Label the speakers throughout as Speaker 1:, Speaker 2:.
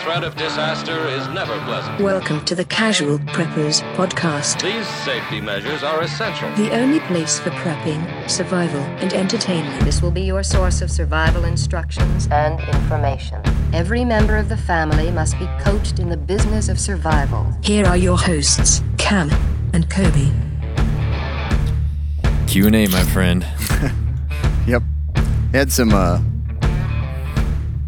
Speaker 1: threat of disaster is never pleasant.
Speaker 2: Welcome to the Casual Preppers Podcast,
Speaker 1: These safety measures are essential.
Speaker 2: the only place for prepping, survival, and entertainment.
Speaker 3: This will be your source of survival instructions and information. Every member of the family must be coached in the business of survival.
Speaker 2: Here are your hosts, Cam and Kobe.
Speaker 4: Q and A, my friend.
Speaker 5: Yep. Had some uh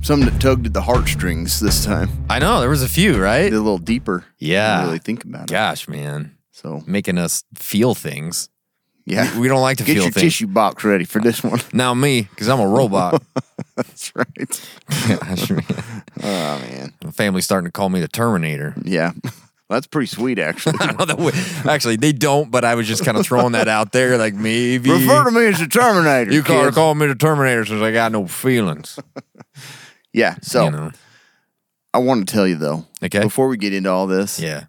Speaker 5: some that tugged at the heartstrings this time.
Speaker 4: I know there was a few,
Speaker 5: Did
Speaker 4: right?
Speaker 5: a little deeper. when you
Speaker 4: Yeah.
Speaker 5: Really think about it.
Speaker 4: Gosh, man,
Speaker 5: So
Speaker 4: making us feel things.
Speaker 5: yeah.
Speaker 4: We don't like to
Speaker 5: Get
Speaker 4: feel
Speaker 5: your
Speaker 4: things.
Speaker 5: tissue box ready for this one.
Speaker 4: Now me, because I'm a robot.
Speaker 5: That's right.
Speaker 4: Gosh, man.
Speaker 5: Oh man.
Speaker 4: My family's starting to call me the Terminator.
Speaker 5: Yeah. That's pretty sweet actually.
Speaker 4: No, that would- Actually, they don't, but I was just kind of throwing that out there, like maybe.
Speaker 5: Refer to me as the Terminator.
Speaker 4: you call,
Speaker 5: kids.
Speaker 4: call me the Terminator since I got no feelings.
Speaker 5: Yeah. So
Speaker 4: you know,
Speaker 5: I want to tell you though.
Speaker 4: Okay.
Speaker 5: Before we get into all this,
Speaker 4: yeah.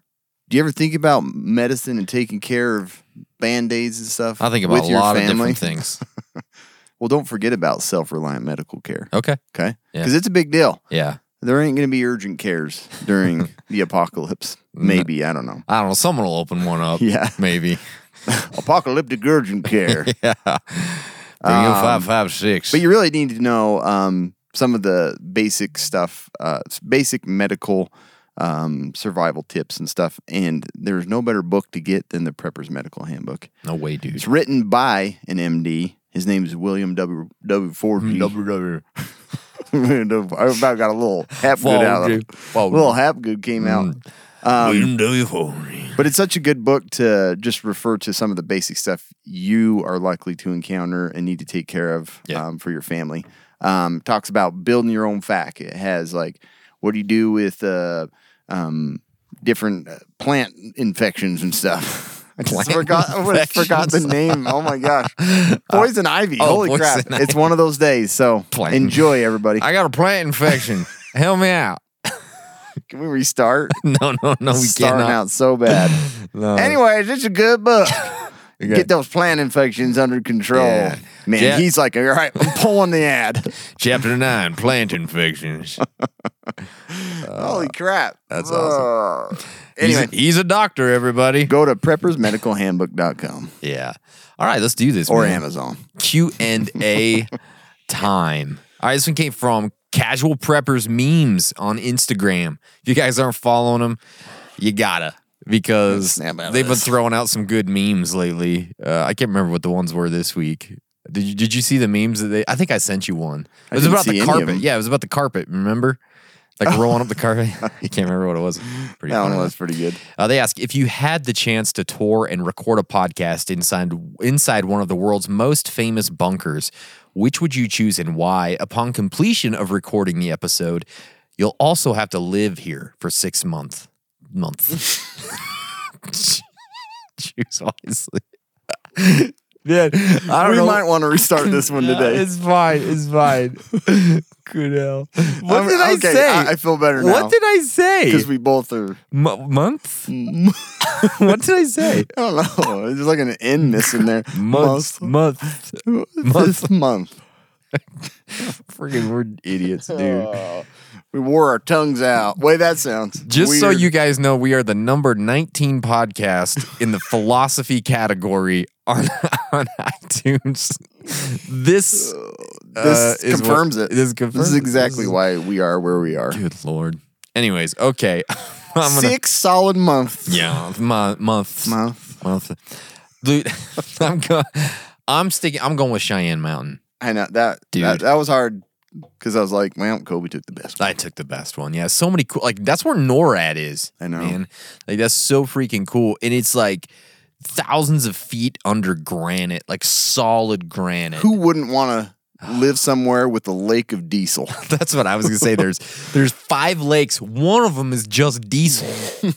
Speaker 5: do you ever think about medicine and taking care of band aids and stuff?
Speaker 4: I think about
Speaker 5: with
Speaker 4: a
Speaker 5: your
Speaker 4: lot of
Speaker 5: family?
Speaker 4: different things.
Speaker 5: Well, don't forget about self reliant medical care.
Speaker 4: Okay.
Speaker 5: Okay.
Speaker 4: Yeah.
Speaker 5: Because it's a big deal.
Speaker 4: Yeah.
Speaker 5: There ain't going to be urgent cares during the apocalypse. Maybe. I don't know.
Speaker 4: I don't know. Someone will open one up.
Speaker 5: Yeah.
Speaker 4: Maybe.
Speaker 5: Apocalyptic urgent care.
Speaker 4: Yeah. Bring in five five six.
Speaker 5: Um, But you really need to know um, some of the basic stuff, uh, s- basic medical um, survival tips and stuff. And there's no better book to get than the Prepper's Medical Handbook.
Speaker 4: no way, dude.
Speaker 5: It's written by an MD. His name is William W. W. Ford. I about got a little half good out of it.
Speaker 4: Ford.
Speaker 5: little half good came out. Um, But it's such a good book to just refer to some of the basic stuff you are likely to encounter and need to take care of
Speaker 4: Yeah.
Speaker 5: um, for your family. Um, talks about building your own fac. It has like, what do you do with uh, um, different uh, plant infections and stuff? I just
Speaker 4: Plant
Speaker 5: forgot. I would've forgot the
Speaker 4: infections. Uh,
Speaker 5: name. Oh my gosh, poison ivy.
Speaker 4: oh,
Speaker 5: Holy crap!
Speaker 4: poison
Speaker 5: It's one of those days. So
Speaker 4: Plant-
Speaker 5: enjoy, everybody.
Speaker 4: I got a plant infection. Help me out.
Speaker 5: Can we restart?
Speaker 4: No, no, no. We
Speaker 5: Starting
Speaker 4: cannot.
Speaker 5: out so bad.
Speaker 4: No.
Speaker 5: Anyways, it's a good book.
Speaker 4: Okay.
Speaker 5: Get those plant infections under control.
Speaker 4: Yeah.
Speaker 5: Man,
Speaker 4: Yeah.
Speaker 5: he's like, all right, I'm pulling the ad.
Speaker 4: Chapter nine: Plant infections.
Speaker 5: Holy crap.
Speaker 4: Uh, that's
Speaker 5: awesome.
Speaker 4: He's-
Speaker 5: Anyway,
Speaker 4: he's, a doctor, everybody.
Speaker 5: go to preppersmedicalhandbook.com
Speaker 4: Yeah. All right, let's do this.
Speaker 5: or
Speaker 4: man.
Speaker 5: Amazon.
Speaker 4: Q and A time. All right, this one came from Casual Preppers Memes on Instagram. If you guys aren't following them, you gotta because
Speaker 5: Snap out of
Speaker 4: they've been
Speaker 5: this.
Speaker 4: throwing out some good memes lately. Uh, I can't remember what the ones were this week. Did you, did you see the memes that they? I think I sent you one. It
Speaker 5: I
Speaker 4: was
Speaker 5: didn't
Speaker 4: about
Speaker 5: see
Speaker 4: the
Speaker 5: any of
Speaker 4: carpet.
Speaker 5: them.
Speaker 4: Yeah, it was about the carpet. Remember, like rolling up the carpet. I can't remember what it was. Pretty
Speaker 5: That one
Speaker 4: funny.
Speaker 5: was pretty good.
Speaker 4: Uh, they ask if you had the chance to tour and record a podcast inside inside one of the world's most famous bunkers, which would you choose and why? Upon completion of recording the episode, you'll also have to live here for six months. Months. Choose wisely. Man, I don't
Speaker 5: we
Speaker 4: know. Uh,
Speaker 5: might want to restart this one today.
Speaker 4: It's fine. It's fine. Good hell. What
Speaker 5: I'm-
Speaker 4: did I
Speaker 5: okay,
Speaker 4: say?
Speaker 5: I, I feel better now.
Speaker 4: what did I say?
Speaker 5: Because we both are.
Speaker 4: M- month? what did I say?
Speaker 5: I don't know. There's like an N missing there.
Speaker 4: Month. Month.
Speaker 5: Month.
Speaker 4: Month.
Speaker 5: This month.
Speaker 4: Freaking, we're idiots, dude.
Speaker 5: We wore our tongues out. Way that sounds.
Speaker 4: Just so
Speaker 5: weird.
Speaker 4: you guys know, we are the number 19 podcast in the philosophy category on, on iTunes. This, uh,
Speaker 5: this
Speaker 4: is what-
Speaker 5: confirms it.
Speaker 4: This confirms
Speaker 5: This is
Speaker 4: it.
Speaker 5: exactly why we are where we are.
Speaker 4: Good lord. Anyways, okay. I'm gonna-
Speaker 5: 6 solid months.
Speaker 4: Yeah, month, month,
Speaker 5: Month.
Speaker 4: month. Dude, I'm going. I'm sticking. I'm going with Cheyenne Mountain.
Speaker 5: I know that
Speaker 4: Dude.
Speaker 5: that, that was hard because I was like, well, Kobe took the best.
Speaker 4: I took the best one. Yeah, so many cool. Like that's where NORAD is.
Speaker 5: I know.
Speaker 4: man. Like that's so freaking cool, and it's like thousands of feet under granite, like solid granite.
Speaker 5: Who wouldn't want to live somewhere with a lake of diesel?
Speaker 4: That's what I was gonna say. There's there's five lakes. One of them is just diesel.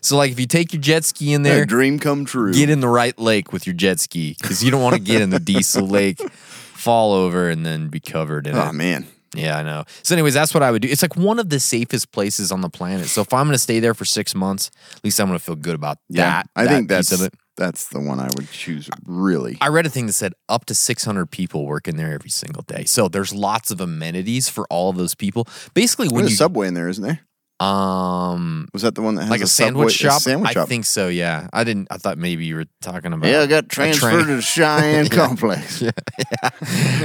Speaker 4: so like if you take your jet ski in
Speaker 5: a
Speaker 4: there,
Speaker 5: dream come true.
Speaker 4: get in the right lake with your jet ski because you don't want to get in the diesel lake, fall over, and then be covered in
Speaker 5: Oh
Speaker 4: it.
Speaker 5: man,
Speaker 4: Yeah, I know. So, anyways, that's what I would do. It's like one of the safest places on the planet. So, if I'm going to stay there for six months, at least I'm going to feel good about
Speaker 5: yeah.
Speaker 4: that.
Speaker 5: I
Speaker 4: that
Speaker 5: think
Speaker 4: piece
Speaker 5: that's
Speaker 4: of it.
Speaker 5: that's the one I would choose. Really,
Speaker 4: I read a thing that said up to 600 people work in there every single day. So, there's lots of amenities for all of those people. Basically, when
Speaker 5: there's
Speaker 4: you
Speaker 5: a subway in there, isn't there?
Speaker 4: Um,
Speaker 5: Was that the one that has
Speaker 4: like a,
Speaker 5: a,
Speaker 4: sandwich
Speaker 5: Subway- a
Speaker 4: shop.
Speaker 5: sandwich
Speaker 4: I
Speaker 5: shop.
Speaker 4: think so. Yeah, I didn't. I thought maybe you were talking about.
Speaker 5: Yeah, I got
Speaker 4: a
Speaker 5: transferred
Speaker 4: train.
Speaker 5: to the Cheyenne Complex.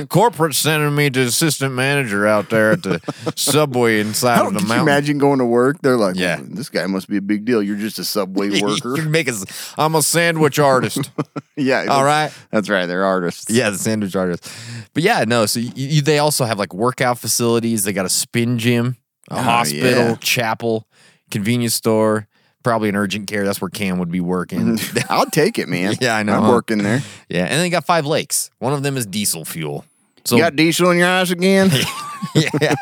Speaker 4: Corporate sending me to assistant manager out there at the subway inside
Speaker 5: How
Speaker 4: of the
Speaker 5: could you
Speaker 4: mountain.
Speaker 5: imagine going to work? They're like,
Speaker 4: Yeah.
Speaker 5: "Well, this guy must be a big deal. You're just a subway
Speaker 4: You
Speaker 5: worker.
Speaker 4: make a s- I'm a sandwich artist.
Speaker 5: yeah.
Speaker 4: All right.
Speaker 5: That's right. They're artists.
Speaker 4: Yeah, the sandwich artist. But yeah, no. So you, you, they also have like workout facilities. They got a spin gym, a
Speaker 5: Oh,
Speaker 4: hospital,
Speaker 5: yeah.
Speaker 4: chapel, convenience store, probably an urgent care. That's where Cam would be working.
Speaker 5: I'll take it, man.
Speaker 4: Yeah, I know,
Speaker 5: I'm
Speaker 4: huh?
Speaker 5: working there.
Speaker 4: yeah, and they got five lakes. One of them is diesel fuel. So
Speaker 5: you got diesel in your eyes again?
Speaker 4: yeah,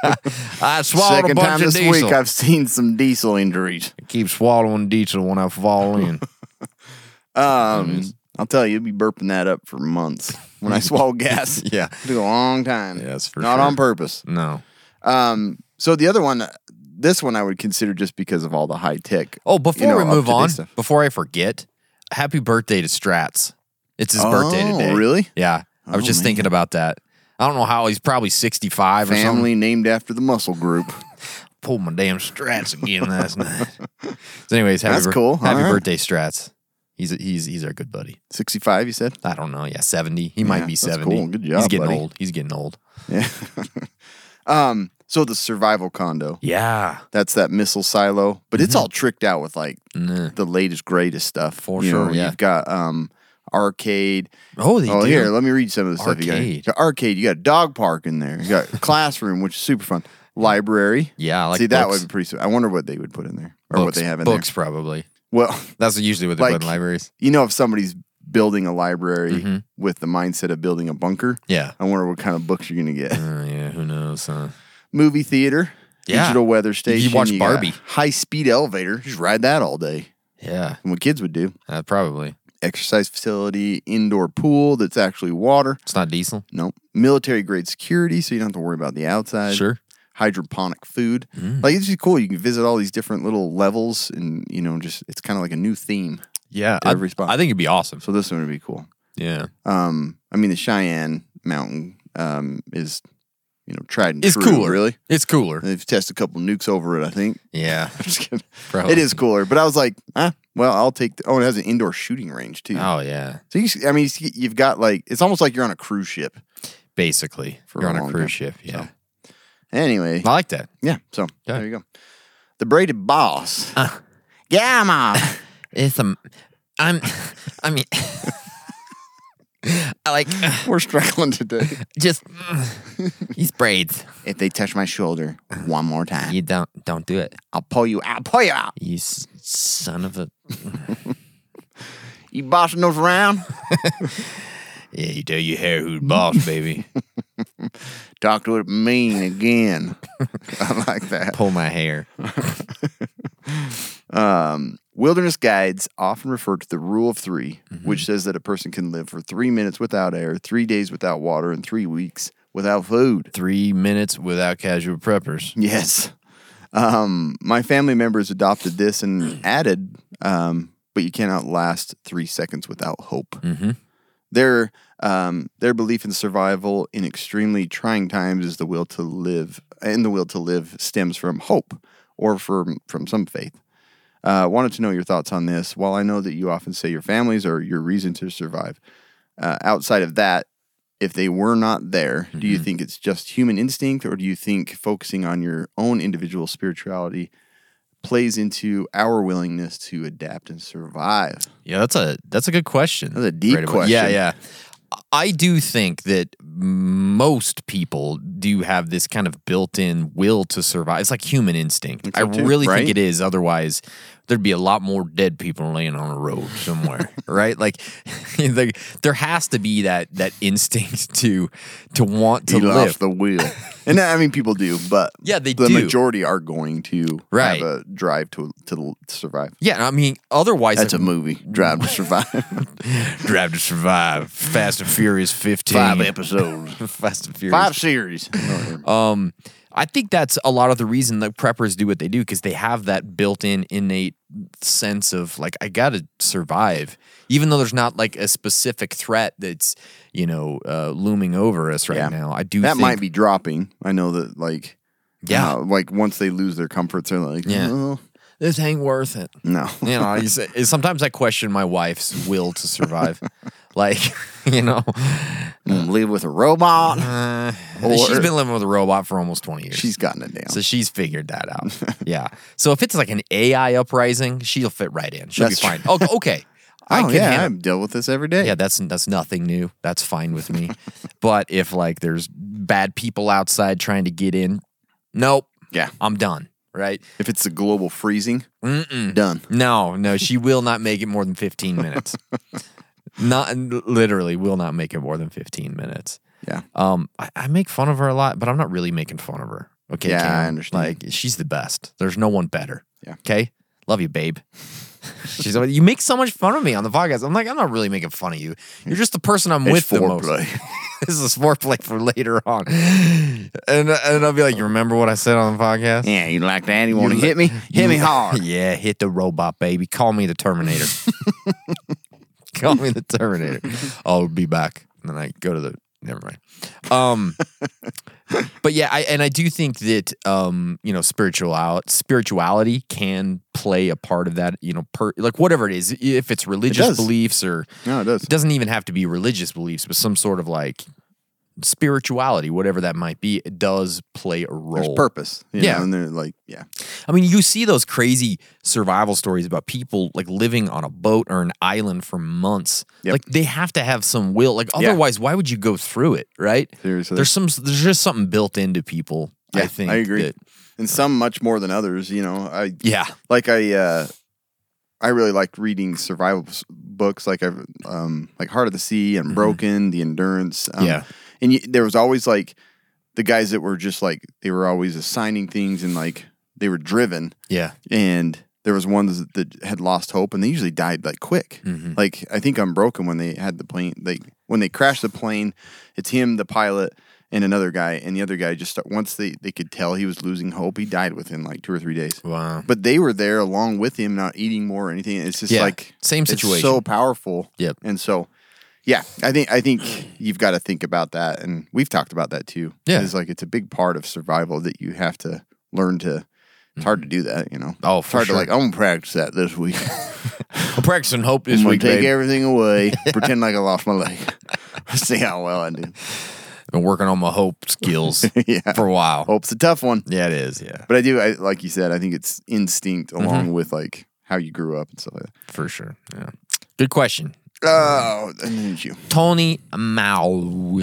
Speaker 4: I swallowed a
Speaker 5: Second
Speaker 4: bunch
Speaker 5: time
Speaker 4: of
Speaker 5: this
Speaker 4: diesel.
Speaker 5: week, I've seen some diesel injuries.
Speaker 4: keep swallowing diesel when I fall in.
Speaker 5: Um, I'll tell you, you'll be burping that up for months when I swallow gas.
Speaker 4: Yeah.
Speaker 5: Took a long time.
Speaker 4: Yes, for
Speaker 5: Not
Speaker 4: sure.
Speaker 5: on purpose.
Speaker 4: no.
Speaker 5: Um, so the other one, this one I would consider just because of all the high tech.
Speaker 4: Oh, before
Speaker 5: you know,
Speaker 4: we move
Speaker 5: up-to-date
Speaker 4: on,
Speaker 5: stuff.
Speaker 4: before I forget, happy birthday to Strats. It's his birthday
Speaker 5: Oh,
Speaker 4: today.
Speaker 5: really?
Speaker 4: Yeah. I was
Speaker 5: Oh,
Speaker 4: just thinking about that. I don't know how he's probably 65 or something.
Speaker 5: Family named after the muscle group.
Speaker 4: Pulled my damn Strats again last night. So anyways, happy,
Speaker 5: That's
Speaker 4: bir-
Speaker 5: cool.
Speaker 4: happy
Speaker 5: All right.
Speaker 4: birthday, Strats. He's he's he's our good buddy.
Speaker 5: 65, you said?
Speaker 4: I don't know. Yeah, 70. He might
Speaker 5: Yeah,
Speaker 4: be
Speaker 5: that's
Speaker 4: 70.
Speaker 5: cool. Good
Speaker 4: He's
Speaker 5: job,
Speaker 4: getting
Speaker 5: buddy.
Speaker 4: old. He's getting old.
Speaker 5: Yeah. um, so the survival condo.
Speaker 4: Yeah.
Speaker 5: That's that missile silo, but it's all tricked out with like
Speaker 4: Mm-hmm. Mm.
Speaker 5: the latest greatest stuff.
Speaker 4: For
Speaker 5: You know,
Speaker 4: sure, yeah.
Speaker 5: You've got um arcade.
Speaker 4: Oh, they
Speaker 5: oh,
Speaker 4: do.
Speaker 5: here, let me read some of the stuff you got.
Speaker 4: Arcade.
Speaker 5: You got arcade. You got dog park in there. You got classroom, which is super fun. Library.
Speaker 4: Yeah, I like
Speaker 5: See, that
Speaker 4: books.
Speaker 5: would be pretty. Sweet. I wonder what they would put in there or what
Speaker 4: Books-
Speaker 5: they have in
Speaker 4: Books,
Speaker 5: there.
Speaker 4: probably.
Speaker 5: Well,
Speaker 4: That's usually what they put
Speaker 5: Like-
Speaker 4: in libraries.
Speaker 5: you know, if somebody's building a library
Speaker 4: Mhm.
Speaker 5: with the mindset of building a bunker,
Speaker 4: Yeah.
Speaker 5: I wonder what kind of books you're going to get.
Speaker 4: Uh, yeah, who knows? Huh?
Speaker 5: Movie theater,
Speaker 4: Yeah.
Speaker 5: digital weather station.
Speaker 4: watch
Speaker 5: got
Speaker 4: Barbie.
Speaker 5: High speed elevator. Just ride that all day.
Speaker 4: Yeah,
Speaker 5: And what kids would do.
Speaker 4: uh, probably.
Speaker 5: Exercise facility, indoor pool that's actually water.
Speaker 4: It's not diesel.
Speaker 5: No. Military grade security, so you don't have to worry about the outside.
Speaker 4: Sure. Mm.
Speaker 5: Hydroponic food. Like it's just cool. You can visit all these different little levels and you know, just it's kind of like a new theme.
Speaker 4: Yeah,
Speaker 5: To
Speaker 4: I,
Speaker 5: every spot.
Speaker 4: I think it'd be awesome.
Speaker 5: So this one would be cool.
Speaker 4: Yeah,
Speaker 5: Um, I mean the Cheyenne Mountain um is you know tried and
Speaker 4: it's
Speaker 5: true,
Speaker 4: cooler.
Speaker 5: really.
Speaker 4: it's cooler.
Speaker 5: They've tested a couple nukes over it, I think.
Speaker 4: Yeah,
Speaker 5: I'm just kidding.
Speaker 4: Probably.
Speaker 5: It is cooler, but I was like, ah, well, I'll take. The, oh, it has an indoor shooting range too.
Speaker 4: Oh yeah,
Speaker 5: So you, I mean, you see- you've got like it's almost like you're on a cruise ship.
Speaker 4: basically.
Speaker 5: For
Speaker 4: You're
Speaker 5: a
Speaker 4: on a
Speaker 5: long
Speaker 4: cruise
Speaker 5: time.
Speaker 4: ship. Yeah,
Speaker 5: Anyway,
Speaker 4: I like that.
Speaker 5: yeah. Uh. So
Speaker 4: Yeah.
Speaker 5: there you go. The braided boss. yeah, mom.
Speaker 4: It's um, I'm, I mean, I like uh,
Speaker 5: We're struggling today.
Speaker 4: just mm, these braids.
Speaker 5: If they touch my shoulder one more time,
Speaker 4: You don't don't do it.
Speaker 5: I'll pull you out. I'll pull you out.
Speaker 4: You s- son of a.
Speaker 5: You bossing those around?
Speaker 4: Yeah, you tell your hair who's boss, baby.
Speaker 5: Talk to it mean again. I like that.
Speaker 4: Pull my hair.
Speaker 5: Um, wilderness guides often refer to the rule of 3 which says that a person can live for three minutes without air, three days without water, and three weeks without food.
Speaker 4: Three minutes without casual preppers.
Speaker 5: Yes. Um, my family members adopted this and added, um, but you cannot last three seconds without hope. Their um, their belief in survival in extremely trying times is the will to live, and the will to live stems from hope or from from some faith. Uh, wanted to know your thoughts on this. While I know that you often say your families are your reason to survive, uh, outside of that, if they were not there, do
Speaker 4: Mm-hmm.
Speaker 5: you think it's just human instinct, or do you think focusing on your own individual spirituality plays into our willingness to adapt and survive?
Speaker 4: Yeah, that's a that's a good question.
Speaker 5: That's a deep
Speaker 4: above-
Speaker 5: question.
Speaker 4: Yeah, yeah. I do think that most people do have this kind of built-in will to survive. It's like human instinct. I
Speaker 5: so too,
Speaker 4: really
Speaker 5: right?
Speaker 4: think it is. Otherwise, there'd be a lot more dead people laying on a road somewhere, right? Like, there, there has to be that that instinct to to want to
Speaker 5: Eat
Speaker 4: live.
Speaker 5: off the wheel, and I mean people do, but
Speaker 4: Yeah, they
Speaker 5: the
Speaker 4: do.
Speaker 5: majority are going to
Speaker 4: Right.
Speaker 5: have a drive to to survive.
Speaker 4: yeah, I mean, otherwise,
Speaker 5: That's
Speaker 4: it-
Speaker 5: a movie, Drive to Survive.
Speaker 4: Drive to Survive, Fast and Furious 15,
Speaker 5: Five episodes,
Speaker 4: Fast and Furious
Speaker 5: five series.
Speaker 4: Um, I think that's a lot of the reason that preppers do what they do because they have that built-in innate sense of like I gotta survive, even though there's not like a specific threat that's you know uh, looming over us right
Speaker 5: Yeah.
Speaker 4: now. I do
Speaker 5: that
Speaker 4: think,
Speaker 5: might be dropping. I know that like
Speaker 4: Yeah.
Speaker 5: Uh, like once they lose their comforts, they're like,
Speaker 4: Yeah.
Speaker 5: "Well,
Speaker 4: This ain't worth it.
Speaker 5: no.
Speaker 4: You know, I s- sometimes I question my wife's will to survive. like, you know,
Speaker 5: Mm, Live with a robot.
Speaker 4: uh,
Speaker 5: Or-
Speaker 4: she's been living with a robot for almost 20 years.
Speaker 5: She's gotten it down.
Speaker 4: so she's figured that out. yeah. So if it's like an AI uprising, she'll fit right in. She'll
Speaker 5: That's
Speaker 4: be
Speaker 5: true.
Speaker 4: fine. Okay. okay. I
Speaker 5: oh
Speaker 4: can
Speaker 5: yeah, I
Speaker 4: handle-
Speaker 5: deal with this every day.
Speaker 4: yeah, that's that's nothing new. That's fine with me. but if like there's bad people outside trying to get in, nope,
Speaker 5: yeah.
Speaker 4: I'm done. Right?
Speaker 5: If it's a global freezing,
Speaker 4: Mm-mm.
Speaker 5: done.
Speaker 4: No, no, she will not make it more than 15 minutes. not literally will not make it more than 15 minutes.
Speaker 5: Yeah.
Speaker 4: Um, I, I make fun of her a lot, but I'm not really making fun of her. Okay.
Speaker 5: Yeah, I
Speaker 4: Karen?
Speaker 5: understand.
Speaker 4: Like she's the best. There's no one better.
Speaker 5: Yeah.
Speaker 4: Okay. Love you, babe. she's like, you make so much fun of me on the podcast. I'm like, I'm not really making fun of you. You're just the person I'm with the most. this is foreplay for later on. And and I'll be like, you remember what I said on the podcast?
Speaker 5: yeah, you like that? You want to
Speaker 4: li-
Speaker 5: hit me? Hit
Speaker 4: You-
Speaker 5: me hard.
Speaker 4: Yeah, hit the robot, baby. Call me the Terminator. Call me the Terminator. I'll be back. And then I go to the never mind. Um but yeah, I and I do think that um, you know, spiritual spirituality can play a part of that, you know, per, like whatever it is, if it's religious
Speaker 5: does.
Speaker 4: beliefs or
Speaker 5: No, it does.
Speaker 4: it doesn't even have to be religious beliefs, but some sort of like spirituality, whatever that might be, it does play a role.
Speaker 5: There's purpose. you
Speaker 4: Yeah.
Speaker 5: know, and they're like, yeah,
Speaker 4: I mean, you see those crazy survival stories about people like living on a boat or an island for months.
Speaker 5: Yep.
Speaker 4: Like they have to have some will. Like
Speaker 5: Yeah.
Speaker 4: otherwise, why would you go through it, right?
Speaker 5: seriously.
Speaker 4: There's some. There's just something built into people.
Speaker 5: yeah,
Speaker 4: I think.
Speaker 5: I agree.
Speaker 4: that-
Speaker 5: and some much more than others. You know, I
Speaker 4: yeah.
Speaker 5: like I uh I really liked reading survival s- books like I've um like Heart of the Sea and Broken, The Endurance. Um,
Speaker 4: Mm-hmm. Yeah.
Speaker 5: And you, there was always like the guys that were just like they were always assigning things and like they were driven
Speaker 4: Yeah.
Speaker 5: and there was ones that had lost hope and they usually died like quick. Like I think on Broken when they had the plane they when they crashed the plane, it's him, the pilot, and another guy, and the other guy just start, once they, they could tell he was losing hope, he died within like two or three days
Speaker 4: Wow.
Speaker 5: but they were there along with him, not eating more or anything. It's just
Speaker 4: Yeah,
Speaker 5: like
Speaker 4: same
Speaker 5: it's
Speaker 4: situation.
Speaker 5: so powerful.
Speaker 4: Yep.
Speaker 5: And so, yeah, I think I think you've got to think about that, and we've talked about that too.
Speaker 4: Yeah.
Speaker 5: it's like it's a big part of survival that you have to learn to. It's hard to do that, you know.
Speaker 4: Oh,
Speaker 5: it's
Speaker 4: for
Speaker 5: hard
Speaker 4: sure.
Speaker 5: to like. I'm gonna practice that this week.
Speaker 4: I'm practicing hope
Speaker 5: I'm
Speaker 4: this
Speaker 5: gonna
Speaker 4: week.
Speaker 5: take
Speaker 4: Babe.
Speaker 5: everything away. Pretend like I lost my leg. See how well I do.
Speaker 4: Been working on my hope skills
Speaker 5: Yeah.
Speaker 4: for a while.
Speaker 5: Hope's a tough one.
Speaker 4: Yeah, it is. Yeah,
Speaker 5: But I do, I, like you said, I think it's instinct
Speaker 4: Mm-hmm.
Speaker 5: along with like how you grew up and stuff like that.
Speaker 4: for sure. Yeah. Good question.
Speaker 5: Oh, I need you.
Speaker 4: Tony Mao.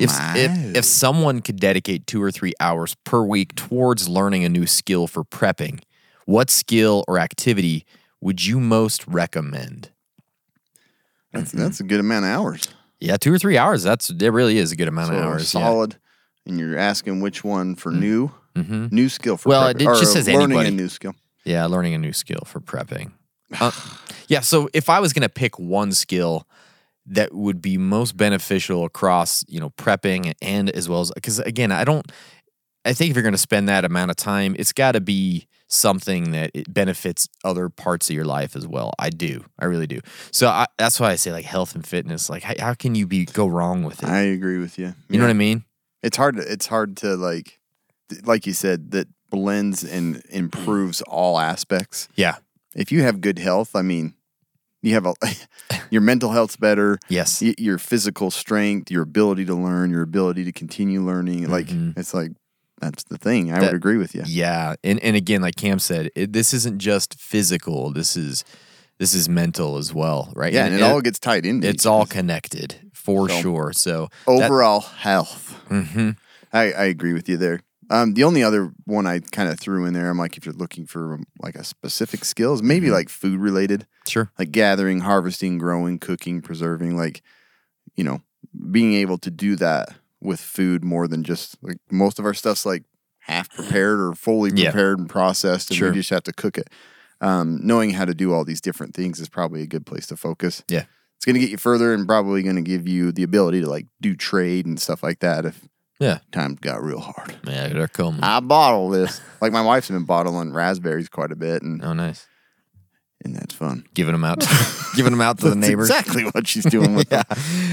Speaker 4: If,
Speaker 5: Mao.
Speaker 4: if if someone could dedicate two or three hours per week towards learning a new skill for prepping, what skill or activity would you most recommend?
Speaker 5: That's, that's a good amount of hours.
Speaker 4: Yeah, two or three hours. That's it. Really is a good amount
Speaker 5: So
Speaker 4: of hours. yeah. Mm-hmm.
Speaker 5: solid. And you're asking which one for new, new skill for
Speaker 4: Well,
Speaker 5: prepping-
Speaker 4: it
Speaker 5: or
Speaker 4: just says
Speaker 5: learning
Speaker 4: anybody.
Speaker 5: a new skill.
Speaker 4: Yeah, learning a new skill for prepping. Uh, yeah, so if I was going to pick one skill that would be most beneficial across, you know, prepping and as well as cuz again, I don't I think if you're going to spend that amount of time, it's got to be something that it benefits other parts of your life as well. I do. I really do. So I, that's why I say like health and fitness, like how, how can you be go wrong with it?
Speaker 5: I agree with you.
Speaker 4: you know what I mean?
Speaker 5: It's hard. To, it's hard to like, th- like you said, that blends and improves all aspects.
Speaker 4: Yeah.
Speaker 5: If you have good health, I mean, you have a your mental health's better.
Speaker 4: Yes.
Speaker 5: y- Your physical strength, your ability to learn, your ability to continue learning. Like
Speaker 4: Mhm.
Speaker 5: it's like that's the thing. I
Speaker 4: That-
Speaker 5: would agree with you.
Speaker 4: Yeah, and and again, like Cam said, it, this isn't just physical. This is this is mental as well, right?
Speaker 5: Yeah, and it, all gets tied into
Speaker 4: it's
Speaker 5: each
Speaker 4: all
Speaker 5: other.
Speaker 4: connected for sure. So
Speaker 5: overall health.
Speaker 4: hmm
Speaker 5: I, I agree with you there. Um, the only other one I kind of threw in there, I'm like, if you're looking for um, like a specific skills, maybe
Speaker 4: Mm-hmm.
Speaker 5: like food related,
Speaker 4: sure,
Speaker 5: like gathering, harvesting, growing, cooking, preserving, like you know, being able to do that with food more than just like most of our stuff's like half prepared or fully
Speaker 4: Yeah.
Speaker 5: prepared and processed, and
Speaker 4: Sure.
Speaker 5: we just have to cook it. Um, knowing how to do all these different things is probably a good place to focus.
Speaker 4: Yeah.
Speaker 5: It's going to get you further and probably going to give you the ability to like do trade and stuff like that if
Speaker 4: yeah,
Speaker 5: time got real hard.
Speaker 4: yeah, they're coming.
Speaker 5: I bottle this. Like my wife's been bottling raspberries quite a bit, and
Speaker 4: oh, nice,
Speaker 5: and that's fun.
Speaker 4: giving them out, giving them out to the
Speaker 5: That's
Speaker 4: neighbors.
Speaker 5: exactly what she's doing with them.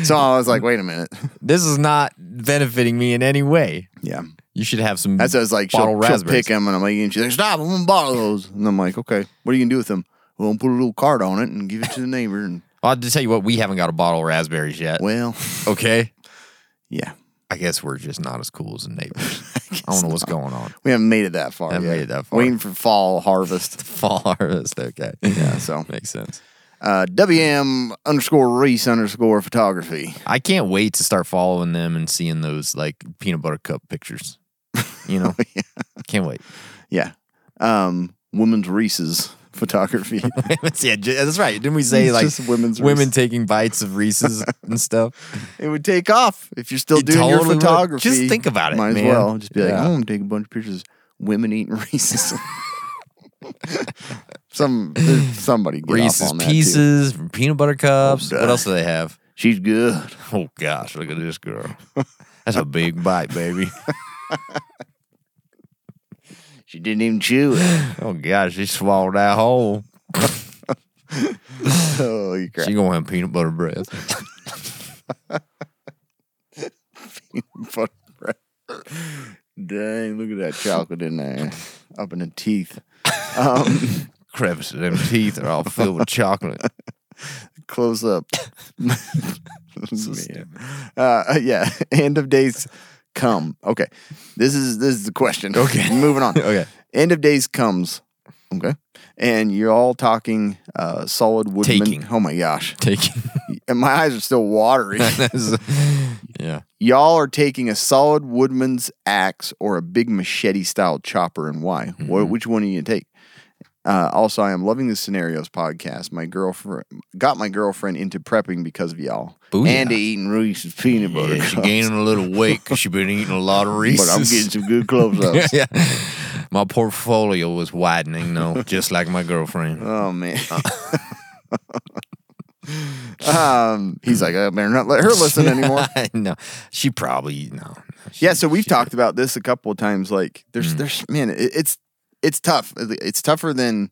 Speaker 5: So I was like, wait a minute.
Speaker 4: This is not benefiting me in any way.
Speaker 5: Yeah,
Speaker 4: You should have some.
Speaker 5: That's what I was like,
Speaker 4: bottle
Speaker 5: she'll, she'll
Speaker 4: raspberries.
Speaker 5: pick them, and I'm like, and she's like, stop, I'm gonna bottle those, and I'm like, okay, what are you gonna do with them? Well, I'll put a little card on it and give it to the neighbor, and
Speaker 4: I'll just tell you what, we haven't got a bottle of raspberries yet.
Speaker 5: well,
Speaker 4: Okay.
Speaker 5: yeah,
Speaker 4: I guess we're just not as cool as the neighbors. I, don't know what's going on.
Speaker 5: we haven't made it that far.
Speaker 4: Haven't
Speaker 5: yet.
Speaker 4: made it that far.
Speaker 5: Waiting for fall harvest.
Speaker 4: Fall harvest. Okay.
Speaker 5: Yeah, so
Speaker 4: Makes sense.
Speaker 5: uh, WM underscore Reese underscore photography.
Speaker 4: I can't wait to start following them and seeing those like peanut butter cup pictures. You know? Can't wait.
Speaker 5: Yeah, um, women's Reese's photography.
Speaker 4: yeah, ju- that's right. Didn't we say
Speaker 5: It's
Speaker 4: like
Speaker 5: just women's
Speaker 4: women
Speaker 5: Reese's.
Speaker 4: taking bites of Reese's and stuff?
Speaker 5: it would take off if you're still
Speaker 4: It
Speaker 5: doing
Speaker 4: totally
Speaker 5: your
Speaker 4: would.
Speaker 5: photography.
Speaker 4: Just think about it,
Speaker 5: Might
Speaker 4: man.
Speaker 5: as well just be like, "Oh,
Speaker 4: Yeah.
Speaker 5: I'm gonna take a bunch of pictures. of Women eating Reese's. Some somebody get off
Speaker 4: Reese's
Speaker 5: on that too.
Speaker 4: pieces, peanut butter cups.
Speaker 5: Oh,
Speaker 4: what else do they have?
Speaker 5: She's good.
Speaker 4: Oh gosh, look at this girl. That's a big bite, baby.
Speaker 5: She didn't even chew it.
Speaker 4: Oh gosh, she swallowed that whole.
Speaker 5: Holy crap!
Speaker 4: She gonna have peanut butter breath.
Speaker 5: Fuck, bro. Dang, look at that chocolate in there, up in the teeth. Um,
Speaker 4: Crevices in her teeth are all filled with chocolate.
Speaker 5: close up. Man. Uh, yeah, end of days come. Okay, this is this is the question. Okay, moving on.
Speaker 4: Okay.
Speaker 5: end of days comes. Okay, and you're all talking uh, solid woodman.
Speaker 4: Taking.
Speaker 5: Oh my gosh,
Speaker 4: Taking.
Speaker 5: and my eyes are still watery.
Speaker 4: yeah.
Speaker 5: Y'all are taking a solid woodman's axe or a big machete style chopper, and why? What,
Speaker 4: Mm-hmm.
Speaker 5: which one are you going to take? Uh, also, I am loving the scenarios podcast. My girlfriend got my girlfriend into prepping because of y'all
Speaker 4: Booyah.
Speaker 5: and to eating Reese's peanut butter.
Speaker 4: she
Speaker 5: cups.
Speaker 4: gaining a little weight because she been eating a lot of Reese's.
Speaker 5: but I'm getting some good close ups.
Speaker 4: yeah. My portfolio was widening, though, just like my girlfriend.
Speaker 5: Oh man. um, he's like, I better not let her listen anymore.
Speaker 4: no, she probably no.
Speaker 5: Yeah, so we've talked about this a couple of times. Like, there's,
Speaker 4: Mm-hmm.
Speaker 5: there's, man, it, it's, it's tough. It's tougher than,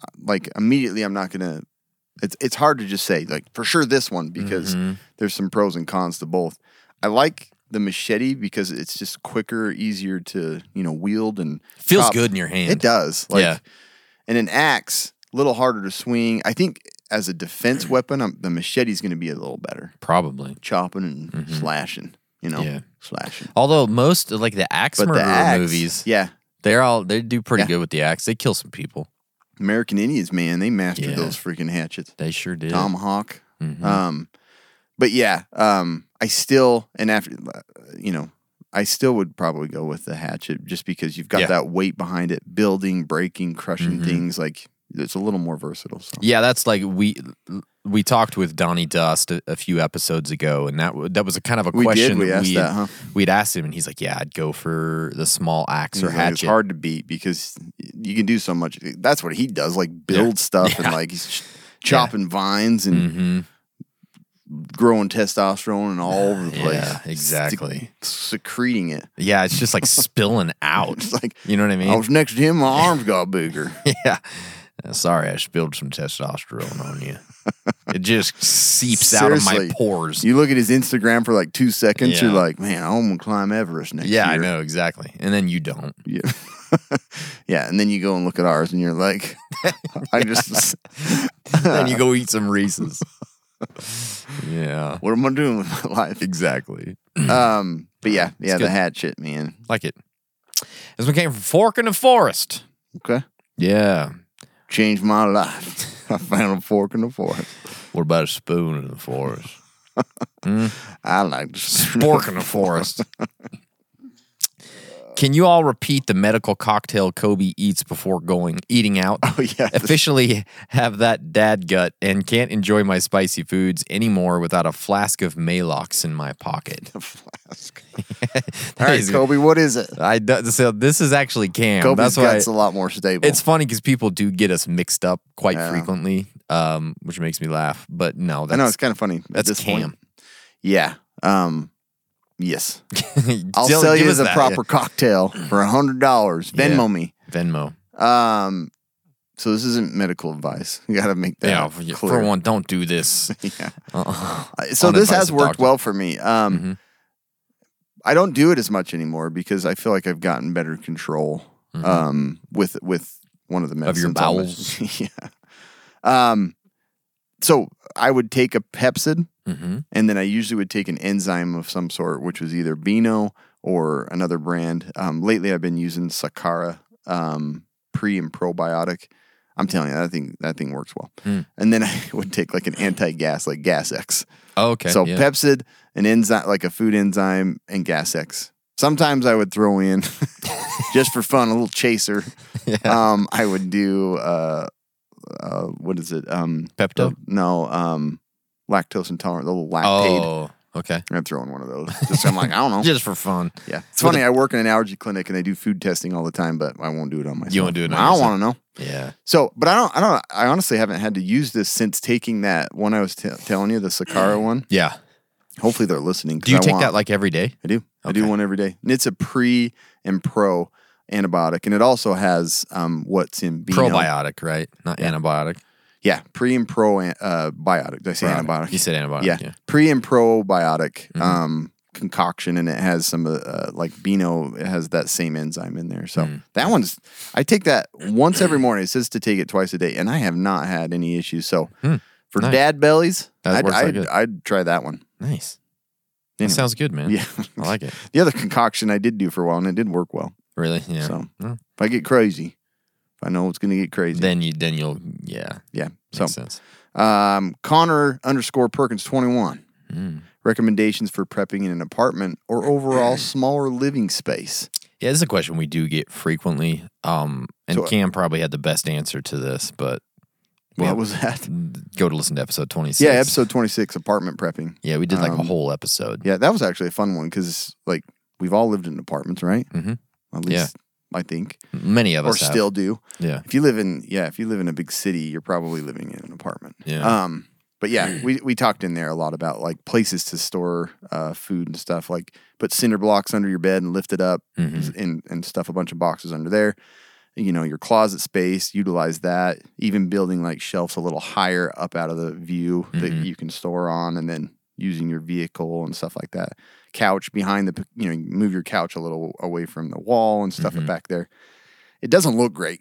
Speaker 5: uh, like, immediately. I'm not gonna. It's, it's hard to just say like for sure this one because
Speaker 4: Mm-hmm.
Speaker 5: there's some pros and cons to both. I like the machete because it's just quicker, easier to you know wield and
Speaker 4: Feels
Speaker 5: chop.
Speaker 4: good in your hand.
Speaker 5: It does. Like,
Speaker 4: Yeah.
Speaker 5: And an axe, a little harder to swing. I think as a defense weapon, I'm, the machete's going to be a little better.
Speaker 4: Probably.
Speaker 5: Chopping and slashing, you know,
Speaker 4: Mm-hmm. Yeah.
Speaker 5: slashing.
Speaker 4: Although most like the axe
Speaker 5: But
Speaker 4: murderer
Speaker 5: the axe,
Speaker 4: movies,
Speaker 5: yeah,
Speaker 4: they're all they do pretty
Speaker 5: Yeah.
Speaker 4: good with the axe. They kill some people.
Speaker 5: American Indians, man, they mastered
Speaker 4: Yeah. Mm-hmm.
Speaker 5: those freaking hatchets.
Speaker 4: They sure did.
Speaker 5: Tomahawk. Um, but yeah, um, I still and after you know, I still would probably go with the hatchet just because you've got
Speaker 4: Yeah. Mm-hmm.
Speaker 5: that weight behind it, building, breaking, crushing things. Like it's a little more versatile. So.
Speaker 4: Yeah, that's like we we talked with Donnie Dust a, a few episodes ago, and that w- that was a kind of a
Speaker 5: We did,
Speaker 4: question
Speaker 5: we asked
Speaker 4: we'd,
Speaker 5: that, huh?
Speaker 4: we'd asked him, and he's like, "Yeah, I'd go for the small axe or
Speaker 5: He's like,
Speaker 4: hatchet."
Speaker 5: it's hard to beat because you can do so much. That's what he does, like build stuff and like he's ch- chopping vines and growing testosterone and all over the place.
Speaker 4: Mm-hmm. Yeah, exactly.
Speaker 5: Sec- secreting it.
Speaker 4: Yeah, it's just like spilling out.
Speaker 5: It's like oh.
Speaker 4: you know what I mean?
Speaker 5: I was next to him, my arms got bigger.
Speaker 4: yeah. Uh, Sorry, I spilled some testosterone on you. It just seeps out of
Speaker 5: Seriously.
Speaker 4: my pores.
Speaker 5: You look at his Instagram for like two seconds, you're
Speaker 4: Yeah.
Speaker 5: like, man, I'm gonna climb Everest next
Speaker 4: yeah, I
Speaker 5: year.
Speaker 4: know exactly. And then you don't.
Speaker 5: Yeah. yeah, and then you go and look at ours and you're like, I just
Speaker 4: then you go eat some Reese's. yeah,
Speaker 5: what am I doing with my life?
Speaker 4: exactly.
Speaker 5: Um, but yeah, yeah, the
Speaker 4: good.
Speaker 5: hatchet, man.
Speaker 4: Like it. This one came from Fork in the Forest.
Speaker 5: Okay.
Speaker 4: Yeah.
Speaker 5: changed my life. I found a fork in the forest.
Speaker 4: What about a spoon in the forest?
Speaker 5: I like to
Speaker 4: Spork in the forest. Can you all repeat the medical cocktail Kobe eats before going eating out?
Speaker 5: Oh yeah, this-
Speaker 4: Officially have that dad gut and can't enjoy my spicy foods anymore without a flask of Malox in my pocket.
Speaker 5: the flask.
Speaker 4: That
Speaker 5: All right,
Speaker 4: is-
Speaker 5: Kobe, what is it?
Speaker 4: I do, so this is actually Cam.
Speaker 5: Kobe's
Speaker 4: That's why
Speaker 5: gut's a lot more stable.
Speaker 4: It's funny because people do get us mixed up quite
Speaker 5: Yeah.
Speaker 4: frequently, um, which makes me laugh. But no,
Speaker 5: I
Speaker 4: that's
Speaker 5: know it's kind of funny. at
Speaker 4: that's
Speaker 5: this
Speaker 4: Cam.
Speaker 5: Point. Yeah. Um. Yes. I'll
Speaker 4: Dylan,
Speaker 5: sell
Speaker 4: give
Speaker 5: you
Speaker 4: us
Speaker 5: the
Speaker 4: that,
Speaker 5: proper cocktail for a hundred dollars.
Speaker 4: Yeah.
Speaker 5: Venmo me.
Speaker 4: yeah. Venmo.
Speaker 5: Um. So this isn't medical advice. You got to make that
Speaker 4: Yeah,
Speaker 5: clear.
Speaker 4: for one, don't do this.
Speaker 5: Yeah.
Speaker 4: Uh-uh.
Speaker 5: Uh, so
Speaker 4: on
Speaker 5: this
Speaker 4: advice
Speaker 5: has
Speaker 4: of Mm-hmm.
Speaker 5: worked
Speaker 4: doctor.
Speaker 5: well for me. Um, I don't do it as much anymore because I feel like I've gotten better control um, with with one of the
Speaker 4: Mm-hmm. Of
Speaker 5: medicines
Speaker 4: your
Speaker 5: I'll
Speaker 4: bowels.
Speaker 5: miss. yeah. Um. So I would take a Pepsid,
Speaker 4: Mhm.
Speaker 5: and then I usually would take an enzyme of some sort, which was either Beano or another brand. Um, lately, I've been using Sakara um, pre and probiotic. I'm telling you, that thing that thing works well.
Speaker 4: Hmm.
Speaker 5: And then I would take like an anti-gas, like Gas X.
Speaker 4: Oh, okay.
Speaker 5: So
Speaker 4: yeah.
Speaker 5: Pepsid, an enzyme like a food enzyme, and Gas X. Sometimes I would throw in, just for fun, a little chaser. Um, I would do uh, uh, what is it? Um,
Speaker 4: Pepto.
Speaker 5: No, um, lactose intolerant, the little lactaid.
Speaker 4: Oh, okay.
Speaker 5: I'm throwing one of those. Just I'm like, I don't know.
Speaker 4: Just for fun.
Speaker 5: yeah, it's funny. I work in an allergy clinic and they do food testing all the time, but I won't do it on myself.
Speaker 4: won't do it on
Speaker 5: I don't
Speaker 4: yourself.
Speaker 5: want to know.
Speaker 4: Yeah.
Speaker 5: So, but I don't. I don't. I honestly haven't had to use this since taking that one I was t- telling you, the Sakara one.
Speaker 4: Yeah.
Speaker 5: Hopefully they're listening. 'cause
Speaker 4: Do you
Speaker 5: I
Speaker 4: take
Speaker 5: want-
Speaker 4: that like every day?
Speaker 5: I do. I do
Speaker 4: Okay.
Speaker 5: one every day. And it's a pre and pro antibiotic, and it also has um, what's in Beano.
Speaker 4: Probiotic, right? Not antibiotic.
Speaker 5: Yeah, pre and pro an- uh, biotic. Did I say
Speaker 4: Probiotic.
Speaker 5: antibiotic?
Speaker 4: You said antibiotic,
Speaker 5: Yeah,
Speaker 4: yeah. Mm-hmm.
Speaker 5: pre and probiotic um, concoction, and it has some of the, uh, like Beano. It has that same enzyme in there. So
Speaker 4: Mm.
Speaker 5: that one's. I take that once every morning. It says to take it twice a day, and I have not had any issues. So for
Speaker 4: Hmm. Nice.
Speaker 5: dad bellies,
Speaker 4: That
Speaker 5: I'd,
Speaker 4: works like
Speaker 5: I'd,
Speaker 4: it.
Speaker 5: I'd try that one.
Speaker 4: Nice.
Speaker 5: Anyway.
Speaker 4: That sounds good, man.
Speaker 5: Yeah.
Speaker 4: I like it.
Speaker 5: The other concoction I did do for a while, and it did work well.
Speaker 4: Really? Yeah.
Speaker 5: So
Speaker 4: Well,
Speaker 5: if I get crazy, if I know it's going to get crazy,
Speaker 4: then you then you'll yeah.
Speaker 5: yeah. So
Speaker 4: Makes sense.
Speaker 5: um, Connor underscore Perkins twenty one
Speaker 4: Hmm.
Speaker 5: recommendations for prepping in an apartment or overall smaller living space.
Speaker 4: Yeah, this is a question we do get frequently. Um and
Speaker 5: So- uh,
Speaker 4: Cam probably had the best answer to this, but
Speaker 5: What
Speaker 4: Yeah.
Speaker 5: was that?
Speaker 4: go to listen to episode 26.
Speaker 5: Yeah, episode twenty six, apartment prepping.
Speaker 4: Yeah, we did like a
Speaker 5: Um,
Speaker 4: whole episode.
Speaker 5: Yeah, that was actually a fun one because like we've all lived in apartments, right?
Speaker 4: Mhm.
Speaker 5: At
Speaker 4: Yeah.
Speaker 5: least I think,
Speaker 4: Many of
Speaker 5: or
Speaker 4: us have.
Speaker 5: still do.
Speaker 4: Yeah.
Speaker 5: If you live in yeah, if you live in a big city, you're probably living in an apartment.
Speaker 4: Yeah.
Speaker 5: Um, but yeah, we we talked in there a lot about like places to store uh, food and stuff. Like put cinder blocks under your bed and lift it up
Speaker 4: Mm-hmm.
Speaker 5: and and stuff a bunch of boxes under there. You know your closet space, utilize that. Even building like shelves a little higher up out of the view that
Speaker 4: Mm-hmm.
Speaker 5: you can store on, and then using your vehicle and stuff like that. Couch behind the p- you know move your couch a little away from the wall and stuff back there. It doesn't look great.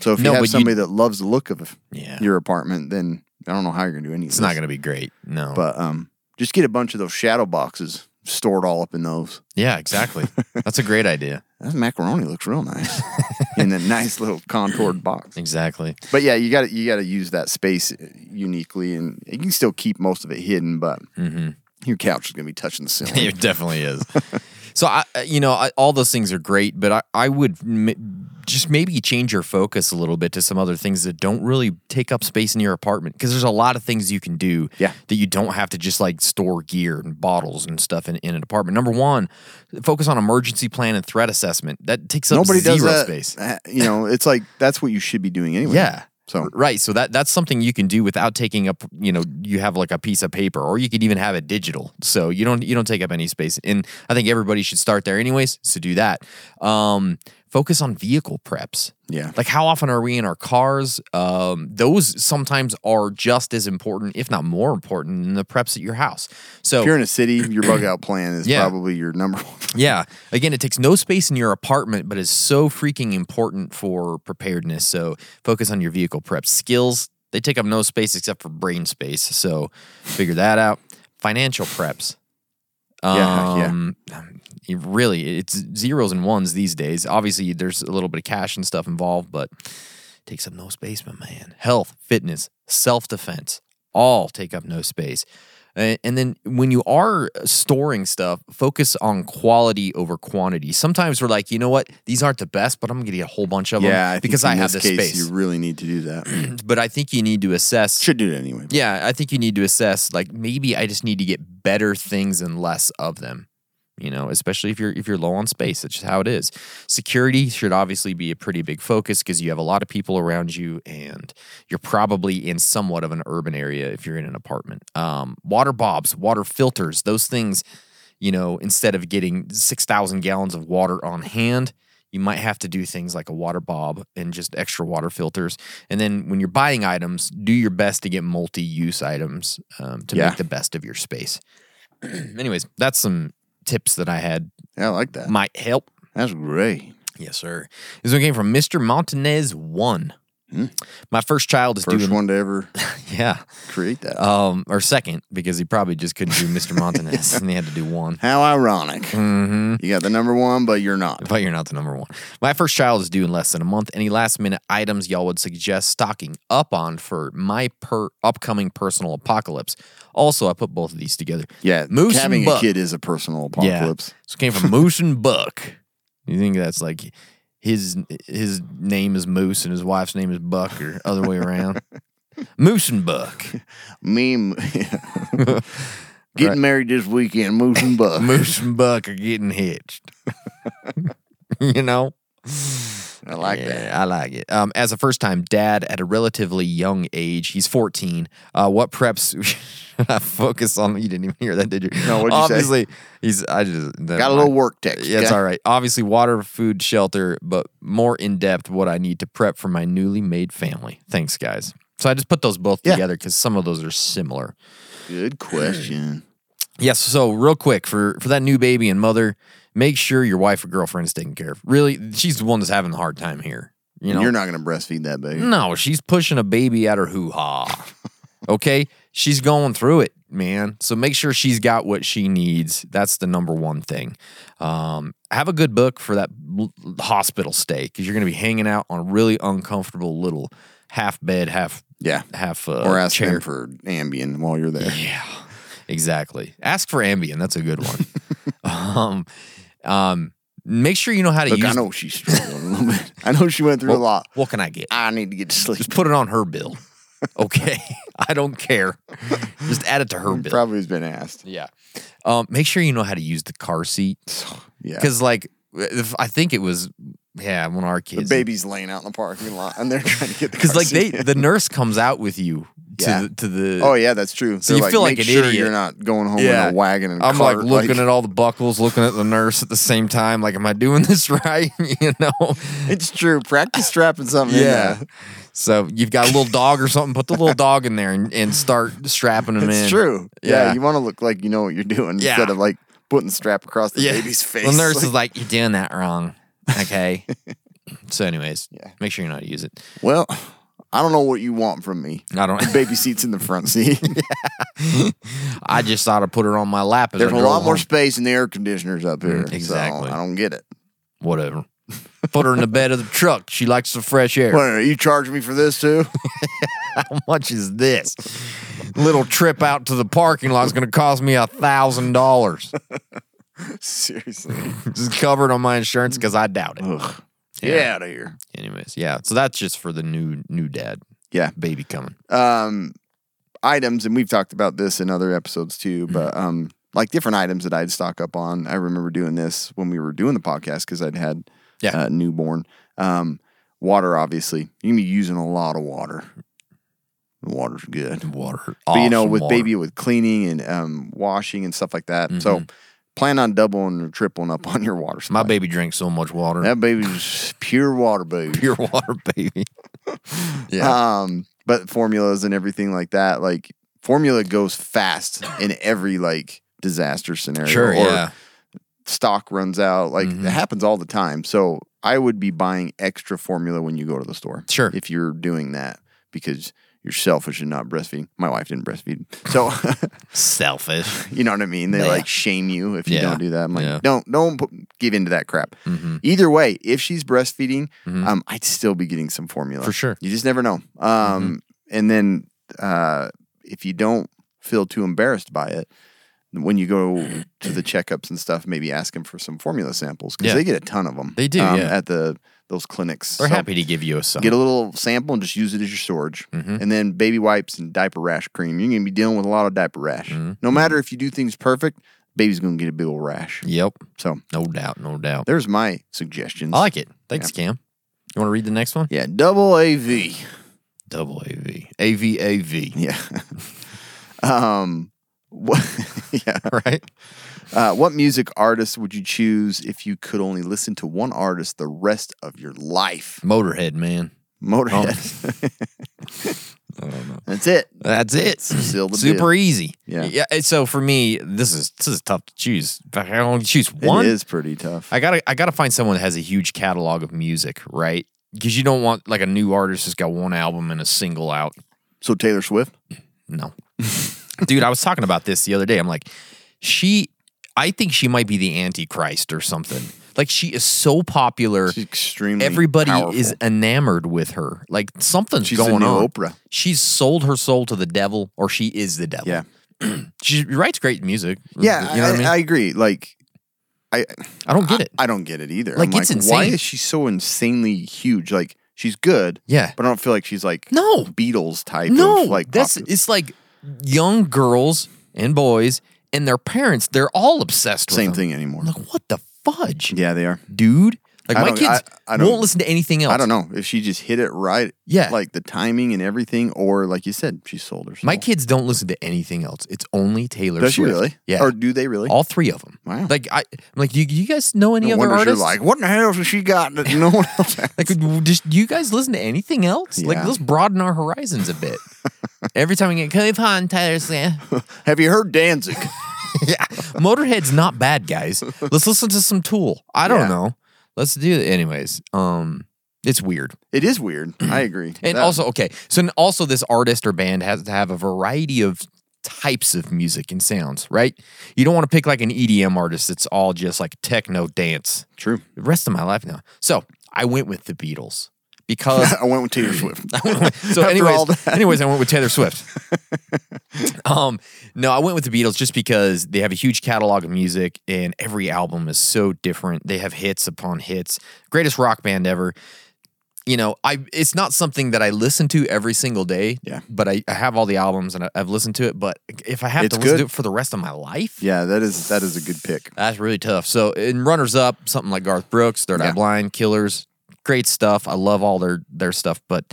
Speaker 5: So if
Speaker 4: Mm-hmm. No, but
Speaker 5: you have
Speaker 4: you-
Speaker 5: somebody that loves the look of
Speaker 4: Yeah.
Speaker 5: your apartment, then I don't know how you're gonna do anything.
Speaker 4: It's not going to be great. No.
Speaker 5: But um, just get a bunch of those shadow boxes stored all up in those.
Speaker 4: yeah, exactly. That's a great idea.
Speaker 5: That macaroni looks real nice in that nice little contoured box.
Speaker 4: Exactly.
Speaker 5: But yeah, you got to you got to use that space uh, uniquely, and you can still keep most of it hidden. But
Speaker 4: Mm-hmm.
Speaker 5: your couch is gonna be touching the ceiling.
Speaker 4: it definitely is. so I, you know, I, all those things are great, but I, I would m- just maybe change your focus a little bit to some other things that don't really take up space in your apartment because there's a lot of things you can do
Speaker 5: Yeah.
Speaker 4: that you don't have to just like store gear and bottles and stuff in, in an apartment. Number one, focus on emergency plan and threat assessment. That takes up
Speaker 5: Nobody
Speaker 4: zero
Speaker 5: does that.
Speaker 4: space.
Speaker 5: Uh, You know, it's like that's what you should be doing anyway.
Speaker 4: Yeah.
Speaker 5: So
Speaker 4: Right, so that that's something you can do without taking up. You know, you have like a piece of paper, or you could even have it digital. So you don't you don't take up any space. And I think everybody should start there, anyways. So do that. Um, focus on vehicle preps.
Speaker 5: yeah,
Speaker 4: Like how often are we in our cars? Um, those sometimes are just as important, if not more important, than the preps at your house. So
Speaker 5: if you're in a city, your bug out plan is
Speaker 4: Yeah.
Speaker 5: probably your number one.
Speaker 4: yeah. Again, it takes no space in your apartment, but is so freaking important for preparedness. So focus on your vehicle prep skills. They take up no space except for brain space. So figure that out. Financial preps.
Speaker 5: Yeah, yeah.
Speaker 4: Um, it really, it's zeros and ones these days. Obviously, there's a little bit of cash and stuff involved, but takes up no space, my man. Health, fitness, self defense, all take up no space. A- And then when you are storing stuff, focus on quality over quantity. Sometimes we're like, you know what, these aren't the best, but I'm going to get a whole bunch of
Speaker 5: Yeah,
Speaker 4: them
Speaker 5: I think
Speaker 4: because I
Speaker 5: in
Speaker 4: have the
Speaker 5: this case,
Speaker 4: space.
Speaker 5: You really need to do that.
Speaker 4: but I think you need to assess.
Speaker 5: Should do it anyway.
Speaker 4: Yeah, I think you need to assess like maybe I just need to get better things and less of them. You know, especially if you're if you're low on space, that's just how it is. Security should obviously be a pretty big focus because you have a lot of people around you, and you're probably in somewhat of an urban area if you're in an apartment. Um, water bobs, water filters, those things. You know, instead of getting six thousand gallons of water on hand, you might have to do things like a water bob and just extra water filters. And then when you're buying items, do your best to get multi use items um, to
Speaker 5: Yeah.
Speaker 4: make the best of your space. Anyways, that's some tips that I had
Speaker 5: Yeah, I like that.
Speaker 4: might help.
Speaker 5: That's great.
Speaker 4: Yes, sir. This one came from Mr. Montanez One. My first child is
Speaker 5: Hmm. First
Speaker 4: doing
Speaker 5: one to ever
Speaker 4: yeah,
Speaker 5: create that.
Speaker 4: um, or second because he probably just couldn't do Mr. Montanez and he had to do one.
Speaker 5: How ironic.
Speaker 4: Mm-hmm.
Speaker 5: You got the number one, but you're not.
Speaker 4: But you're not the number one. My first child is due in less than a month. Any last minute items y'all would suggest stocking up on for my per upcoming personal apocalypse? Also, I put both of these together.
Speaker 5: Yeah,
Speaker 4: Moose and
Speaker 5: having a
Speaker 4: Buck.
Speaker 5: kid is a personal apocalypse.
Speaker 4: Yeah. So it came from Moose and Buck. You think that's like his his name is Moose and his wife's name is Buck or other way around? Moose and Buck.
Speaker 5: Me, and- getting married this weekend, Moose and Buck.
Speaker 4: Moose and Buck are getting hitched. you know?
Speaker 5: I like
Speaker 4: yeah,
Speaker 5: that.
Speaker 4: I like it. Um, as a first time dad at a relatively young age, he's 14. Uh, what preps should I focus on? You didn't even hear that, did you?
Speaker 5: No, what'd you say?
Speaker 4: Obviously, he's, I just,
Speaker 5: Got a little work text.
Speaker 4: Yeah, it's
Speaker 5: okay?
Speaker 4: all right. Obviously, water, food, shelter, but more in depth, what I need to prep for my newly made family. Thanks, guys. So I just put those both
Speaker 5: Yeah.
Speaker 4: together because some of those are similar.
Speaker 5: Good question.
Speaker 4: Yes. So real quick for for that new baby and mother, make sure your wife or girlfriend's taken care of. Really, she's the one that's having the hard time here. You know,
Speaker 5: You're not going to breastfeed that baby.
Speaker 4: No, she's pushing a baby at her hoo ha. okay, she's going through it, man. So make sure she's got what she needs. That's the number one thing. Um, have a good book for that l- hospital stay because you're going to be hanging out on a really uncomfortable little half bed, half
Speaker 5: Yeah.
Speaker 4: half uh,
Speaker 5: or ask
Speaker 4: chair.
Speaker 5: them for Ambien while you're there.
Speaker 4: Yeah, exactly. Ask for Ambien. That's a good one. um, um, make sure you know how to
Speaker 5: Look,
Speaker 4: use.
Speaker 5: I know she's struggling a little bit. I know she went through a lot.
Speaker 4: What can I get?
Speaker 5: I need to get to sleep.
Speaker 4: Just put it on her bill. Okay, I don't care. Just add it to her bill.
Speaker 5: Probably has been asked.
Speaker 4: Yeah. Um, make sure you know how to use the car seat
Speaker 5: Yeah.
Speaker 4: because, like, if, I think it was yeah one of our
Speaker 5: the
Speaker 4: kids.
Speaker 5: baby's laying out in the parking lot and they're trying to get the
Speaker 4: because
Speaker 5: car
Speaker 4: like they
Speaker 5: seat.
Speaker 4: the nurse comes out with you to
Speaker 5: Yeah.
Speaker 4: the, to the
Speaker 5: Oh yeah, that's true.
Speaker 4: So
Speaker 5: They're
Speaker 4: you feel like
Speaker 5: make
Speaker 4: an
Speaker 5: sure
Speaker 4: idiot.
Speaker 5: You're not going home in a wagon and
Speaker 4: I'm
Speaker 5: cart,
Speaker 4: like looking at all the buckles, looking at the nurse at the same time. Like, am I doing this right? you know?
Speaker 5: It's true. Practice strapping something. Yeah, in
Speaker 4: So you've got a little dog or something. Put the little dog in there and, and start strapping him
Speaker 5: there.
Speaker 4: in.
Speaker 5: it's true. Yeah,
Speaker 4: Yeah.
Speaker 5: you want to look like you know what you're doing
Speaker 4: Yeah.
Speaker 5: instead of like putting the strap across the
Speaker 4: yeah.
Speaker 5: baby's face.
Speaker 4: The nurse is like, "You're doing that wrong." Okay. so, anyways, make sure you know how to use it.
Speaker 5: "Well, I don't know what you want from me."
Speaker 4: I don't.
Speaker 5: Baby seats in the front seat.
Speaker 4: I just ought to put her on my lap. As
Speaker 5: There's
Speaker 4: I
Speaker 5: a
Speaker 4: drove
Speaker 5: lot more
Speaker 4: home.
Speaker 5: space in the air conditioners up here.
Speaker 4: Mm,
Speaker 5: so
Speaker 4: exactly.
Speaker 5: I don't get it.
Speaker 4: Whatever. Put her in the bed of the truck. She likes the fresh air.
Speaker 5: What are you charging me for this too?
Speaker 4: How much is this? Little trip out to the parking lot is going to cost me a thousand dollars.
Speaker 5: Seriously.
Speaker 4: This is covered on my insurance because I doubt it.
Speaker 5: Ugh.
Speaker 4: Yeah.
Speaker 5: Get out of here.
Speaker 4: Anyways, yeah. So that's just for the new new dad
Speaker 5: Yeah.
Speaker 4: baby coming.
Speaker 5: um, items, and we've talked about this in other episodes too,
Speaker 4: Mm-hmm.
Speaker 5: but um, like different items that I'd stock up on. I remember doing this when we were doing the podcast because I'd had
Speaker 4: Yeah.
Speaker 5: uh, newborn. Um, water, obviously, you can be using a lot of water. Water's good,
Speaker 4: Water.
Speaker 5: but you know,
Speaker 4: Awesome
Speaker 5: with
Speaker 4: water.
Speaker 5: baby, with cleaning and um, washing and stuff like that. So plan on doubling or tripling up on your water. Supply.
Speaker 4: Mm-hmm. my baby drinks so much water.
Speaker 5: that baby's pure water, baby.
Speaker 4: Pure water, baby. yeah.
Speaker 5: Um, but formulas and everything like that, like formula goes fast in every like disaster scenario.
Speaker 4: sure.
Speaker 5: or
Speaker 4: Yeah. Mm-hmm.
Speaker 5: stock runs out. Like it happens all the time. So I would be buying extra formula when you go to the store.
Speaker 4: Sure.
Speaker 5: If you're doing that because you're selfish and not breastfeeding. My wife didn't breastfeed. So
Speaker 4: Selfish.
Speaker 5: you know what I mean? They
Speaker 4: Yeah.
Speaker 5: like shame you if you
Speaker 4: Yeah.
Speaker 5: don't do that. I'm like,
Speaker 4: Yeah.
Speaker 5: don't don't pu- give into that crap. Either way, if she's breastfeeding,
Speaker 4: Mhm.
Speaker 5: um, I'd still be getting some formula
Speaker 4: For sure. Mm-hmm.
Speaker 5: You just never know. Um, and then uh, if you don't feel too embarrassed by it, when you go to the checkups and stuff, maybe ask them for some formula samples because
Speaker 4: Yeah.
Speaker 5: they get a ton of them.
Speaker 4: They do, yeah.
Speaker 5: at the those clinics.
Speaker 4: We're
Speaker 5: So
Speaker 4: happy to give you a song.
Speaker 5: Get a little sample and just use it as your storage.
Speaker 4: Mm-hmm.
Speaker 5: And then baby wipes and diaper rash cream. You're gonna be dealing with a lot of diaper rash.
Speaker 4: Mm-hmm.
Speaker 5: No matter if you do things perfect, baby's gonna get a big old rash.
Speaker 4: Yep.
Speaker 5: So
Speaker 4: No doubt. No doubt.
Speaker 5: there's my suggestions.
Speaker 4: I like it. Thanks, Cam. You want to read the next one?
Speaker 5: Yeah, double AV.
Speaker 4: Double AV. AVAV.
Speaker 5: Yeah. um. What? yeah.
Speaker 4: Right?
Speaker 5: Uh, what music artist would you choose if you could only listen to one artist
Speaker 4: Oh.
Speaker 5: the rest of your life?
Speaker 4: Motorhead, man.
Speaker 5: Motorhead. That's it.
Speaker 4: That's it.
Speaker 5: Seal the
Speaker 4: Super
Speaker 5: deal.
Speaker 4: easy.
Speaker 5: Yeah.
Speaker 4: Yeah. and So for me, this is this is tough to choose. In fact, I can only choose one.
Speaker 5: It is pretty tough.
Speaker 4: I gotta I gotta find someone that has a huge catalog of music, right? Because you don't want like a new artist that's got one album and a single out.
Speaker 5: so Taylor Swift.
Speaker 4: No. Dude, I was talking about this the other day. I'm like, she I think she might be the antichrist or something. Like she is so popular.
Speaker 5: She's extremely.
Speaker 4: Everybody is
Speaker 5: powerful.
Speaker 4: enamored with her. Like something's
Speaker 5: She's the
Speaker 4: going
Speaker 5: new
Speaker 4: on.
Speaker 5: Oprah.
Speaker 4: She's sold her soul to the devil, or she is the devil.
Speaker 5: Yeah.
Speaker 4: she writes great music.
Speaker 5: Yeah,
Speaker 4: you know
Speaker 5: I,
Speaker 4: what I mean.
Speaker 5: I
Speaker 4: I,
Speaker 5: agree. Like, I
Speaker 4: don't get it.
Speaker 5: I don't get it either.
Speaker 4: Like,
Speaker 5: I'm
Speaker 4: it's
Speaker 5: Why
Speaker 4: insane.
Speaker 5: is she so insanely huge? Like, she's good,
Speaker 4: yeah,
Speaker 5: but I don't feel like she's like
Speaker 4: No.
Speaker 5: Beatles type.
Speaker 4: no,
Speaker 5: of, like
Speaker 4: that's
Speaker 5: pop-
Speaker 4: it's like young girls and boys and their parents. They're all obsessed. with
Speaker 5: same
Speaker 4: them.
Speaker 5: thing anymore.
Speaker 4: I'm like, what the fudge,
Speaker 5: Yeah, they are.
Speaker 4: dude? Like
Speaker 5: I
Speaker 4: my
Speaker 5: don't-
Speaker 4: kids
Speaker 5: I- I don't-
Speaker 4: won't listen to anything else.
Speaker 5: I don't know if she just hit it right.
Speaker 4: Yeah.
Speaker 5: like the timing and everything, or like you said, she sold her. Soul.
Speaker 4: My kids don't listen to anything else. It's only Taylor
Speaker 5: does she
Speaker 4: Swift.
Speaker 5: really?
Speaker 4: Yeah,
Speaker 5: or do they really?
Speaker 4: all three of them.
Speaker 5: Wow.
Speaker 4: Like I, I'm like, you, you guys know any
Speaker 5: no
Speaker 4: other
Speaker 5: wonder
Speaker 4: artists?
Speaker 5: you're like, what in the hell has she got that no one else has?
Speaker 4: Like, w- just do you guys listen to anything else? Like,
Speaker 5: Yeah.
Speaker 4: let's broaden our horizons a bit. Every time we get Cliff Hahn, Tyler Swift.
Speaker 5: Have you heard Danzig?
Speaker 4: yeah, Motorhead's not bad, guys. Let's listen to some Tool. I don't
Speaker 5: Yeah.
Speaker 4: know. Let's do it anyways. Um, it's weird.
Speaker 5: it is weird. I agree.
Speaker 4: And
Speaker 5: That-
Speaker 4: also, okay, so n- also this artist or band has to have a variety of types of music and sounds, right? You don't want to pick like an EDM artist that's all just like techno dance.
Speaker 5: true.
Speaker 4: The rest of my life now. So I went with the Beatles because
Speaker 5: I went with Taylor Swift.
Speaker 4: so
Speaker 5: After
Speaker 4: anyways,
Speaker 5: all that.
Speaker 4: anyways, I went with Taylor Swift. um, no, I went with the Beatles just because they have a huge catalog of music and every album is so different. They have hits upon hits. Greatest rock band ever. You know, I it's not something that I listen to every single day.
Speaker 5: Yeah.
Speaker 4: But I, I have all the albums and I, I've listened to it. But if I have
Speaker 5: It's
Speaker 4: to listen
Speaker 5: good.
Speaker 4: to it for the rest of my life,
Speaker 5: yeah, that is that is a good pick.
Speaker 4: that's really tough. So in runners up, something like Garth Brooks, Third Eye
Speaker 5: Yeah.
Speaker 4: Blind, Killers, great stuff. I love all their their stuff, but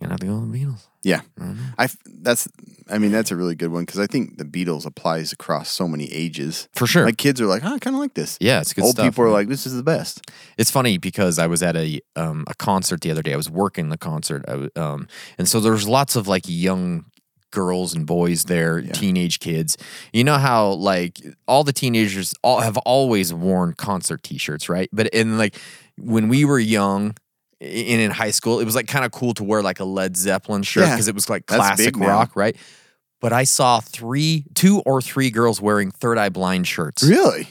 Speaker 4: you're gonna have to go with the Beatles.
Speaker 5: Yeah,
Speaker 4: Mm-hmm.
Speaker 5: I f- that's I mean that's a really good one because I think the Beatles applies across so many ages.
Speaker 4: For sure.
Speaker 5: like kids are like, huh, I kind of like this.
Speaker 4: Yeah, it's good
Speaker 5: Old
Speaker 4: stuff,
Speaker 5: people are
Speaker 4: man.
Speaker 5: like, this is the best.
Speaker 4: It's funny because I was at a um, a concert the other day. I was working the concert, I w um, and so there's lots of like young girls and boys there, teenage kids. You know how like all the teenagers all have always worn concert T-shirts, right? But in like when we were young. i- And in high school, it was like kind of cool to wear like a Led Zeppelin shirt
Speaker 5: Yeah.
Speaker 4: because it was like
Speaker 5: That's
Speaker 4: classic
Speaker 5: big now.
Speaker 4: rock, right? But I saw three, two or three girls wearing Third Eye Blind shirts
Speaker 5: Really?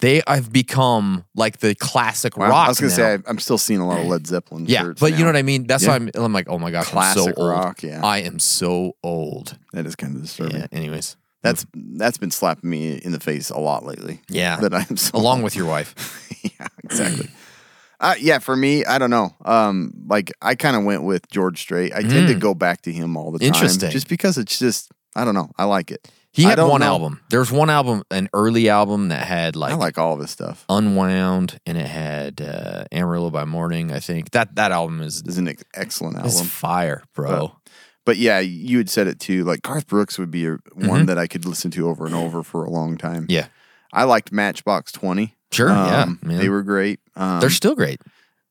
Speaker 4: they have become like the classic
Speaker 5: Wow.
Speaker 4: rock.
Speaker 5: I was gonna
Speaker 4: now.
Speaker 5: say I, I'm still seeing a lot of Led Zeppelin.
Speaker 4: yeah,
Speaker 5: shirts
Speaker 4: but you know
Speaker 5: now.
Speaker 4: what I mean. That's
Speaker 5: Yeah.
Speaker 4: why I'm, I'm like, oh my gosh, I'm so
Speaker 5: Classic
Speaker 4: old.
Speaker 5: rock, yeah.
Speaker 4: I am so old.
Speaker 5: That is kind of disturbing.
Speaker 4: Yeah. Anyways,
Speaker 5: That's that's been slapping me in the face a lot lately.
Speaker 4: yeah.
Speaker 5: That I'm so
Speaker 4: Along with your wife,
Speaker 5: yeah, exactly. Uh, yeah, for me, I don't know. Um, like I kind of went with George Strait. I tend to go back to him all the time,
Speaker 4: Hmm. Interesting.
Speaker 5: just because it's just I don't know. I like it.
Speaker 4: he
Speaker 5: I
Speaker 4: had
Speaker 5: don't
Speaker 4: one
Speaker 5: know.
Speaker 4: album. There was one album, an early album that had like,
Speaker 5: I like all of his stuff.
Speaker 4: Unwound, and it had uh, Amarillo by Morning. I think that that album is
Speaker 5: This is an ex- excellent
Speaker 4: is
Speaker 5: album.
Speaker 4: fire, bro.
Speaker 5: But yeah, you had said it too. Like Garth Brooks would be a, one that I could listen to over and over for a long time.
Speaker 4: Mm-hmm. yeah,
Speaker 5: I liked Matchbox Twenty.
Speaker 4: Sure, yeah,
Speaker 5: Um,
Speaker 4: man.
Speaker 5: they were great. Um,
Speaker 4: they're still great.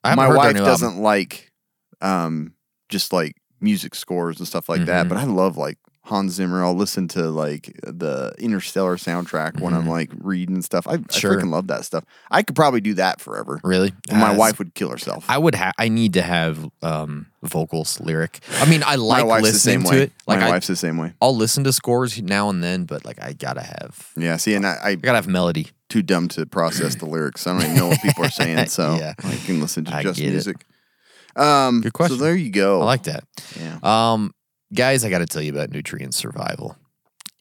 Speaker 4: I haven't
Speaker 5: my
Speaker 4: heard their
Speaker 5: wife
Speaker 4: new
Speaker 5: doesn't
Speaker 4: Album.
Speaker 5: like um just like music scores and stuff like that but
Speaker 4: Mm-hmm.
Speaker 5: i love like hans zimmer i'll listen to like the interstellar soundtrack when i'm like reading stuff i,
Speaker 4: Mm-hmm. Sure.
Speaker 5: I freaking love that stuff i could probably do that forever
Speaker 4: Really,
Speaker 5: And my
Speaker 4: Uh,
Speaker 5: wife would kill herself
Speaker 4: I would have. I need to have um vocals, lyric. I mean, I like
Speaker 5: my wife's
Speaker 4: listening
Speaker 5: the
Speaker 4: to
Speaker 5: same way
Speaker 4: it. Like
Speaker 5: my
Speaker 4: I,
Speaker 5: wife's the same way
Speaker 4: I'll listen to scores now and then, but like I gotta have,
Speaker 5: yeah see and i, I
Speaker 4: I gotta have melody.
Speaker 5: too dumb to process the lyrics i don't even know what people are saying so
Speaker 4: Yeah.
Speaker 5: i can listen to
Speaker 4: I
Speaker 5: just
Speaker 4: get it.
Speaker 5: music um
Speaker 4: Good question.
Speaker 5: so there you go
Speaker 4: I like that.
Speaker 5: yeah
Speaker 4: Um, guys, I gotta tell you about Nutrient Survival.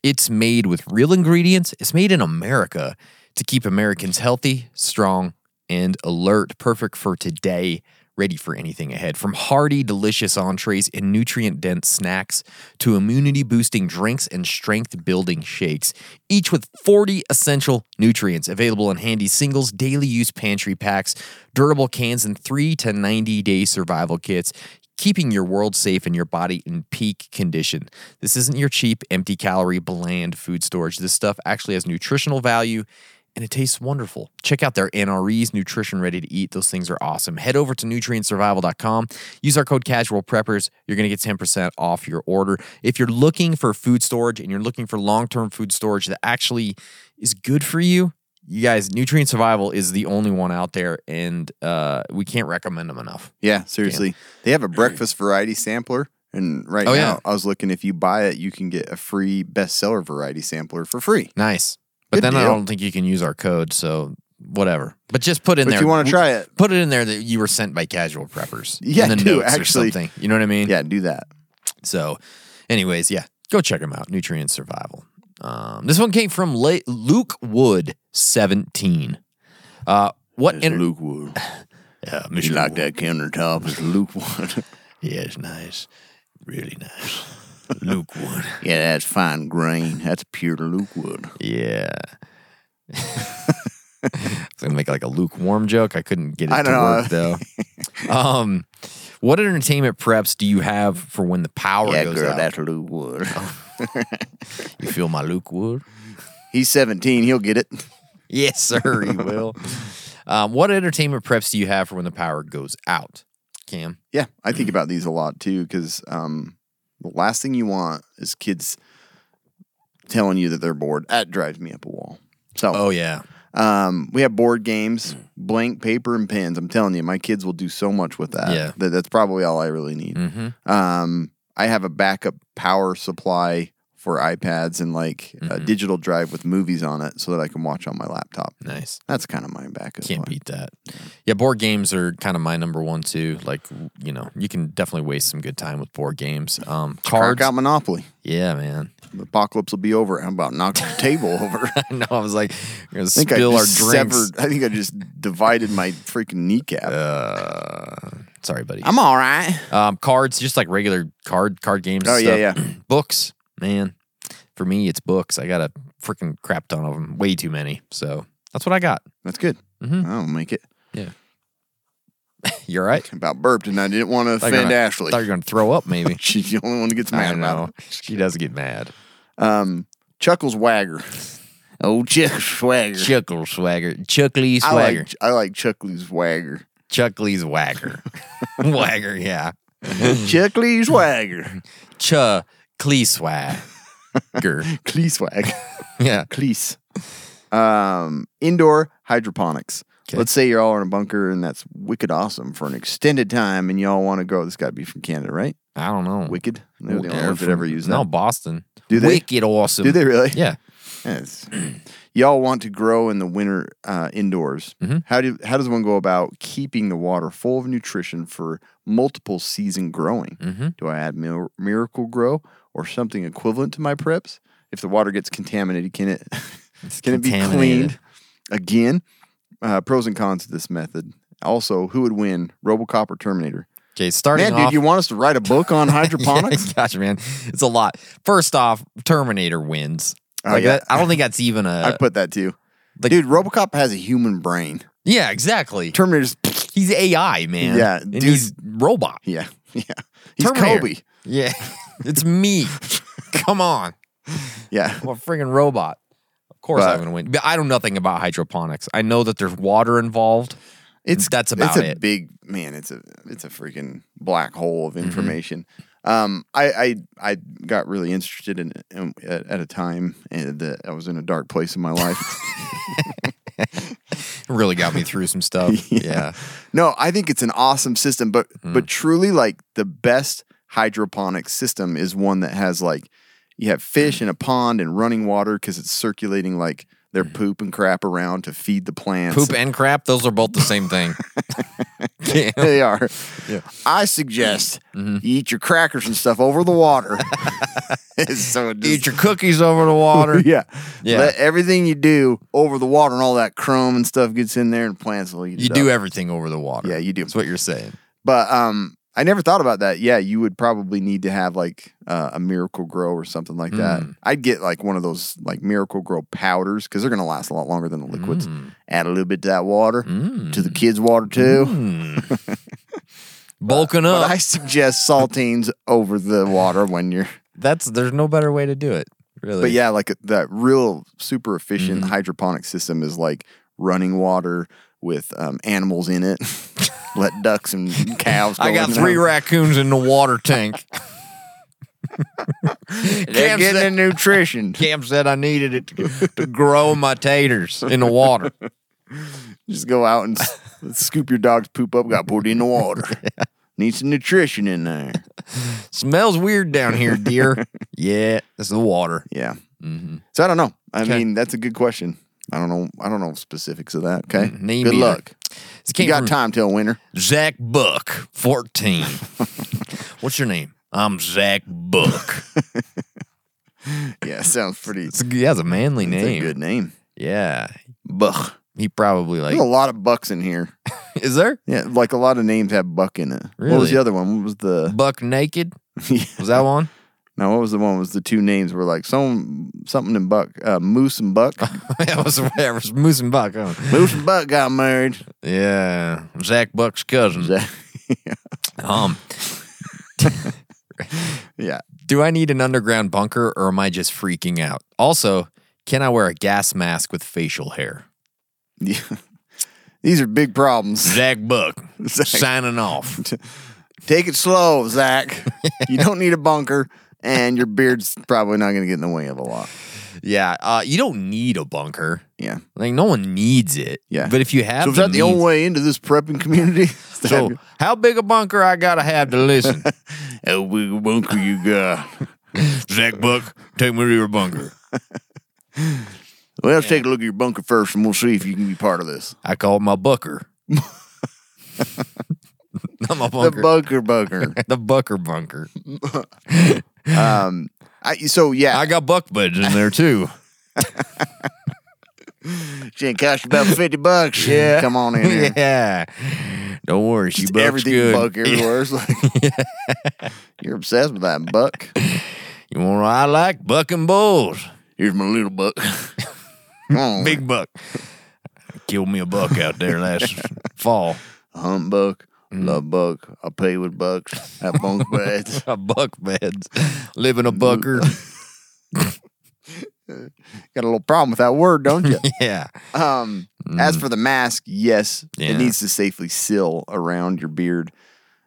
Speaker 4: It's made with real ingredients. It's made in America to keep Americans healthy, strong, and alert. Perfect for today, ready for anything ahead. From hearty, delicious entrees and nutrient dense snacks to immunity boosting drinks and strength building shakes, each with 40 essential nutrients available in handy singles, daily use pantry packs, durable cans, and 3 to 90 day survival kits keeping your world safe and your body in peak condition. This isn't your cheap, empty calorie, bland food storage. This stuff actually has nutritional value and it tastes wonderful. Check out their NREs, Nutrition Ready to Eat. Those things are awesome. Head over to nutrientsurvival.com. Use our code Casual Preppers. You're going to get 10% off your order. If you're looking for food storage and you're looking for long term food storage that actually is good for you, you guys, Nutrient Survival is the only one out there, and uh, we can't recommend them enough.
Speaker 5: Yeah, seriously. They have a breakfast variety sampler. And right
Speaker 4: Oh,
Speaker 5: now,
Speaker 4: yeah.
Speaker 5: I was looking if you buy it, you can get a free bestseller variety sampler for free.
Speaker 4: Nice. But
Speaker 5: Good
Speaker 4: then I
Speaker 5: deal.
Speaker 4: don't think you can use our code, so whatever. But just put in
Speaker 5: But
Speaker 4: there.
Speaker 5: if you want to try it,
Speaker 4: Put it in there that you were sent by casual preppers. in
Speaker 5: Yeah,
Speaker 4: the
Speaker 5: do,
Speaker 4: notes or
Speaker 5: actually.
Speaker 4: something. You know what I mean?
Speaker 5: yeah, do that.
Speaker 4: So, anyways, yeah, go check them out. Nutrient Survival. Um, this one came from La- Luke Wood, seventeen. Uh, what? inter-
Speaker 5: lukewarm.
Speaker 4: Yeah,
Speaker 5: You
Speaker 4: Mr.
Speaker 5: like
Speaker 4: Wood.
Speaker 5: that countertop? It's lukewarm.
Speaker 4: Yeah, it's nice. Really nice. Luke Wood.
Speaker 5: yeah, that's fine grain. That's pure lukewood.
Speaker 4: Yeah. I was gonna make like a lukewarm joke. I couldn't get it
Speaker 5: I
Speaker 4: to work
Speaker 5: don't
Speaker 4: though. um, what entertainment preps do you have for when the power
Speaker 5: Yeah,
Speaker 4: goes
Speaker 5: girl,
Speaker 4: out?
Speaker 5: that's lukewood.
Speaker 4: you feel my Luke Wood?
Speaker 5: He's 17. He'll get it.
Speaker 4: Yes, sir. He will. um, what entertainment preps do you have for when the power goes out, Cam?
Speaker 5: Yeah, I think about these a lot too because um, the last thing you want is kids telling you that they're bored. That drives me up a wall. So
Speaker 4: Oh yeah,
Speaker 5: um, we have board games,
Speaker 4: Mm.
Speaker 5: blank paper, and pens. I'm telling you, my kids will do so much with that.
Speaker 4: Yeah.
Speaker 5: that that's probably all I really need.
Speaker 4: hmm
Speaker 5: Um, I have a backup power supply for iPads and like
Speaker 4: Mm-hmm.
Speaker 5: a digital drive with movies on it so that I can watch on my laptop.
Speaker 4: nice.
Speaker 5: That's kind of my backup.
Speaker 4: Can't
Speaker 5: plan.
Speaker 4: beat that. Yeah, board games are kind of my number one too. Like you know, you can definitely waste some good time with board games. Um,
Speaker 5: Crack
Speaker 4: cards.
Speaker 5: out Monopoly.
Speaker 4: Yeah, man.
Speaker 5: The apocalypse will be over. I'm about knocking the table over.
Speaker 4: I know. I was like, we're gonna
Speaker 5: I think
Speaker 4: spill
Speaker 5: I
Speaker 4: our
Speaker 5: just
Speaker 4: drinks.
Speaker 5: severed. I think I just divided my freaking kneecap.
Speaker 4: Uh, Sorry, buddy.
Speaker 5: I'm all right.
Speaker 4: Um, cards, just like regular card card games. and
Speaker 5: Oh, yeah,
Speaker 4: stuff. books, man. For me, it's books. I got a freaking crap ton of them. Way too many. So that's what I got.
Speaker 5: That's good.
Speaker 4: Mm-hmm.
Speaker 5: I'll make it.
Speaker 4: You're right.
Speaker 5: About burped, and I didn't want to
Speaker 4: Thought you were
Speaker 5: offend
Speaker 4: gonna-
Speaker 5: Ashley.
Speaker 4: Thought you're gonna throw up, maybe.
Speaker 5: She's the only one who gets
Speaker 4: I
Speaker 5: mad
Speaker 4: don't
Speaker 5: about
Speaker 4: know. She does get mad.
Speaker 5: it. Um, Chuckles Wagger. Oh, Chuckles Wagger.
Speaker 4: Chuckle swagger. Chucklee's
Speaker 5: I
Speaker 4: swagger.
Speaker 5: like I like Chuckles Wagger.
Speaker 4: Chucklee's wagger. wagger, yeah.
Speaker 5: Chuckles Wagger.
Speaker 4: Chucklee swagger.
Speaker 5: Cleese Wagger.
Speaker 4: yeah.
Speaker 5: Cleese. Um, indoor hydroponics.
Speaker 4: 'Kay.
Speaker 5: Let's say you're all in a bunker and that's wicked awesome for an extended time, and y'all want to go. This got to be from Canada, right?
Speaker 4: I don't know.
Speaker 5: Wicked. Oh. They're the only
Speaker 4: They're
Speaker 5: ones that
Speaker 4: from-
Speaker 5: ever use that.
Speaker 4: No, Boston.
Speaker 5: Do they?
Speaker 4: Wicked awesome.
Speaker 5: Do they really?
Speaker 4: Yeah.
Speaker 5: Yes. Y'all want to grow in the winter uh, indoors.
Speaker 4: Mm-hmm.
Speaker 5: How do how does one go about keeping the water full of nutrition for multiple season growing?
Speaker 4: Mm-hmm.
Speaker 5: Do I add mil- Miracle Grow or something equivalent to my preps? If the water gets contaminated, can it can it be
Speaker 4: contaminated.
Speaker 5: cleaned again? Uh, pros and cons to this method. Also, who would win, RoboCop or Terminator?
Speaker 4: Okay, starting
Speaker 5: Man,
Speaker 4: off.
Speaker 5: dude, you want us to write a book on hydroponics?
Speaker 4: Yeah, gosh, man, it's a lot. First off, Terminator wins.
Speaker 5: Oh,
Speaker 4: Like,
Speaker 5: yeah.
Speaker 4: that- I don't think that's even a.
Speaker 5: I put that too.
Speaker 4: like-
Speaker 5: dude, RoboCop has a human brain.
Speaker 4: yeah, exactly.
Speaker 5: Terminator's
Speaker 4: he's AI, man.
Speaker 5: Yeah,
Speaker 4: and
Speaker 5: dude.
Speaker 4: he's robot.
Speaker 5: Yeah, yeah. He's
Speaker 4: Terminator.
Speaker 5: Kobe.
Speaker 4: Yeah, it's me. Come on,
Speaker 5: Yeah,
Speaker 4: I'm a friggin' robot. Of course,
Speaker 5: But-
Speaker 4: I'm gonna win. But I know nothing about hydroponics. I know that there's water involved.
Speaker 5: it's
Speaker 4: That's about
Speaker 5: it's a
Speaker 4: it.
Speaker 5: Big man, it's a it's a freaking black hole
Speaker 4: Mm-hmm.
Speaker 5: of information. Um, I, I I got really interested in, in at, at a time and that I was in a dark place in my life.
Speaker 4: It really got me through some stuff. yeah.
Speaker 5: no, I think it's an awesome system, but
Speaker 4: Mm.
Speaker 5: but truly, like the best hydroponic system is one that has like you have
Speaker 4: Mm.
Speaker 5: fish in a pond and running water because it's circulating like their poop and crap around to feed the plants.
Speaker 4: Mm. Poop and crap, those are both the same thing. Yeah.
Speaker 5: they are. I suggest
Speaker 4: Mm-hmm.
Speaker 5: you eat your crackers and stuff over the water. so it
Speaker 4: Eat
Speaker 5: just-
Speaker 4: your cookies over the water.
Speaker 5: yeah.
Speaker 4: Yeah.
Speaker 5: Let everything you do over the water and all that crumb and stuff gets in there and plants will eat
Speaker 4: You
Speaker 5: it
Speaker 4: do
Speaker 5: up.
Speaker 4: everything over the water.
Speaker 5: Yeah, you do.
Speaker 4: That's what you're saying.
Speaker 5: But um, I never thought about that. Yeah, you would probably need to have like uh, a Miracle Grow or something like that.
Speaker 4: Mm.
Speaker 5: I'd get like one of those like Miracle Grow powders because they're going to last a lot longer than the liquids.
Speaker 4: Mm.
Speaker 5: Add a little bit to that water, to the kids' water too.
Speaker 4: Mm. Bulking
Speaker 5: But
Speaker 4: up.
Speaker 5: I suggest saltines over the water when you're
Speaker 4: That's there's no better way to do it. Really?
Speaker 5: But yeah, like that real super efficient
Speaker 4: Mm-hmm.
Speaker 5: hydroponic system is like running water with um, animals in it. Let ducks and cows. Go
Speaker 4: I got
Speaker 5: in
Speaker 4: three
Speaker 5: there.
Speaker 4: raccoons in the water tank.
Speaker 5: They're
Speaker 4: Cam
Speaker 5: getting
Speaker 4: said,
Speaker 5: their nutrition.
Speaker 4: Cam said I needed it to, to grow my taters in the water.
Speaker 5: Just go out and s- scoop your dog's poop up. Got put in the water. Need some nutrition in there.
Speaker 4: Smells weird down here, dear. yeah, it's the water.
Speaker 5: Yeah. So I don't know. I
Speaker 4: Mm-hmm. Okay.
Speaker 5: mean, that's a good question. I don't know. I don't know specifics of that. Okay.
Speaker 4: Mm, me
Speaker 5: good
Speaker 4: neither.
Speaker 5: luck.
Speaker 4: This
Speaker 5: You
Speaker 4: came
Speaker 5: got
Speaker 4: from
Speaker 5: time till winter.
Speaker 4: Zach Buck, 14. What's your name? I'm Zach Buck.
Speaker 5: Yeah, sounds pretty.
Speaker 4: It's a, he has a manly
Speaker 5: it's a
Speaker 4: name.
Speaker 5: good name.
Speaker 4: Yeah.
Speaker 5: Buck.
Speaker 4: He probably like
Speaker 5: There's a lot of bucks in here.
Speaker 4: is there?
Speaker 5: Yeah, like a lot of names have buck in it. What was
Speaker 4: Really?
Speaker 5: the other one? What was the
Speaker 4: Buck naked?
Speaker 5: yeah.
Speaker 4: Was that one?
Speaker 5: No, what was the one? Was the two names were like some something and buck, uh, moose and buck.
Speaker 4: that was whatever. It was Moose and Buck. huh?
Speaker 5: moose and buck got married.
Speaker 4: Yeah. Zach Buck's cousin.
Speaker 5: Is that-
Speaker 4: Um
Speaker 5: yeah,
Speaker 4: Do I need an underground bunker or am I just freaking out? Also, can I wear a gas mask with facial hair?
Speaker 5: yeah. These are big problems.
Speaker 4: Zach Buck
Speaker 5: Zach.
Speaker 4: signing off.
Speaker 5: Take it slow, Zach. you don't need a bunker, and your beard's probably not going to get in the way of a lot.
Speaker 4: Yeah, uh, you don't need a bunker.
Speaker 5: Yeah.
Speaker 4: Like no one needs it.
Speaker 5: Yeah.
Speaker 4: but if you have,
Speaker 5: So is that the
Speaker 4: means-
Speaker 5: only way into this prepping community? Is to have
Speaker 4: So how big a bunker I gotta have to listen?
Speaker 5: your-
Speaker 4: uh,
Speaker 5: How big a bunker you got?
Speaker 4: Zach Buck, take me to your bunker.
Speaker 5: Well, let's take a look at your bunker first, and we'll see if you can be part of this.
Speaker 4: I call my bucker. Not my bunker.
Speaker 5: The bunker bunker.
Speaker 4: The bucker bunker.
Speaker 5: um, I, so yeah,
Speaker 4: I got buck buds in there too.
Speaker 5: She ain't cost you about fifty bucks. Yeah, come on in. Here.
Speaker 4: yeah. Don't worry, she
Speaker 5: Just
Speaker 4: bucks
Speaker 5: everything
Speaker 4: good.
Speaker 5: buck everywhere. It's like you're obsessed with that buck.
Speaker 4: You want what I like? Bucking bulls.
Speaker 5: Here's my little buck. Come on,
Speaker 4: Big buck. Killed me a buck out there last fall.
Speaker 5: hunt buck. Love buck. I play with bucks. Have bunk beds.
Speaker 4: A buck beds. Live in a bunker.
Speaker 5: Got a little problem with that word, don't you?
Speaker 4: yeah.
Speaker 5: Um, As for the mask, yes,
Speaker 4: Mm. Yeah.
Speaker 5: it needs to safely seal around your beard,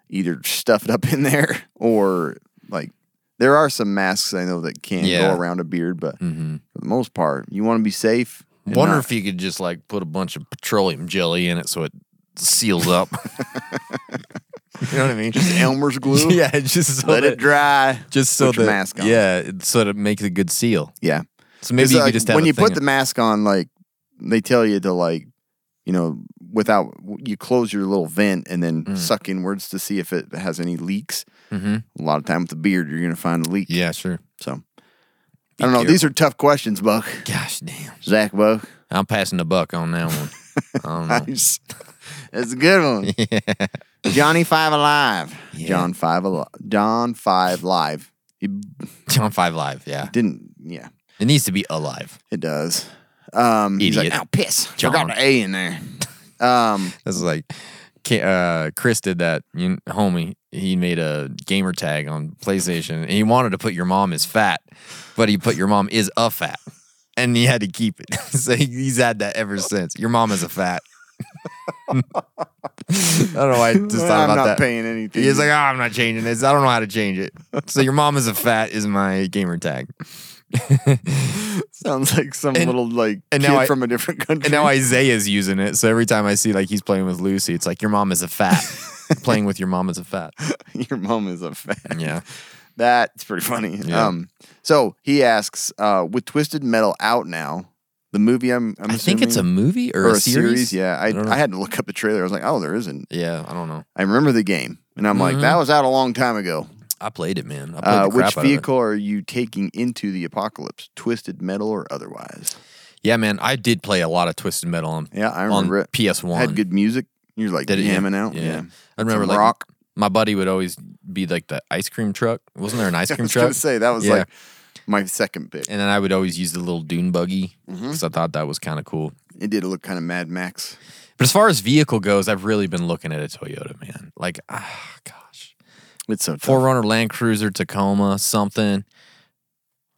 Speaker 5: either stuff it up in there or like there are some masks I know that can
Speaker 4: Yeah.
Speaker 5: go around a beard, but
Speaker 4: Mm-hmm.
Speaker 5: for the most part, you want to be safe. and
Speaker 4: Wonder
Speaker 5: not-
Speaker 4: if you could just like put a bunch of petroleum jelly in it so it seals up. you know what I mean?
Speaker 5: Elmer's glue.
Speaker 4: yeah, just so
Speaker 5: let
Speaker 4: that,
Speaker 5: it dry.
Speaker 4: Just so
Speaker 5: Put
Speaker 4: that
Speaker 5: your mask on.
Speaker 4: yeah, it- so that it makes a good seal.
Speaker 5: yeah.
Speaker 4: So maybe
Speaker 5: 'Cause,
Speaker 4: you
Speaker 5: like,
Speaker 4: could just have
Speaker 5: when
Speaker 4: a
Speaker 5: you
Speaker 4: thing
Speaker 5: put the mask on, like they tell you to like, you know, without you close your little vent and then
Speaker 4: Mm.
Speaker 5: suck inwards to see if it has any leaks.
Speaker 4: Mm-hmm.
Speaker 5: A lot of time with the beard, you're gonna find a leak.
Speaker 4: yeah, sure.
Speaker 5: So I don't know. These are tough questions, Buck.
Speaker 4: Gosh damn,
Speaker 5: Zach Buck.
Speaker 4: I'm passing the buck on that one. I don't know.
Speaker 5: Nice. That's a good one. Johnny Five Alive. John Five Alive. John Five Live. He
Speaker 4: John Five Live, yeah,
Speaker 5: didn't. Yeah,
Speaker 4: it needs to be alive.
Speaker 5: it does. Um, he's like,
Speaker 4: Idiot.
Speaker 5: oh, piss.
Speaker 4: John.
Speaker 5: Forgot the A in there. Um,
Speaker 4: This is like, K- uh, Chris did that. You, homie, he made a gamer tag on PlayStation, and he wanted to put your mom is fat, but he put your mom is a fat, and he had to keep it. so he, he's had that ever since. Your mom is a fat. I don't know why I just thought
Speaker 5: I'm
Speaker 4: about
Speaker 5: not
Speaker 4: that.
Speaker 5: paying anything.
Speaker 4: He's like, oh, I'm not changing this. I don't know how to change it. So your mom is a fat is my gamer tag.
Speaker 5: sounds like some
Speaker 4: and-
Speaker 5: little like
Speaker 4: and
Speaker 5: kid
Speaker 4: now I-
Speaker 5: from a different country.
Speaker 4: And now Isaiah's using it. So every time I see like he's playing with Lucy, it's like your mom is a fat. Playing with your mom is a fat.
Speaker 5: your mom is a fan.
Speaker 4: Yeah.
Speaker 5: That's pretty funny.
Speaker 4: Yeah.
Speaker 5: Um, so he asks, uh, with Twisted Metal out now, the movie I'm, I'm
Speaker 4: i think it's a
Speaker 5: assuming-
Speaker 4: movie or,
Speaker 5: or a series. Yeah, I,
Speaker 4: don't know.
Speaker 5: I, had to look up the trailer. I was like, oh, there isn't.
Speaker 4: Yeah, I don't know.
Speaker 5: I remember the game, and I'm like, that was out a long time ago.
Speaker 4: I played it, man. Mm-hmm. I played
Speaker 5: Uh,
Speaker 4: the crap
Speaker 5: which
Speaker 4: out of it.
Speaker 5: vehicle are you taking into the apocalypse, Twisted Metal or otherwise?
Speaker 4: Yeah, man. I did play a lot of Twisted Metal on
Speaker 5: Yeah, I
Speaker 4: on
Speaker 5: remember it.
Speaker 4: PS1.
Speaker 5: Had good music. You're like
Speaker 4: Did it, yeah.
Speaker 5: jamming out.
Speaker 4: Yeah.
Speaker 5: Yeah.
Speaker 4: I remember
Speaker 5: Some
Speaker 4: like
Speaker 5: rock.
Speaker 4: my buddy would always be like the ice cream truck. Wasn't there an ice
Speaker 5: I
Speaker 4: cream
Speaker 5: was gonna
Speaker 4: truck?
Speaker 5: say that was
Speaker 4: Yeah.
Speaker 5: like my second pick.
Speaker 4: and then I would always use the little dune buggy
Speaker 5: Mm-hmm.
Speaker 4: because I thought that was kind of cool.
Speaker 5: It did look kind of Mad Max.
Speaker 4: But as far as vehicle goes, I've really been looking at a Toyota, man. Like, ah, gosh,
Speaker 5: It's so tough.
Speaker 4: Forerunner, Land Cruiser, Tacoma, something.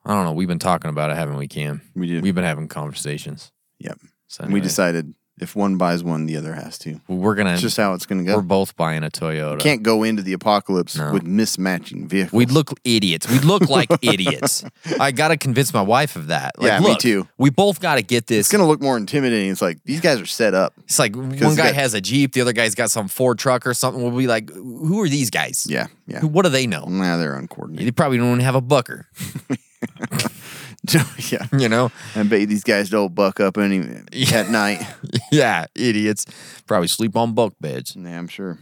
Speaker 4: I don't know. We've been talking about it, haven't we, Cam?
Speaker 5: We did.
Speaker 4: We've been having conversations.
Speaker 5: Yep.
Speaker 4: So
Speaker 5: We
Speaker 4: anyway,
Speaker 5: decided if one buys one, the other has to.
Speaker 4: we're gonna.
Speaker 5: It's just how it's going to
Speaker 4: we're
Speaker 5: go.
Speaker 4: both buying a Toyota.
Speaker 5: Can't go into the apocalypse
Speaker 4: No.
Speaker 5: with mismatching vehicles.
Speaker 4: We'd look idiots. We'd look like idiots. I gotta convince my wife of that. Like,
Speaker 5: Yeah, me
Speaker 4: look,
Speaker 5: too.
Speaker 4: We both gotta get this.
Speaker 5: it's going to look more intimidating. It's like these guys are set up.
Speaker 4: It's like one
Speaker 5: you
Speaker 4: guy
Speaker 5: got-
Speaker 4: has a Jeep, the other guy's got some Ford truck or something. We'll be like, who are these guys?
Speaker 5: Yeah, yeah. Mm.
Speaker 4: Who- What do they know?
Speaker 5: Nah, they're uncoordinated.
Speaker 4: They probably don't even have a bucker,
Speaker 5: yeah,
Speaker 4: you know?
Speaker 5: I bet you these guys don't buck up any at night.
Speaker 4: yeah, idiots. Probably sleep on bunk beds.
Speaker 5: Yeah, I'm sure.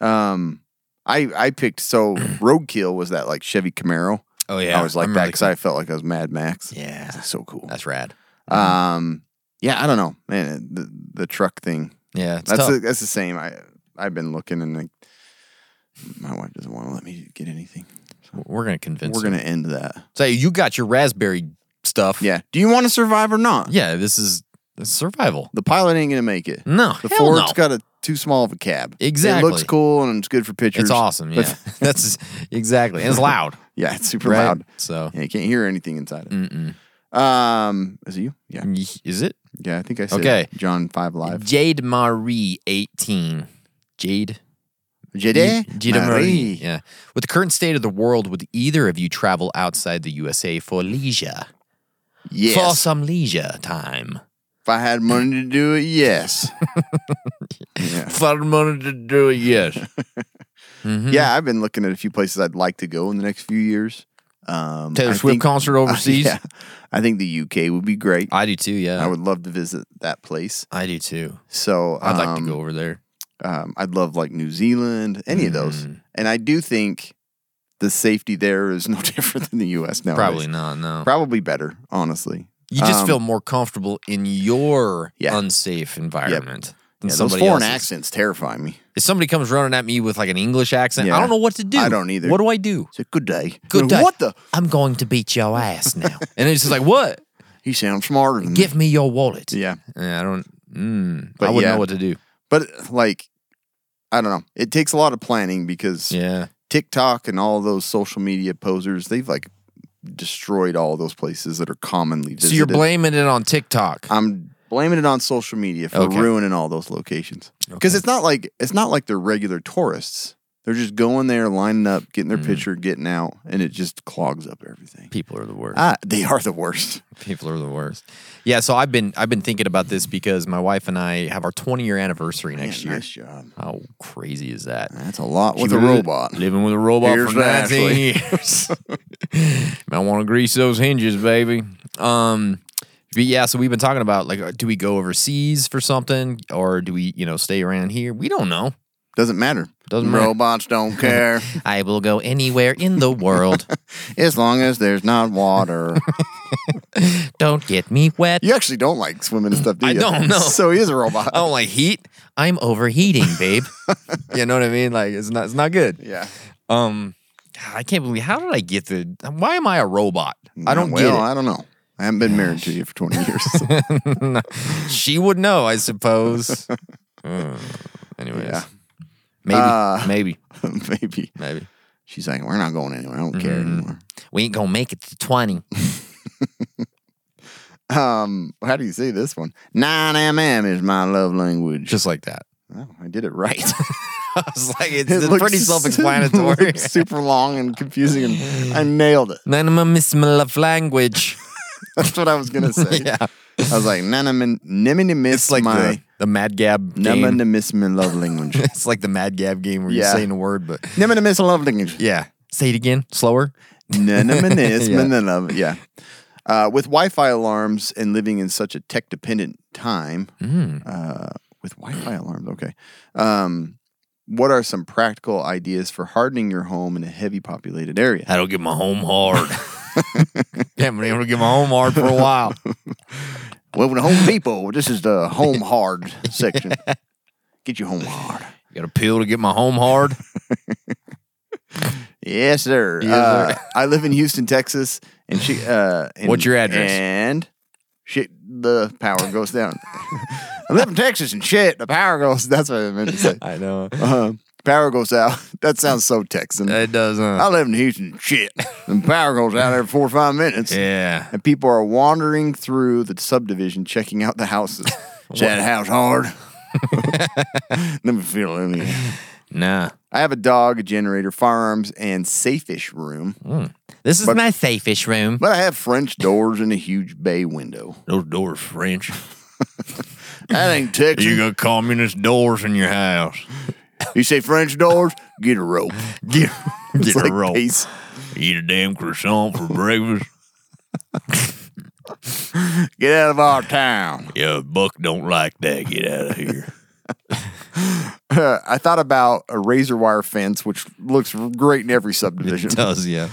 Speaker 5: Um, I I picked so Roadkill was that like Chevy Camaro.
Speaker 4: Oh, yeah.
Speaker 5: I was like
Speaker 4: I'm
Speaker 5: that
Speaker 4: really
Speaker 5: because I felt like I was Mad Max.
Speaker 4: Yeah. Uh, uh-huh.
Speaker 5: It's so cool.
Speaker 4: That's rad.
Speaker 5: Um, yeah, I don't know, man. The the truck thing.
Speaker 4: Yeah, it's
Speaker 5: that's
Speaker 4: tough.
Speaker 5: the that's the same. I I've been looking and like, my wife doesn't want to let me get anything.
Speaker 4: We're going to convince
Speaker 5: We're gonna end that.
Speaker 4: Say, you got your raspberry stuff.
Speaker 5: Yeah. Do you want to survive or not?
Speaker 4: Yeah, this is this is survival.
Speaker 5: The pilot ain't gonna make it.
Speaker 4: No,
Speaker 5: The
Speaker 4: hell
Speaker 5: Ford's
Speaker 4: no.
Speaker 5: got a too small of a cab. It looks
Speaker 4: Exactly.
Speaker 5: cool and it's good for pictures.
Speaker 4: It's awesome.
Speaker 5: but-
Speaker 4: Yeah. That's exactly. And it's loud.
Speaker 5: yeah, it's super
Speaker 4: right? Mm.
Speaker 5: loud.
Speaker 4: So,
Speaker 5: Yeah, you can't hear anything inside it.
Speaker 4: mm-mm.
Speaker 5: Um, is it you? Yeah,
Speaker 4: is it?
Speaker 5: yeah. I think I said
Speaker 4: Mm. Okay.
Speaker 5: John five live.
Speaker 4: Jade Marie, 18. Jade?
Speaker 5: Jede
Speaker 4: Marie.
Speaker 5: Marie.
Speaker 4: Yeah. With the current state of the world, would either of you travel outside the USA for leisure?
Speaker 5: Yes.
Speaker 4: For some leisure time.
Speaker 5: If I had money to do it, yes. yeah.
Speaker 4: For money to do it, yes. Mm-hmm.
Speaker 5: Yeah, I've been looking at a few places I'd like to go in the next few years. Um,
Speaker 4: Taylor
Speaker 5: I
Speaker 4: Swift
Speaker 5: think-
Speaker 4: concert overseas?
Speaker 5: yeah, I think the UK would be great. I,
Speaker 4: I do too, yeah. I,
Speaker 5: would love to visit that place.
Speaker 4: do too.
Speaker 5: So
Speaker 4: I'd like
Speaker 5: um,
Speaker 4: to go over there.
Speaker 5: Um, I'd love like New Zealand, any of those.
Speaker 4: Mm.
Speaker 5: And I do think the safety there is no different than the U.S. now.
Speaker 4: Probably not, no.
Speaker 5: Probably better, honestly.
Speaker 4: you just
Speaker 5: um,
Speaker 4: feel more comfortable in your
Speaker 5: Yeah.
Speaker 4: unsafe environment. Than
Speaker 5: Yeah, those
Speaker 4: somebody
Speaker 5: foreign
Speaker 4: else's.
Speaker 5: accents terrify me.
Speaker 4: If somebody comes running at me with like an English accent, I
Speaker 5: Yeah.
Speaker 4: don't know what to do.
Speaker 5: I don't either.
Speaker 4: What do I do?
Speaker 5: It's a good day.
Speaker 4: Good day.
Speaker 5: What the?
Speaker 4: I'm going to beat your ass now. and it's just like, what?
Speaker 5: He sounds smarter than me.
Speaker 4: Give me your wallet.
Speaker 5: Mm. Yeah,
Speaker 4: Yeah, I don't. Mm, I
Speaker 5: But
Speaker 4: wouldn't
Speaker 5: yeah.
Speaker 4: know what to do.
Speaker 5: but like, I don't know. It takes a lot of planning because
Speaker 4: Yeah,
Speaker 5: TikTok and all those social media posers, they've like destroyed all those places that are commonly visited.
Speaker 4: so you're blaming it on TikTok.
Speaker 5: I'm blaming it on social media for
Speaker 4: Okay.
Speaker 5: ruining all those locations. Because
Speaker 4: Okay.
Speaker 5: it's not like it's not like they're regular tourists. They're just going there, lining up, getting
Speaker 4: Mm.
Speaker 5: their picture, getting out, and it just clogs up everything.
Speaker 4: People are the worst.
Speaker 5: Ah, they are the worst.
Speaker 4: People are the worst. Yeah, so I've been I've been thinking about this because my wife and I have our 20 year anniversary
Speaker 5: Man,
Speaker 4: next year.
Speaker 5: Nice job.
Speaker 4: How crazy is that?
Speaker 5: That's a lot
Speaker 4: She
Speaker 5: with a
Speaker 4: was
Speaker 5: robot.
Speaker 4: Living with a robot
Speaker 5: Here's
Speaker 4: for 19 years. Might want to grease those hinges, baby. Um, but yeah, so we've been talking about like, uh, do we go overseas for something or do we, you know, stay around here? We don't know.
Speaker 5: Doesn't matter.
Speaker 4: Doesn't matter.
Speaker 5: Robots don't care
Speaker 4: I will go anywhere in the world.
Speaker 5: as long as there's not water.
Speaker 4: don't get me wet.
Speaker 5: You actually don't like swimming and stuff, do
Speaker 4: I
Speaker 5: you?
Speaker 4: don't, no.
Speaker 5: So he is a robot.
Speaker 4: I don't like heat. I'm overheating, babe. you know what I mean? Like it's not it's not good.
Speaker 5: Yeah.
Speaker 4: Um, I can't believe how did I get the? Why am I a robot? I don't
Speaker 5: well,
Speaker 4: get it.
Speaker 5: I don't know. I haven't been married to you for 20 years.
Speaker 4: No, she would know, I suppose. Uh, anyways,
Speaker 5: Yeah.
Speaker 4: maybe,
Speaker 5: Uh,
Speaker 4: maybe,
Speaker 5: Maybe.
Speaker 4: maybe
Speaker 5: She's like, we're not going anywhere. I don't care
Speaker 4: Mm-hmm.
Speaker 5: anymore.
Speaker 4: we ain't gonna make it to twenty.
Speaker 5: Um, how do you say this one? 9mm is my love language.
Speaker 4: Just like that.
Speaker 5: oh, I did it right.
Speaker 4: I was like, it's,
Speaker 5: It
Speaker 4: it's
Speaker 5: looks
Speaker 4: pretty
Speaker 5: su-
Speaker 4: self-explanatory.
Speaker 5: looks super long and confusing, and I nailed it.
Speaker 4: None of my miss my love language.
Speaker 5: That's what I was gonna say.
Speaker 4: yeah,
Speaker 5: I was like, "Nanamin, nimini miss
Speaker 4: it's like the,
Speaker 5: my,
Speaker 4: the Mad Gab game.
Speaker 5: nimini miss my love language,
Speaker 4: it's like the Mad Gab game where
Speaker 5: Yeah.
Speaker 4: you're saying a word, but
Speaker 5: nimini miss my love language,
Speaker 4: yeah, say it again, slower. Yeah.
Speaker 5: Nanaminus, yeah. Uh, with Wi-Fi alarms and living in such a tech-dependent time, uh, with Wi-Fi alarms, okay. Um, what are some practical ideas for hardening your home in a heavy populated area?
Speaker 4: I don't get my home hard. Haven't been able to get my home hard for a while.
Speaker 5: Well, with Home Depot, this is the home hard section. Get your home hard.
Speaker 4: Got a pill to get my home hard.
Speaker 5: Yes, sir.
Speaker 4: Yes,
Speaker 5: Uh,
Speaker 4: sir.
Speaker 5: I live in Houston, Texas, and she. Uh, and-
Speaker 4: What's your address?
Speaker 5: And shit, the power goes down. I live in Texas, and shit, the power goes. That's what I meant to say.
Speaker 4: I know.
Speaker 5: Uh, power goes out. that sounds so Texan.
Speaker 4: It doesn't.
Speaker 5: I live in Houston, shit. And power goes out every four or five minutes.
Speaker 4: Oh. yeah.
Speaker 5: And people are wandering through the subdivision checking out the houses. Is that house hard? Let me feel in here.
Speaker 4: Nah.
Speaker 5: I have a dog, a generator, firearms, and safe-ish room.
Speaker 4: This is
Speaker 5: But-
Speaker 4: my safest room.
Speaker 5: But I have French doors and a huge bay window.
Speaker 4: Those doors French.
Speaker 5: That ain't Texas. You,
Speaker 4: got communist doors in your house.
Speaker 5: say French doors? Get a rope.
Speaker 4: Get,
Speaker 5: It's like peace.
Speaker 4: Eat a damn croissant for breakfast.
Speaker 5: Get out of our town.
Speaker 4: Yeah, Buck don't like that. Get out of here.
Speaker 5: I thought about a razor wire fence, which looks great in every subdivision.
Speaker 4: Does yeah.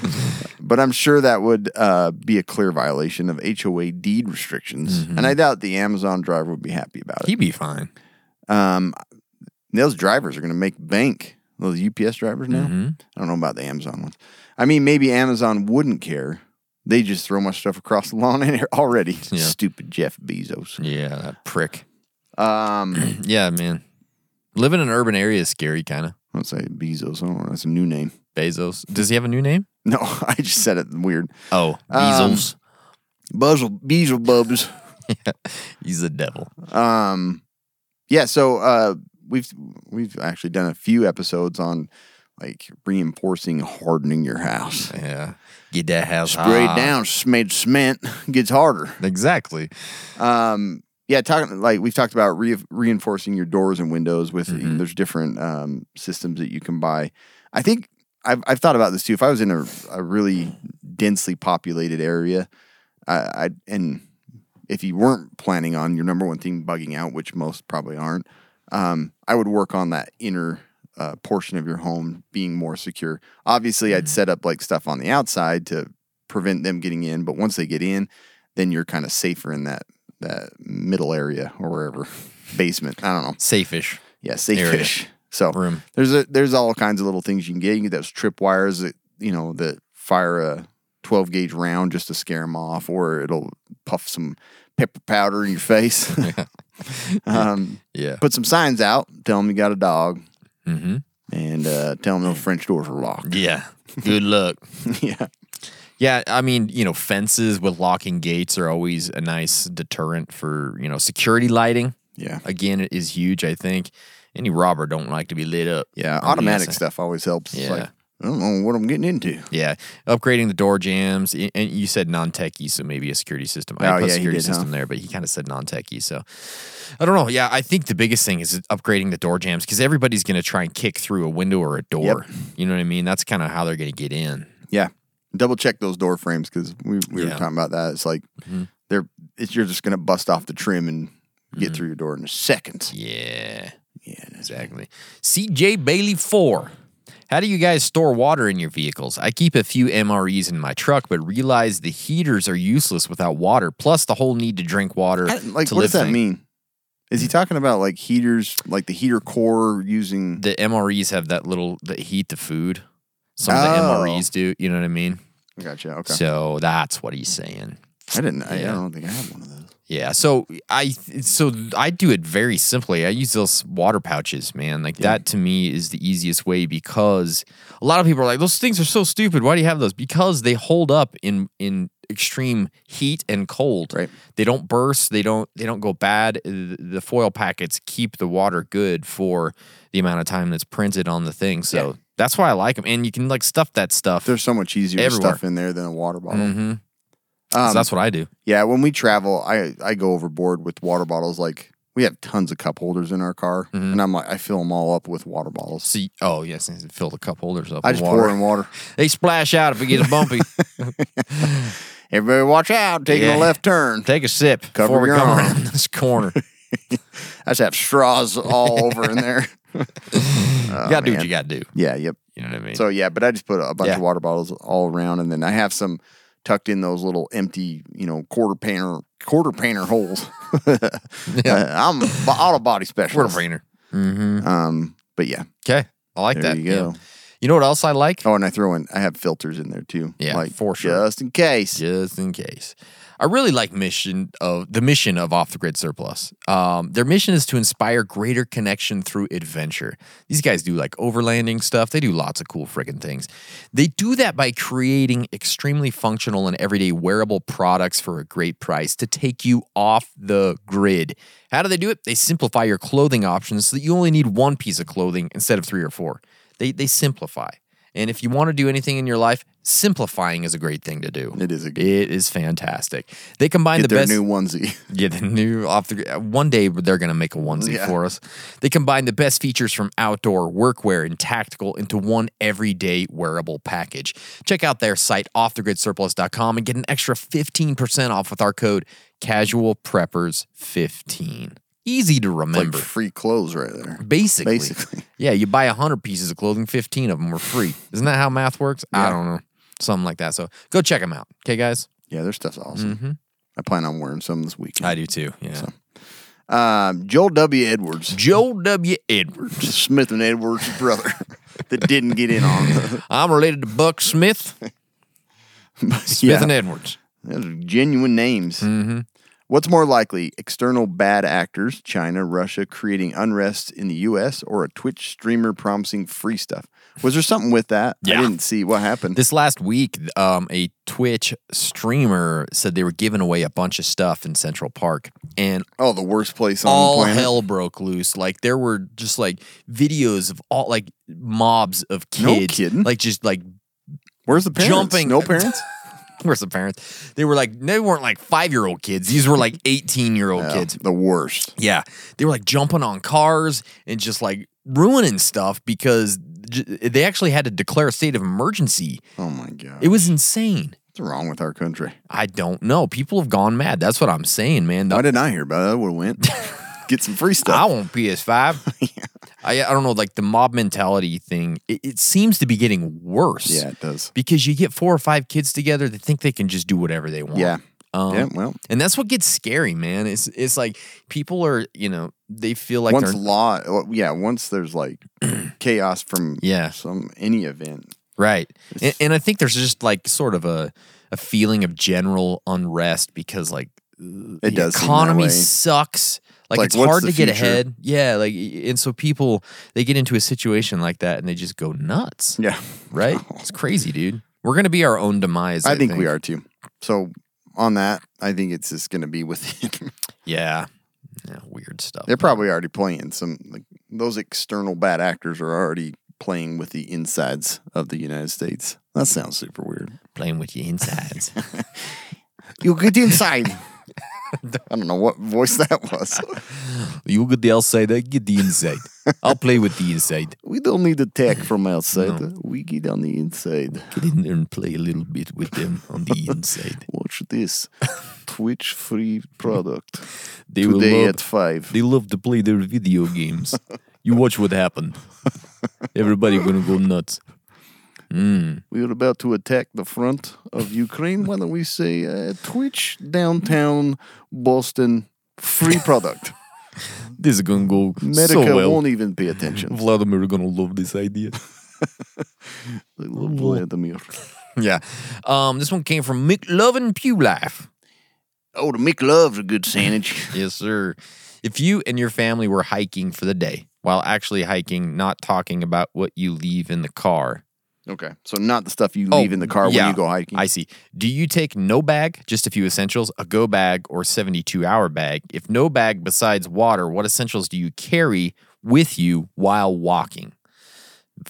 Speaker 5: but I'm sure that would uh, be a clear violation of HOA deed restrictions,
Speaker 4: Mm-hmm.
Speaker 5: and I doubt the Amazon driver would be happy about it.
Speaker 4: He'd be fine.
Speaker 5: Um, those drivers are going to make bank. Those UPS drivers now.
Speaker 4: Mm-hmm.
Speaker 5: I don't know about the Amazon ones. I mean, maybe Amazon wouldn't care. They just throw my stuff across the lawn in here already.
Speaker 4: Yeah.
Speaker 5: Stupid Jeff Bezos.
Speaker 4: Yeah, that prick.
Speaker 5: Um,
Speaker 4: Yeah, man. Living in an urban area is scary, kind of.
Speaker 5: I'll say Bezos. I don't know. That's a new name.
Speaker 4: Bezos. Does he have a new name?
Speaker 5: No, I just said it weird.
Speaker 4: Oh,
Speaker 5: Um,
Speaker 4: Bezos.
Speaker 5: Buzzle, Bezel Bubs.
Speaker 4: He's the devil.
Speaker 5: Um, yeah. So uh, we've we've actually done a few episodes on like reinforcing, hardening your house.
Speaker 4: Yeah. Get that house
Speaker 5: Spray
Speaker 4: high.
Speaker 5: it down, made cement gets harder.
Speaker 4: Exactly.
Speaker 5: Um, yeah, talking like we've talked about re- reinforcing your doors and windows with there's different um, systems that you can buy. I think I've I've thought about this too. If I was in a, a really densely populated area, I, I and if you weren't planning on your number one thing bugging out, which most probably aren't, um, I would work on that inner uh, portion of your home being more secure. Obviously,
Speaker 4: Mm-hmm.
Speaker 5: I'd set up like stuff on the outside to prevent them getting in, but once they get in, then you're kind of safer in that that middle area or wherever basement. I don't know.
Speaker 4: Safeish.
Speaker 5: Yeah, safe
Speaker 4: Area.
Speaker 5: fish. So
Speaker 4: Room.
Speaker 5: there's a, there's all kinds of little things you can get. You can get those trip wires that you know that fire a 12 gauge round just to scare them off, or it'll puff some pepper powder in your face. um,
Speaker 4: Yeah.
Speaker 5: put some signs out. Tell them you got a dog,
Speaker 4: Mm-hmm.
Speaker 5: and uh, tell them those French doors are locked.
Speaker 4: Yeah. Good luck.
Speaker 5: yeah,
Speaker 4: Yeah, I mean, you know, fences with locking gates are always a nice deterrent for, you know, security lighting.
Speaker 5: yeah,
Speaker 4: Again, it is huge, I think. Any robber don't like to be lit up.
Speaker 5: yeah.
Speaker 4: I'm
Speaker 5: Automatic
Speaker 4: guessing.
Speaker 5: stuff always helps. It's
Speaker 4: Yeah.
Speaker 5: like, I don't know what I'm getting into.
Speaker 4: Yeah. Upgrading the door jams. I- And you said non techie, so maybe a security system. I
Speaker 5: Oh,
Speaker 4: put
Speaker 5: yeah, he
Speaker 4: security
Speaker 5: did, huh?
Speaker 4: system there, but he kind of said non techie. So I don't know. Yeah, I think the biggest thing is upgrading the door jams because everybody's going to try and kick through a window or a door. You know what I mean? That's kind of how they're going to get in.
Speaker 5: Yeah. Double check those door frames because we, we
Speaker 4: Yeah. Mm-hmm.
Speaker 5: were talking about that. It's like they're it's, you're just gonna bust off the trim and get
Speaker 4: Mm-hmm.
Speaker 5: through your door in a second.
Speaker 4: Yeah.
Speaker 5: Yeah.
Speaker 4: Exactly. CJ Bailey 4. How do you guys store water in your vehicles? I keep a few MREs in my truck, but realize the heaters are useless without water, plus the whole need to drink water.
Speaker 5: I- like
Speaker 4: to Mm.
Speaker 5: what
Speaker 4: live
Speaker 5: does that
Speaker 4: thing.
Speaker 5: mean? Is he talking about like heaters, like the heater core using?
Speaker 4: The MREs have that little that heat the food. Some
Speaker 5: Oh.
Speaker 4: of the MREs do. You know what I mean?
Speaker 5: gotcha. Okay.
Speaker 4: So that's what he's saying.
Speaker 5: I didn't. I,
Speaker 4: Yeah.
Speaker 5: I don't think I have one of those.
Speaker 4: Yeah. So I so I do it very simply. I use those water pouches, man. Like that to me is the easiest way because a lot of people are like, those things are so stupid. Why do you have those? Because they hold up in in extreme heat and cold.
Speaker 5: Right.
Speaker 4: They don't burst. They don't they don't go bad. The the foil packets keep the water good for the amount of time that's printed on the thing. So
Speaker 5: Yeah.
Speaker 4: that's why I like them. And you can like stuff that stuff.
Speaker 5: There's so much easier
Speaker 4: Everywhere.
Speaker 5: stuff in there than a water bottle.
Speaker 4: hmm
Speaker 5: Um,
Speaker 4: that's what I do.
Speaker 5: yeah. When we travel, I I go overboard with water bottles. Like we have tons of cup holders in our car,
Speaker 4: Mm-hmm.
Speaker 5: and I'm like I fill them all up with water bottles.
Speaker 4: See, oh yes, fill the cup holders up.
Speaker 5: I
Speaker 4: with
Speaker 5: just
Speaker 4: water.
Speaker 5: pour in water.
Speaker 4: They splash out if it gets bumpy.
Speaker 5: Everybody, watch out! Taking
Speaker 4: Yeah.
Speaker 5: a left turn.
Speaker 4: Take a sip
Speaker 5: Cover
Speaker 4: before we
Speaker 5: your
Speaker 4: come
Speaker 5: arm.
Speaker 4: around this corner.
Speaker 5: I just have straws all over in there.
Speaker 4: you gotta do what
Speaker 5: Oh, man.
Speaker 4: you gotta do.
Speaker 5: Yeah, yep.
Speaker 4: You know what I mean?
Speaker 5: So yeah, but I just put a bunch
Speaker 4: Yeah.
Speaker 5: of water bottles all around, and then I have some tucked in those little empty, you know, quarter painter quarter painter holes. Uh, I'm an auto body
Speaker 4: we're a
Speaker 5: specialist.
Speaker 4: brainer.
Speaker 5: Um, but yeah,
Speaker 4: Okay, I like
Speaker 5: There
Speaker 4: that.
Speaker 5: you
Speaker 4: yeah.
Speaker 5: go.
Speaker 4: You know what else I like?
Speaker 5: Oh, and I throw in I have filters in there too.
Speaker 4: Yeah,
Speaker 5: like
Speaker 4: for sure.
Speaker 5: just in case.
Speaker 4: Just in case. I really like mission of the mission of Off the Grid Surplus. Um, their mission is to inspire greater connection through adventure. These guys do like overlanding stuff. They do lots of cool friggin' things. They do that by creating extremely functional and everyday wearable products for a great price to take you off the grid. How do they do it? They simplify your clothing options so that you only need one piece of clothing instead of three or four. They they simplify. And if you want to do anything in your life, simplifying is a great thing to do.
Speaker 5: It is a-
Speaker 4: It is fantastic. They combine
Speaker 5: Get
Speaker 4: the
Speaker 5: their
Speaker 4: best
Speaker 5: new onesie.
Speaker 4: yeah, the new off the one day they're going to make a onesie
Speaker 5: Yeah.
Speaker 4: for us. They combine the best features from outdoor workwear and tactical into one everyday wearable package. Check out their site offthegridsurplus.com and get an extra 15% off with our code casualpreppers15. Easy to
Speaker 5: like
Speaker 4: remember.
Speaker 5: free clothes right there.
Speaker 4: basically.
Speaker 5: basically.
Speaker 4: Yeah, you buy 100 pieces of clothing, 15 of them are free. Isn't that how math works? I don't know. Something like that. So go check them out. Okay, guys?
Speaker 5: Yeah, their stuff's awesome.
Speaker 4: Mm-hmm.
Speaker 5: I plan on wearing some this weekend.
Speaker 4: do too. Yeah.
Speaker 5: Um, Joel W. Edwards,
Speaker 4: Joel W. Edwards.
Speaker 5: Smith and Edwards' brother, that didn't get in on the
Speaker 4: I'm related to Buck Smith, Smith
Speaker 5: Yeah.
Speaker 4: and Edwards.
Speaker 5: Those are genuine names.
Speaker 4: Mm-hmm.
Speaker 5: What's more likely, external bad actors, China, Russia, creating unrest in the U.S., or a Twitch streamer promising free stuff? Was there something with that?
Speaker 4: Yeah.
Speaker 5: I didn't see what happened.
Speaker 4: This last week, um, a Twitch streamer said they were giving away a bunch of stuff in Central Park, and
Speaker 5: oh, the worst place on
Speaker 4: all
Speaker 5: the planet.
Speaker 4: hell broke loose. Like there were just like videos of all like mobs of
Speaker 5: No
Speaker 4: kids,
Speaker 5: kidding.
Speaker 4: like just like
Speaker 5: Where's the parents?
Speaker 4: jumping.
Speaker 5: No parents?
Speaker 4: where's the parents? They were like they weren't like five year old kids. These were like eighteen year old
Speaker 5: Yeah,
Speaker 4: kids.
Speaker 5: The worst.
Speaker 4: Yeah, they were like jumping on cars and just like ruining stuff because j- they actually had to declare a state of emergency.
Speaker 5: Oh, my God.
Speaker 4: It was insane.
Speaker 5: What's wrong with our country?
Speaker 4: I don't know. People have gone mad. That's what I'm saying, man. The-
Speaker 5: Why didn't I hear about it? I would have went. Get some free
Speaker 4: I
Speaker 5: stuff.
Speaker 4: want PS5. I, I don't know. Like the mob mentality thing, it, it seems to be getting worse.
Speaker 5: Yeah, it does.
Speaker 4: Because you get four or five kids together that think they can just do whatever they want.
Speaker 5: Yeah.
Speaker 4: Um,
Speaker 5: yeah, well,
Speaker 4: And that's what gets scary, man. It's it's like people are, you know, they feel like
Speaker 5: once
Speaker 4: they're
Speaker 5: law, well, yeah, once there's like chaos from
Speaker 4: Yeah.
Speaker 5: some any event,
Speaker 4: Right. And, and I think there's just like sort of a, a feeling of general unrest because like
Speaker 5: it
Speaker 4: the
Speaker 5: does seem that
Speaker 4: economy
Speaker 5: way.
Speaker 4: sucks. Like,
Speaker 5: Like,
Speaker 4: it's
Speaker 5: what's
Speaker 4: hard to
Speaker 5: the
Speaker 4: get
Speaker 5: future?
Speaker 4: ahead. Yeah. Like, and so people, they get into a situation like that and they just go nuts.
Speaker 5: Yeah,
Speaker 4: Right. It's crazy, dude. We're going to be our own demise. I,
Speaker 5: I think we are too. So on that, I think it's just going to be within.
Speaker 4: Yeah. yeah weird stuff.
Speaker 5: They're probably already playing some. Like, those external bad actors are already playing with the insides of the United States. That sounds super weird.
Speaker 4: playing with your insides.
Speaker 5: You get inside. I don't know what voice that was.
Speaker 4: you get the outside, I get the inside. I'll play with the inside.
Speaker 5: We don't need attack from outside. We get on the inside.
Speaker 4: Get in there and play a little bit with them on the inside.
Speaker 5: Watch this Twitch free product
Speaker 4: They will
Speaker 5: today
Speaker 4: love-
Speaker 5: at five.
Speaker 4: They love to play their video games. You watch what happened. Everybody gonna go nuts.
Speaker 5: We are about to attack the front of Ukraine. Why don't we say uh, Twitch downtown Boston free product?
Speaker 4: This is gonna go
Speaker 5: America
Speaker 4: so well.
Speaker 5: won't even pay attention.
Speaker 4: Vladimir gonna love this idea.
Speaker 5: They love Vladimir.
Speaker 4: yeah. Um, this one came from Mick Love and Pew Life.
Speaker 5: Oh, the Mick loves a good sandwich.
Speaker 4: Yes, sir. If you and your family were hiking for the day while actually hiking, not talking about what you leave in the car.
Speaker 5: Okay, so not the stuff you
Speaker 4: Oh,
Speaker 5: leave in the car
Speaker 4: yeah.
Speaker 5: when you go hiking.
Speaker 4: I see. Do you take no bag, just a few essentials, a go bag, or 72 hour bag? If no bag besides water, what essentials do you carry with you while walking?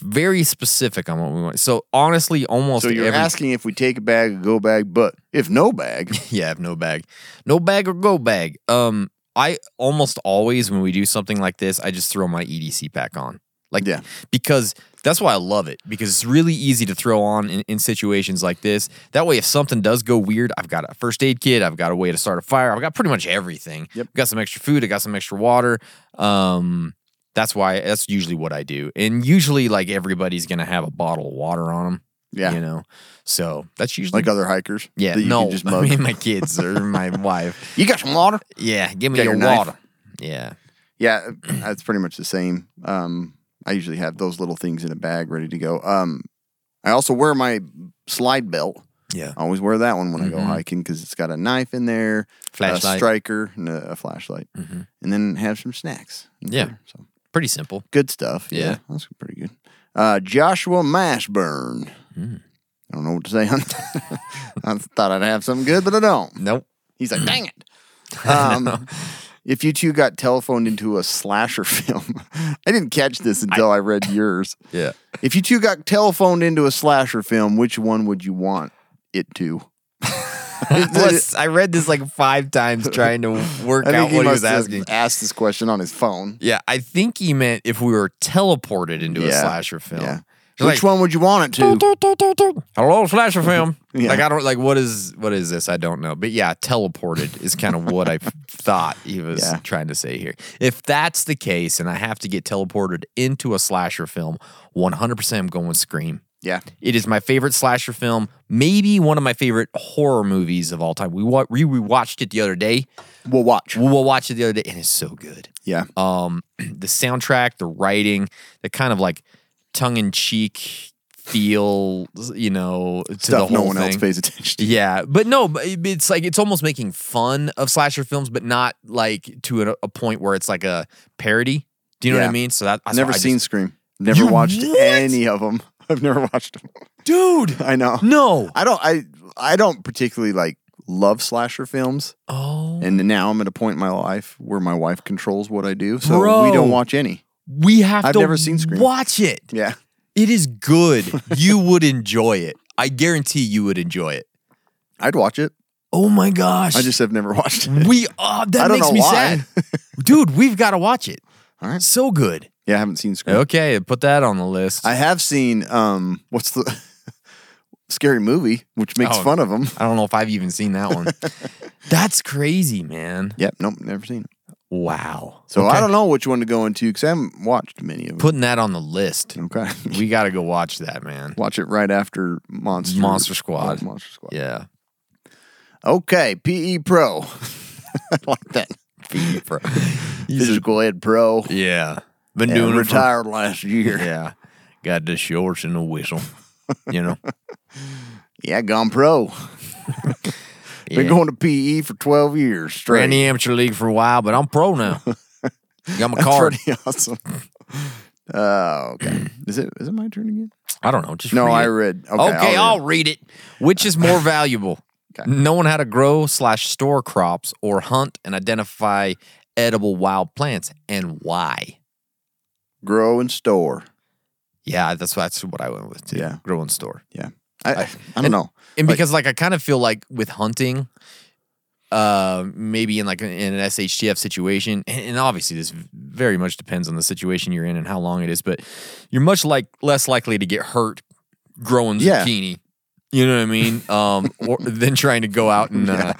Speaker 4: Very specific on what we want. So honestly, almost
Speaker 5: so you're
Speaker 4: every-
Speaker 5: asking if we take a bag, a go bag, but if no bag,
Speaker 4: yeah, I have no bag, no bag or go bag. Um, I almost always when we do something like this, I just throw my EDC pack on, like
Speaker 5: Yeah.
Speaker 4: because that's why I love it because it's really easy to throw on in, in situations like this. That way, if something does go weird, I've got a first aid kit, I've got a way to start a fire, I've got pretty much everything.
Speaker 5: Yep.
Speaker 4: I've got some extra food, I got some extra water. Um. That's why that's usually what I do. And usually like everybody's going to have a bottle of water on them,
Speaker 5: yeah,
Speaker 4: you know. So, that's usually
Speaker 5: like other hikers,
Speaker 4: yeah,
Speaker 5: that you
Speaker 4: no,
Speaker 5: can just
Speaker 4: I
Speaker 5: mug.
Speaker 4: mean my kids or my wife.
Speaker 5: you got some water?
Speaker 4: Yeah, give me
Speaker 5: Got
Speaker 4: your,
Speaker 5: your knife?
Speaker 4: water. Yeah,
Speaker 5: Yeah, that's pretty much the same. Um, I usually have those little things in a bag ready to go. Um, I also wear my slide belt
Speaker 4: Yeah.
Speaker 5: I always wear that one when I go hiking because it's got a knife in there,
Speaker 4: Mm-hmm.
Speaker 5: a
Speaker 4: Flashlight. Mm-hmm.
Speaker 5: striker, and a, a flashlight, and then have some snacks. in
Speaker 4: Yeah.
Speaker 5: there, so
Speaker 4: Pretty simple.
Speaker 5: good stuff. Yeah,
Speaker 4: Yeah.
Speaker 5: that's pretty good. Uh, Joshua Mashburn. I don't know what to say. on that. I thought I'd have something good, but I don't.
Speaker 4: Nope.
Speaker 5: He's like, dang it. Um, if you two got telephoned into a slasher film, I didn't catch this until I, read yours.
Speaker 4: Yeah.
Speaker 5: If you two got telephoned into a slasher film, which one would you want it to?
Speaker 4: I, was- I read this like five times trying to work
Speaker 5: I
Speaker 4: out
Speaker 5: think he
Speaker 4: what he was
Speaker 5: must have
Speaker 4: asking.
Speaker 5: asked this question on his phone.
Speaker 4: Yeah, I think he meant if we were teleported into a
Speaker 5: Yeah.
Speaker 4: slasher film.
Speaker 5: Yeah.
Speaker 4: It's
Speaker 5: Which
Speaker 4: like,
Speaker 5: one would you want it to?
Speaker 4: Hello, slasher film.
Speaker 5: Yeah.
Speaker 4: Like I don't like what is what is this? I don't know. But yeah, teleported is kind of what I thought he was
Speaker 5: Yeah.
Speaker 4: trying to say here. If that's the case, and I have to get teleported into a slasher film, one hundred percent, I'm going with Scream.
Speaker 5: Yeah.
Speaker 4: It is my favorite slasher film, maybe one of my favorite horror movies of all time. We wa- we watched it the other day.
Speaker 5: We'll watch.
Speaker 4: We we watched it the other day, and it's so good
Speaker 5: Yeah.
Speaker 4: um the soundtrack the writing the kind of like tongue-in-cheek feel you know to the
Speaker 5: Stuff
Speaker 4: whole
Speaker 5: no one
Speaker 4: thing.
Speaker 5: else pays attention to.
Speaker 4: yeah but no but it- it's like it's almost making fun of slasher films but not like to a, a point where it's like a parody do you know what
Speaker 5: Yeah.
Speaker 4: i mean so that that's
Speaker 5: never
Speaker 4: why I
Speaker 5: seen
Speaker 4: just-
Speaker 5: Scream. Never
Speaker 4: You
Speaker 5: watched
Speaker 4: what?
Speaker 5: any of them. I've never watched them.
Speaker 4: dude
Speaker 5: I know.
Speaker 4: no
Speaker 5: I don't. I I don't particularly like love slasher films.
Speaker 4: oh
Speaker 5: And now I'm at a point in my life where my wife controls what I do, so
Speaker 4: Bro.
Speaker 5: we don't watch any.
Speaker 4: we have
Speaker 5: I've
Speaker 4: to
Speaker 5: never seen Scream.
Speaker 4: watch it
Speaker 5: Yeah,
Speaker 4: it is good you would enjoy it i guarantee you would enjoy it
Speaker 5: I'd watch it.
Speaker 4: oh my gosh
Speaker 5: I just have never watched it.
Speaker 4: We uh,
Speaker 5: I
Speaker 4: that
Speaker 5: don't
Speaker 4: makes
Speaker 5: know
Speaker 4: me
Speaker 5: why.
Speaker 4: sad, dude. We've got to watch it.
Speaker 5: All right.
Speaker 4: So good.
Speaker 5: Yeah, I haven't seen Scream.
Speaker 4: Okay, put that on the list.
Speaker 5: I
Speaker 4: I,
Speaker 5: have seen um, what's the scary movie, which makes
Speaker 4: Oh.
Speaker 5: fun of them.
Speaker 4: don't know if I've even seen that one. That's crazy, man.
Speaker 5: Yep, nope, never seen it.
Speaker 4: Wow.
Speaker 5: So
Speaker 4: Okay.
Speaker 5: I don't know which one to go into because I haven't watched many of them.
Speaker 4: Putting that on the list.
Speaker 5: okay,
Speaker 4: We got to go watch that, man.
Speaker 5: watch it right after Monster
Speaker 4: Monster Squad.
Speaker 5: Monster Squad.
Speaker 4: Yeah.
Speaker 5: Okay, PE Pro. I like that.
Speaker 4: Bro.
Speaker 5: Physical Ed Pro.
Speaker 4: yeah. Been
Speaker 5: Yeah,
Speaker 4: doing it for-
Speaker 5: retired last year.
Speaker 4: Yeah. Got the shorts and the whistle. You know.
Speaker 5: Yeah, gone pro. Been
Speaker 4: Yeah.
Speaker 5: going to PE for 12 years
Speaker 4: Ran
Speaker 5: straight.
Speaker 4: the amateur league for a while, but I'm pro now. Got my
Speaker 5: That's
Speaker 4: card.
Speaker 5: pretty awesome. Oh, okay. Is it is it my turn again?
Speaker 4: I don't know. Just
Speaker 5: No,
Speaker 4: read
Speaker 5: I
Speaker 4: it.
Speaker 5: read. Okay,
Speaker 4: Okay, I'll,
Speaker 5: read.
Speaker 4: read it. Which is more valuable?
Speaker 5: Okay.
Speaker 4: Knowing how to grow slash store crops or hunt and identify edible wild plants and why?
Speaker 5: grow and store.
Speaker 4: Yeah, that's that's what I went with too.
Speaker 5: Yeah.
Speaker 4: grow and store.
Speaker 5: Yeah, I I, don't
Speaker 4: and-
Speaker 5: know.
Speaker 4: And
Speaker 5: Like-
Speaker 4: because like I kind of feel like with hunting, uh, maybe in like an, in an SHTF situation, and, and obviously this very much depends on the situation you're in and how long it is, but you're much like less likely to get hurt growing
Speaker 5: Yeah.
Speaker 4: zucchini. You know what I mean? Um, or than trying to go out and uh,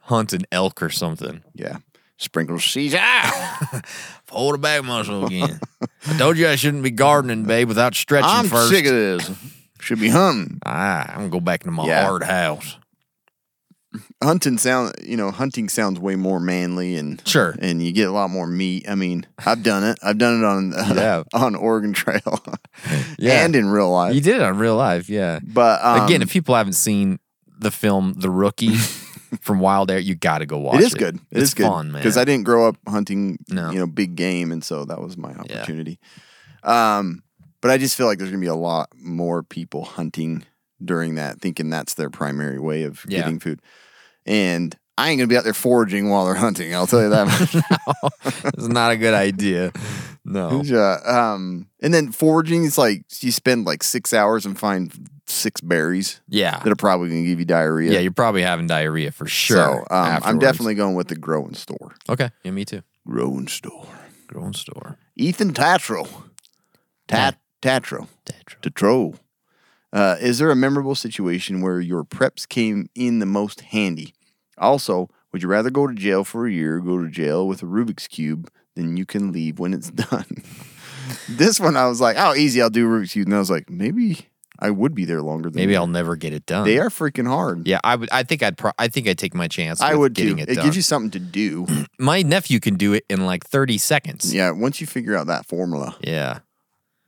Speaker 4: hunt an elk or something.
Speaker 5: Yeah, sprinkle seeds.
Speaker 4: Ah! Hold a back muscle again. I told you I shouldn't be gardening, babe, without stretching
Speaker 5: I'm
Speaker 4: first.
Speaker 5: sick of this. Should be hunting.
Speaker 4: Ah, I'm gonna go back into my
Speaker 5: Yeah.
Speaker 4: hard house.
Speaker 5: Hunting sound. You know, hunting sounds way more manly and
Speaker 4: Sure.
Speaker 5: and you get a lot more meat. I mean, I've done it. I've done it on uh, on Oregon Trail
Speaker 4: Yeah.
Speaker 5: and in real life.
Speaker 4: You did it on real life, yeah.
Speaker 5: But um,
Speaker 4: Again, if people haven't seen the film The Rookie from Wild Air, you got to go watch
Speaker 5: it
Speaker 4: it.
Speaker 5: is good.
Speaker 4: it's
Speaker 5: it's good
Speaker 4: fun, man.
Speaker 5: Because I didn't grow up hunting,
Speaker 4: No.
Speaker 5: you know, big game, and so that was my
Speaker 4: Yeah.
Speaker 5: opportunity. Um, but I just feel like there's gonna be a lot more people hunting during that, thinking that's their primary way of
Speaker 4: Yeah.
Speaker 5: getting food, and. I ain't gonna be out there foraging while they're hunting. I'll tell you that. much.
Speaker 4: it's not a good idea. No.
Speaker 5: Yeah, um, and then foraging is like you spend like six hours and find six berries
Speaker 4: Yeah.
Speaker 5: that are probably gonna give you diarrhea.
Speaker 4: Ah. Yeah, you're probably having diarrhea for sure.
Speaker 5: So um, I'm
Speaker 4: afterwards.
Speaker 5: definitely going with the grow and store.
Speaker 4: Okay. Yeah, me too.
Speaker 5: Grow and store.
Speaker 4: Grow and store.
Speaker 5: Ethan Tatro. Tat Tatro.
Speaker 4: Tetra.
Speaker 5: Tatro. Uh, is there a memorable situation where your preps came in the most handy? Also, would you rather go to jail for a year, or go to jail with a Rubik's cube, than you can leave when it's done? this one, I was like, "Oh, easy, I'll do Rubik's cube," and I was like, "Maybe I would be there longer than
Speaker 4: Maybe
Speaker 5: you."
Speaker 4: I'll never get it done.
Speaker 5: They are freaking hard.
Speaker 4: Yeah, I would. I think I'd. Pro- I think I'd take my chance.
Speaker 5: I
Speaker 4: with
Speaker 5: would
Speaker 4: getting
Speaker 5: too.
Speaker 4: it
Speaker 5: It
Speaker 4: done.
Speaker 5: gives you something to do.
Speaker 4: my nephew can do it in like 30 seconds.
Speaker 5: yeah, once you figure out that formula.
Speaker 4: Yeah.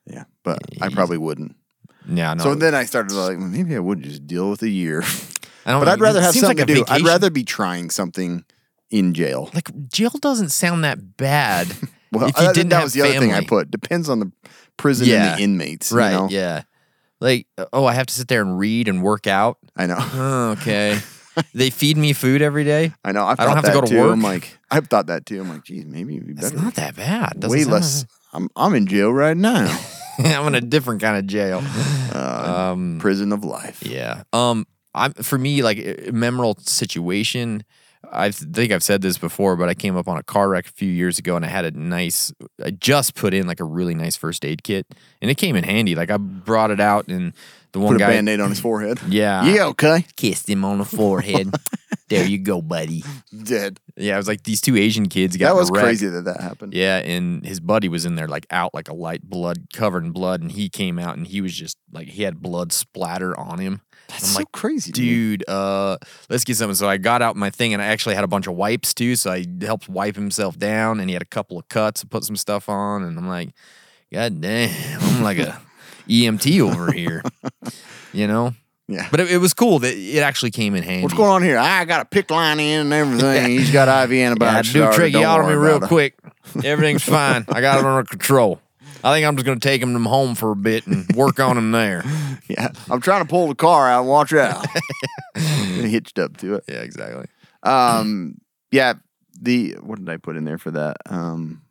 Speaker 5: Yeah, but I probably wouldn't.
Speaker 4: Yeah. No.
Speaker 5: So then I started like, well, maybe I would just deal with a year.
Speaker 4: I don't
Speaker 5: but
Speaker 4: know.
Speaker 5: I'd rather
Speaker 4: It
Speaker 5: have
Speaker 4: seems like
Speaker 5: something to
Speaker 4: a
Speaker 5: do. I'd
Speaker 4: vacation.
Speaker 5: rather be trying something in jail.
Speaker 4: Like jail doesn't sound that bad.
Speaker 5: Well, uh,
Speaker 4: if you
Speaker 5: that,
Speaker 4: didn't
Speaker 5: that
Speaker 4: have
Speaker 5: was the other thing I
Speaker 4: family.
Speaker 5: put. Depends on the prison
Speaker 4: Yeah.
Speaker 5: and the inmates. you
Speaker 4: Right.
Speaker 5: know?
Speaker 4: Yeah. Like, oh, I have to sit there and read and work out.
Speaker 5: I know.
Speaker 4: Oh, okay. they feed me food every day.
Speaker 5: I know. I've
Speaker 4: I don't
Speaker 5: thought
Speaker 4: have to go
Speaker 5: that
Speaker 4: to
Speaker 5: too.
Speaker 4: work.
Speaker 5: I'm like, I've thought that too. I'm like, geez, maybe it'd be
Speaker 4: That's
Speaker 5: better.
Speaker 4: not that bad. Doesn't
Speaker 5: Way
Speaker 4: sound
Speaker 5: less. I'm I'm in jail right now.
Speaker 4: I'm in a different kind of jail. um,
Speaker 5: prison of life.
Speaker 4: yeah. Um, I'm for me like a memorable situation. I think I've said this before, but I came up on a car wreck a few years ago, and I had a nice. I just put in like a really nice first aid kit, and it came in handy. Like I brought it out, and the one
Speaker 5: Put a
Speaker 4: guy
Speaker 5: band-aid on his forehead.
Speaker 4: Yeah.
Speaker 5: Yeah, okay.
Speaker 4: kissed him on the forehead. there you go, buddy.
Speaker 5: Dead.
Speaker 4: Yeah, it was like these two Asian kids got
Speaker 5: That
Speaker 4: in a
Speaker 5: was
Speaker 4: wreck.
Speaker 5: crazy that that happened.
Speaker 4: Yeah, and his buddy was in there like out like a light blood covered in blood, and he came out and he was just like he had blood splatter on him.
Speaker 5: That's
Speaker 4: I'm
Speaker 5: so
Speaker 4: like,
Speaker 5: crazy, to me.
Speaker 4: dude, uh, let's get something. So I got out my thing and I actually had a bunch of wipes too. So I helped wipe himself down and he had a couple of cuts, put some stuff on, and I'm like, God damn, I'm like a EMT over here. You know?
Speaker 5: Yeah.
Speaker 4: But it, it was cool that it actually came in handy.
Speaker 5: What's going on here? I got a pick line in and everything. He's got IV
Speaker 4: Yeah, I
Speaker 5: antibiotics.
Speaker 4: do
Speaker 5: started. Don't
Speaker 4: tracheotomy
Speaker 5: worry
Speaker 4: real
Speaker 5: about it.
Speaker 4: quick. Everything's fine. I got it under control. I think I'm just gonna take him home for a bit and work on him there.
Speaker 5: Yeah, I'm trying to pull the car out. Watch out. And hitched up to it.
Speaker 4: Yeah, exactly.
Speaker 5: Um, yeah. The what did I put in there for that? Um,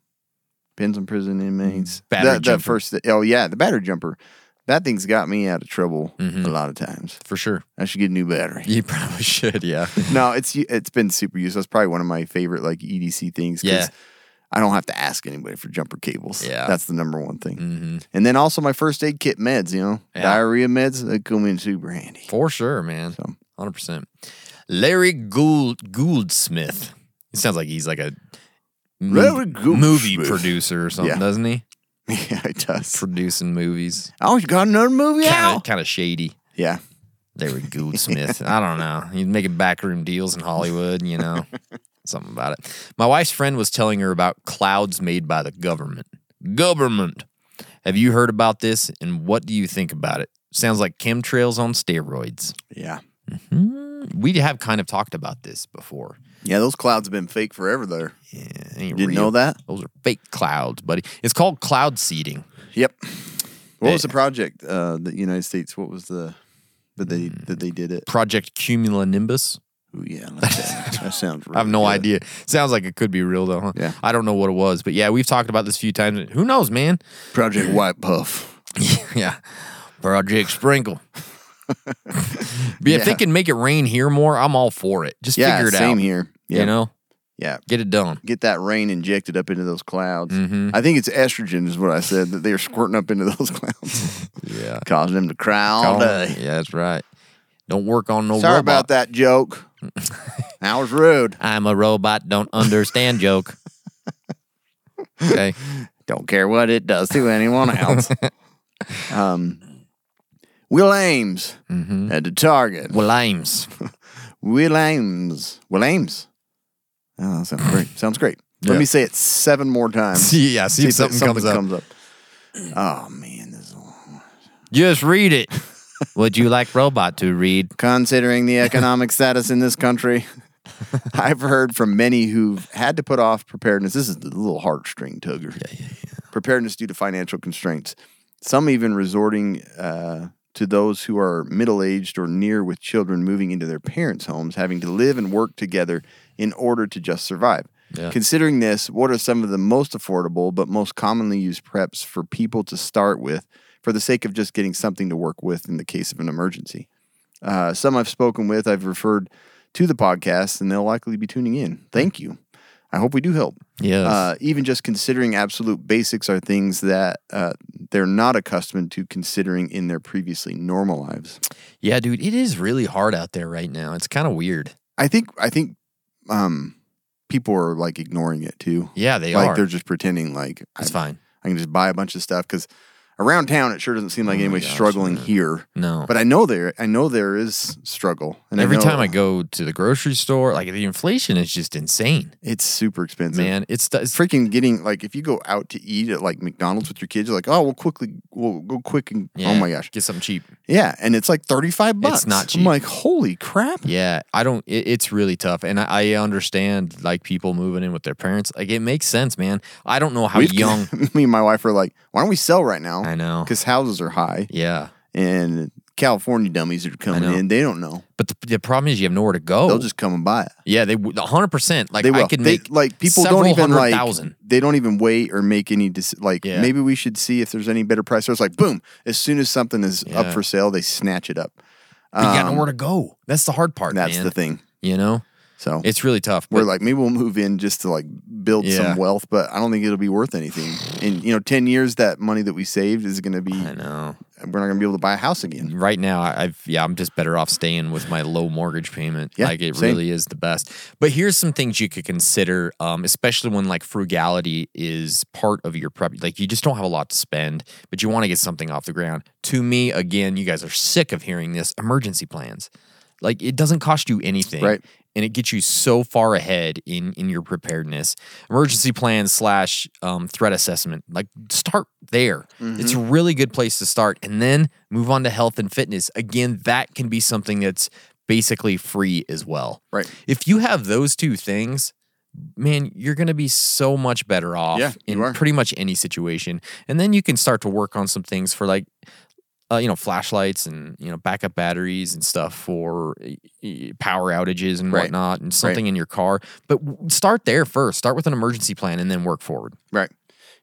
Speaker 5: pins on prison inmates.
Speaker 4: Mm, Battery
Speaker 5: that, that
Speaker 4: jumper.
Speaker 5: first. Oh yeah, the battery jumper. That thing's got me out of trouble
Speaker 4: Mm-hmm.
Speaker 5: a lot of times.
Speaker 4: For sure.
Speaker 5: I should get a new battery.
Speaker 4: You probably should, yeah.
Speaker 5: No, it's it's been super useful. It's probably one of my favorite like EDC things. 'cause
Speaker 4: Yeah.
Speaker 5: I don't have to ask anybody for jumper cables.
Speaker 4: Yeah. Mm-hmm.
Speaker 5: that's the number one thing. And then also my first aid kit meds. You know,
Speaker 4: Yeah.
Speaker 5: diarrhea meds that come in super handy.
Speaker 4: For sure, man.
Speaker 5: So.
Speaker 4: Hundred percent. Larry Gould Gouldsmith. It sounds like he's like a mo-
Speaker 5: Larry Gouldsmith.
Speaker 4: movie producer or something,
Speaker 5: Yeah.
Speaker 4: doesn't he?
Speaker 5: Yeah, it does.
Speaker 4: Producing movies.
Speaker 5: I always oh, got another movie
Speaker 4: Kind
Speaker 5: out.
Speaker 4: of kind of shady.
Speaker 5: Yeah,
Speaker 4: Larry Goldsmith. I don't know. He's making backroom deals in Hollywood, you know, something about it. My wife's friend was telling her about clouds made by the government. Government. Have you heard about this? And what do you think about it? Sounds like chemtrails on steroids.
Speaker 5: yeah,
Speaker 4: We have kind of talked about this before.
Speaker 5: yeah. Those clouds have been fake forever. There.
Speaker 4: Yeah, ain't
Speaker 5: Didn't know that?
Speaker 4: Those are fake clouds, buddy. It's called cloud seeding.
Speaker 5: Yep. What
Speaker 4: They-
Speaker 5: was the project? Uh, the United States. What was the? But they that they did it.
Speaker 4: Project Cumulonimbus.
Speaker 5: Ooh, yeah, I like that. that sounds. Really
Speaker 4: I have no
Speaker 5: good.
Speaker 4: idea. Sounds like it could be real though, huh?
Speaker 5: Yeah.
Speaker 4: I don't know what it was, but yeah, we've talked about this a few times. Who knows, man?
Speaker 5: Project White Puff.
Speaker 4: yeah. Project Sprinkle. but if they
Speaker 5: Yeah.
Speaker 4: can make it rain here more, I'm all for it. Just
Speaker 5: Yeah,
Speaker 4: figure it
Speaker 5: same
Speaker 4: out.
Speaker 5: here. Yeah.
Speaker 4: You know,
Speaker 5: Yeah.
Speaker 4: get it done.
Speaker 5: Get that rain injected up into those clouds. I think it's estrogen, is what I said, that they're squirting up into those clouds,
Speaker 4: Yeah.
Speaker 5: causing them to cry all day.
Speaker 4: Yeah, that's right. Don't work on no
Speaker 5: Sorry
Speaker 4: robot.
Speaker 5: about that joke. that was rude.
Speaker 4: I'm a robot, don't understand joke. Okay.
Speaker 5: Don't care what it does to anyone else. um, Will Ames
Speaker 4: Mm-hmm.
Speaker 5: at the target.
Speaker 4: Well, Ames.
Speaker 5: Will Ames. Will Ames. Oh, that sounds great. sounds great.
Speaker 4: Yeah.
Speaker 5: Let me say it seven more times.
Speaker 4: See, yeah, see if something comes up.
Speaker 5: comes up. Oh, man, this is long.
Speaker 4: Just read it. Would you like robot to read?
Speaker 5: Considering the economic status in this country, I've heard from many who've had to put off preparedness. This is the little heartstring tugger. Preparedness due to financial constraints. Some even resorting uh, to those who are middle aged or near with children moving into their parents' homes, having to live and work together in order to just survive. Considering this, what are some of the most affordable but most commonly used preps for people to start with for the sake of just getting something to work with in the case of an emergency? Uh, some I've spoken with, I've referred to the podcast, and they'll likely be tuning in. Thank you. I hope we do help.
Speaker 4: Yes.
Speaker 5: Uh, even just considering absolute basics are things that uh, they're not accustomed to considering in their previously normal lives.
Speaker 4: Yeah, dude, it is really hard out there right now. It's kind of weird.
Speaker 5: I think I think um, people are like ignoring it too.
Speaker 4: Yeah, they
Speaker 5: like
Speaker 4: are.
Speaker 5: they're just pretending like
Speaker 4: it's
Speaker 5: I,
Speaker 4: fine.
Speaker 5: I can just buy a bunch of stuff because around town, it sure doesn't
Speaker 4: Oh
Speaker 5: seem like anybody's struggling here.
Speaker 4: No.
Speaker 5: but I know there. I know there is struggle. And
Speaker 4: Oh. Every
Speaker 5: know
Speaker 4: time I go to the grocery store, like the inflation is just insane,
Speaker 5: it's super expensive,
Speaker 4: man. It's, it's
Speaker 5: Freaking getting like if you go out to eat at like McDonald's with your kids, you're like, oh, we'll quickly, we'll go quick and oh
Speaker 4: yeah,
Speaker 5: my gosh,
Speaker 4: get something cheap.
Speaker 5: yeah, and it's like thirty five bucks.
Speaker 4: not cheap.
Speaker 5: I'm like, holy crap.
Speaker 4: Yeah, I don't. It, it's really tough, and I, I understand like people moving in with their parents. Like it makes sense, man. I don't know how
Speaker 5: We've-
Speaker 4: young.
Speaker 5: me and my wife are like, why don't we sell right now?
Speaker 4: I know.
Speaker 5: because houses are high
Speaker 4: Yeah,
Speaker 5: and California dummies are coming
Speaker 4: know.
Speaker 5: in. They don't know.
Speaker 4: but the, the problem is you have nowhere to go.
Speaker 5: They'll just come and buy it.
Speaker 4: yeah, they one hundred percent. Like
Speaker 5: they will.
Speaker 4: I could
Speaker 5: They-
Speaker 4: make
Speaker 5: like people
Speaker 4: several
Speaker 5: don't even
Speaker 4: hundred
Speaker 5: like
Speaker 4: thousand.
Speaker 5: they don't even wait or make any dec- like
Speaker 4: Yeah.
Speaker 5: maybe we should see if there's any better price. So it's like boom, as soon as something is
Speaker 4: Yeah.
Speaker 5: up for sale, they snatch it up.
Speaker 4: But you got
Speaker 5: Um,
Speaker 4: nowhere to go. That's the hard part.
Speaker 5: That's
Speaker 4: man.
Speaker 5: the thing.
Speaker 4: You know,
Speaker 5: So
Speaker 4: it's really tough.
Speaker 5: we're
Speaker 4: but-
Speaker 5: like maybe we'll move in just to like build
Speaker 4: Yeah.
Speaker 5: some wealth, but I don't think it'll be worth anything. In you know, ten years, that money that we saved is going to be
Speaker 4: I know.
Speaker 5: we're not going to be able to buy a house again.
Speaker 4: right now I- I've yeah, I'm just better off staying with my low mortgage payment.
Speaker 5: Yeah,
Speaker 4: like it
Speaker 5: same.
Speaker 4: really is the best. But here's some things you could consider, um, especially when like frugality is part of your prep. Like you just don't have a lot to spend, but you want to get something off the ground. To me, again, you guys are sick of hearing this. Emergency plans. Like it doesn't cost you anything.
Speaker 5: Right.
Speaker 4: And it gets you so far ahead in in your preparedness. Emergency plan slash um, threat assessment. Like start there. It's a really good place to start, and then move on to health and fitness. Again, that can be something that's basically free as well.
Speaker 5: Right.
Speaker 4: If you have those two things, man, you're going to be so much better off
Speaker 5: Yeah, you
Speaker 4: in
Speaker 5: are.
Speaker 4: pretty much any situation. And then you can start to work on some things for like uh, you know, flashlights and you know backup batteries and stuff for eh, eh, power outages and
Speaker 5: Right.
Speaker 4: whatnot, and something in your car. But w- start there first. Start with an emergency plan and then work forward.
Speaker 5: Right.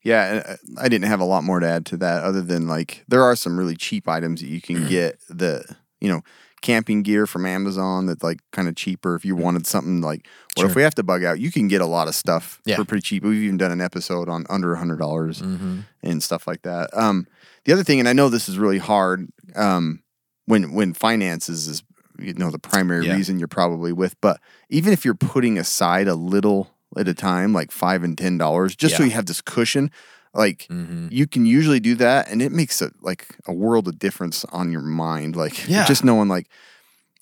Speaker 5: Yeah, and, uh, I didn't have a lot more to add to that other than like there are some really cheap items that you can get the you know camping gear from Amazon that's like kind of cheaper if you
Speaker 4: Mm-hmm.
Speaker 5: wanted something like what if we have to bug out you can get a lot of stuff
Speaker 4: Yeah.
Speaker 5: for pretty cheap we've even done an episode on under a hundred dollars and stuff like that um the other thing and I know this is really hard um when when finances is you know the primary
Speaker 4: Yeah.
Speaker 5: reason you're probably with but even if you're putting aside a little at a time like five and ten dollars just so
Speaker 4: Yeah.
Speaker 5: you have this cushion like
Speaker 4: Mm.
Speaker 5: you can usually do that and it makes a like a world of difference on your mind like
Speaker 4: Yeah.
Speaker 5: just knowing like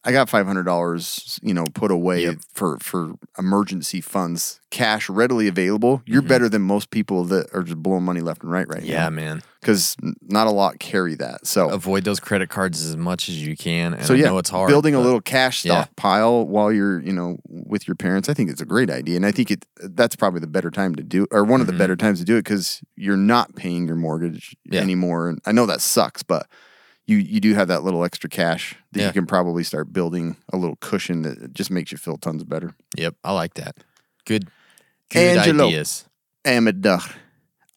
Speaker 5: i got $500 you know put away
Speaker 4: Yep.
Speaker 5: for for emergency funds cash readily available you're better than most people that are just blowing money left and right right
Speaker 4: Mm-hmm. Yeah, man.
Speaker 5: because not a lot carry that so
Speaker 4: Avoid those credit cards as much as you can. And
Speaker 5: Oh. so
Speaker 4: I
Speaker 5: yeah,
Speaker 4: know it's hard.
Speaker 5: building a
Speaker 4: but-
Speaker 5: little cash
Speaker 4: yeah.
Speaker 5: stockpile while you're, you know, with your parents. I think it's a great idea, and I think it that's probably the better time to do, or one of the better times to do it, because you're not paying your mortgage
Speaker 4: Mm-hmm. Yeah.
Speaker 5: anymore. And I know that sucks, but you you do have that little extra cash that
Speaker 4: Yeah.
Speaker 5: you can probably start building a little cushion that just makes you feel tons better.
Speaker 4: Yep, I like that. Good, good
Speaker 5: Angelo.
Speaker 4: ideas.
Speaker 5: Amador,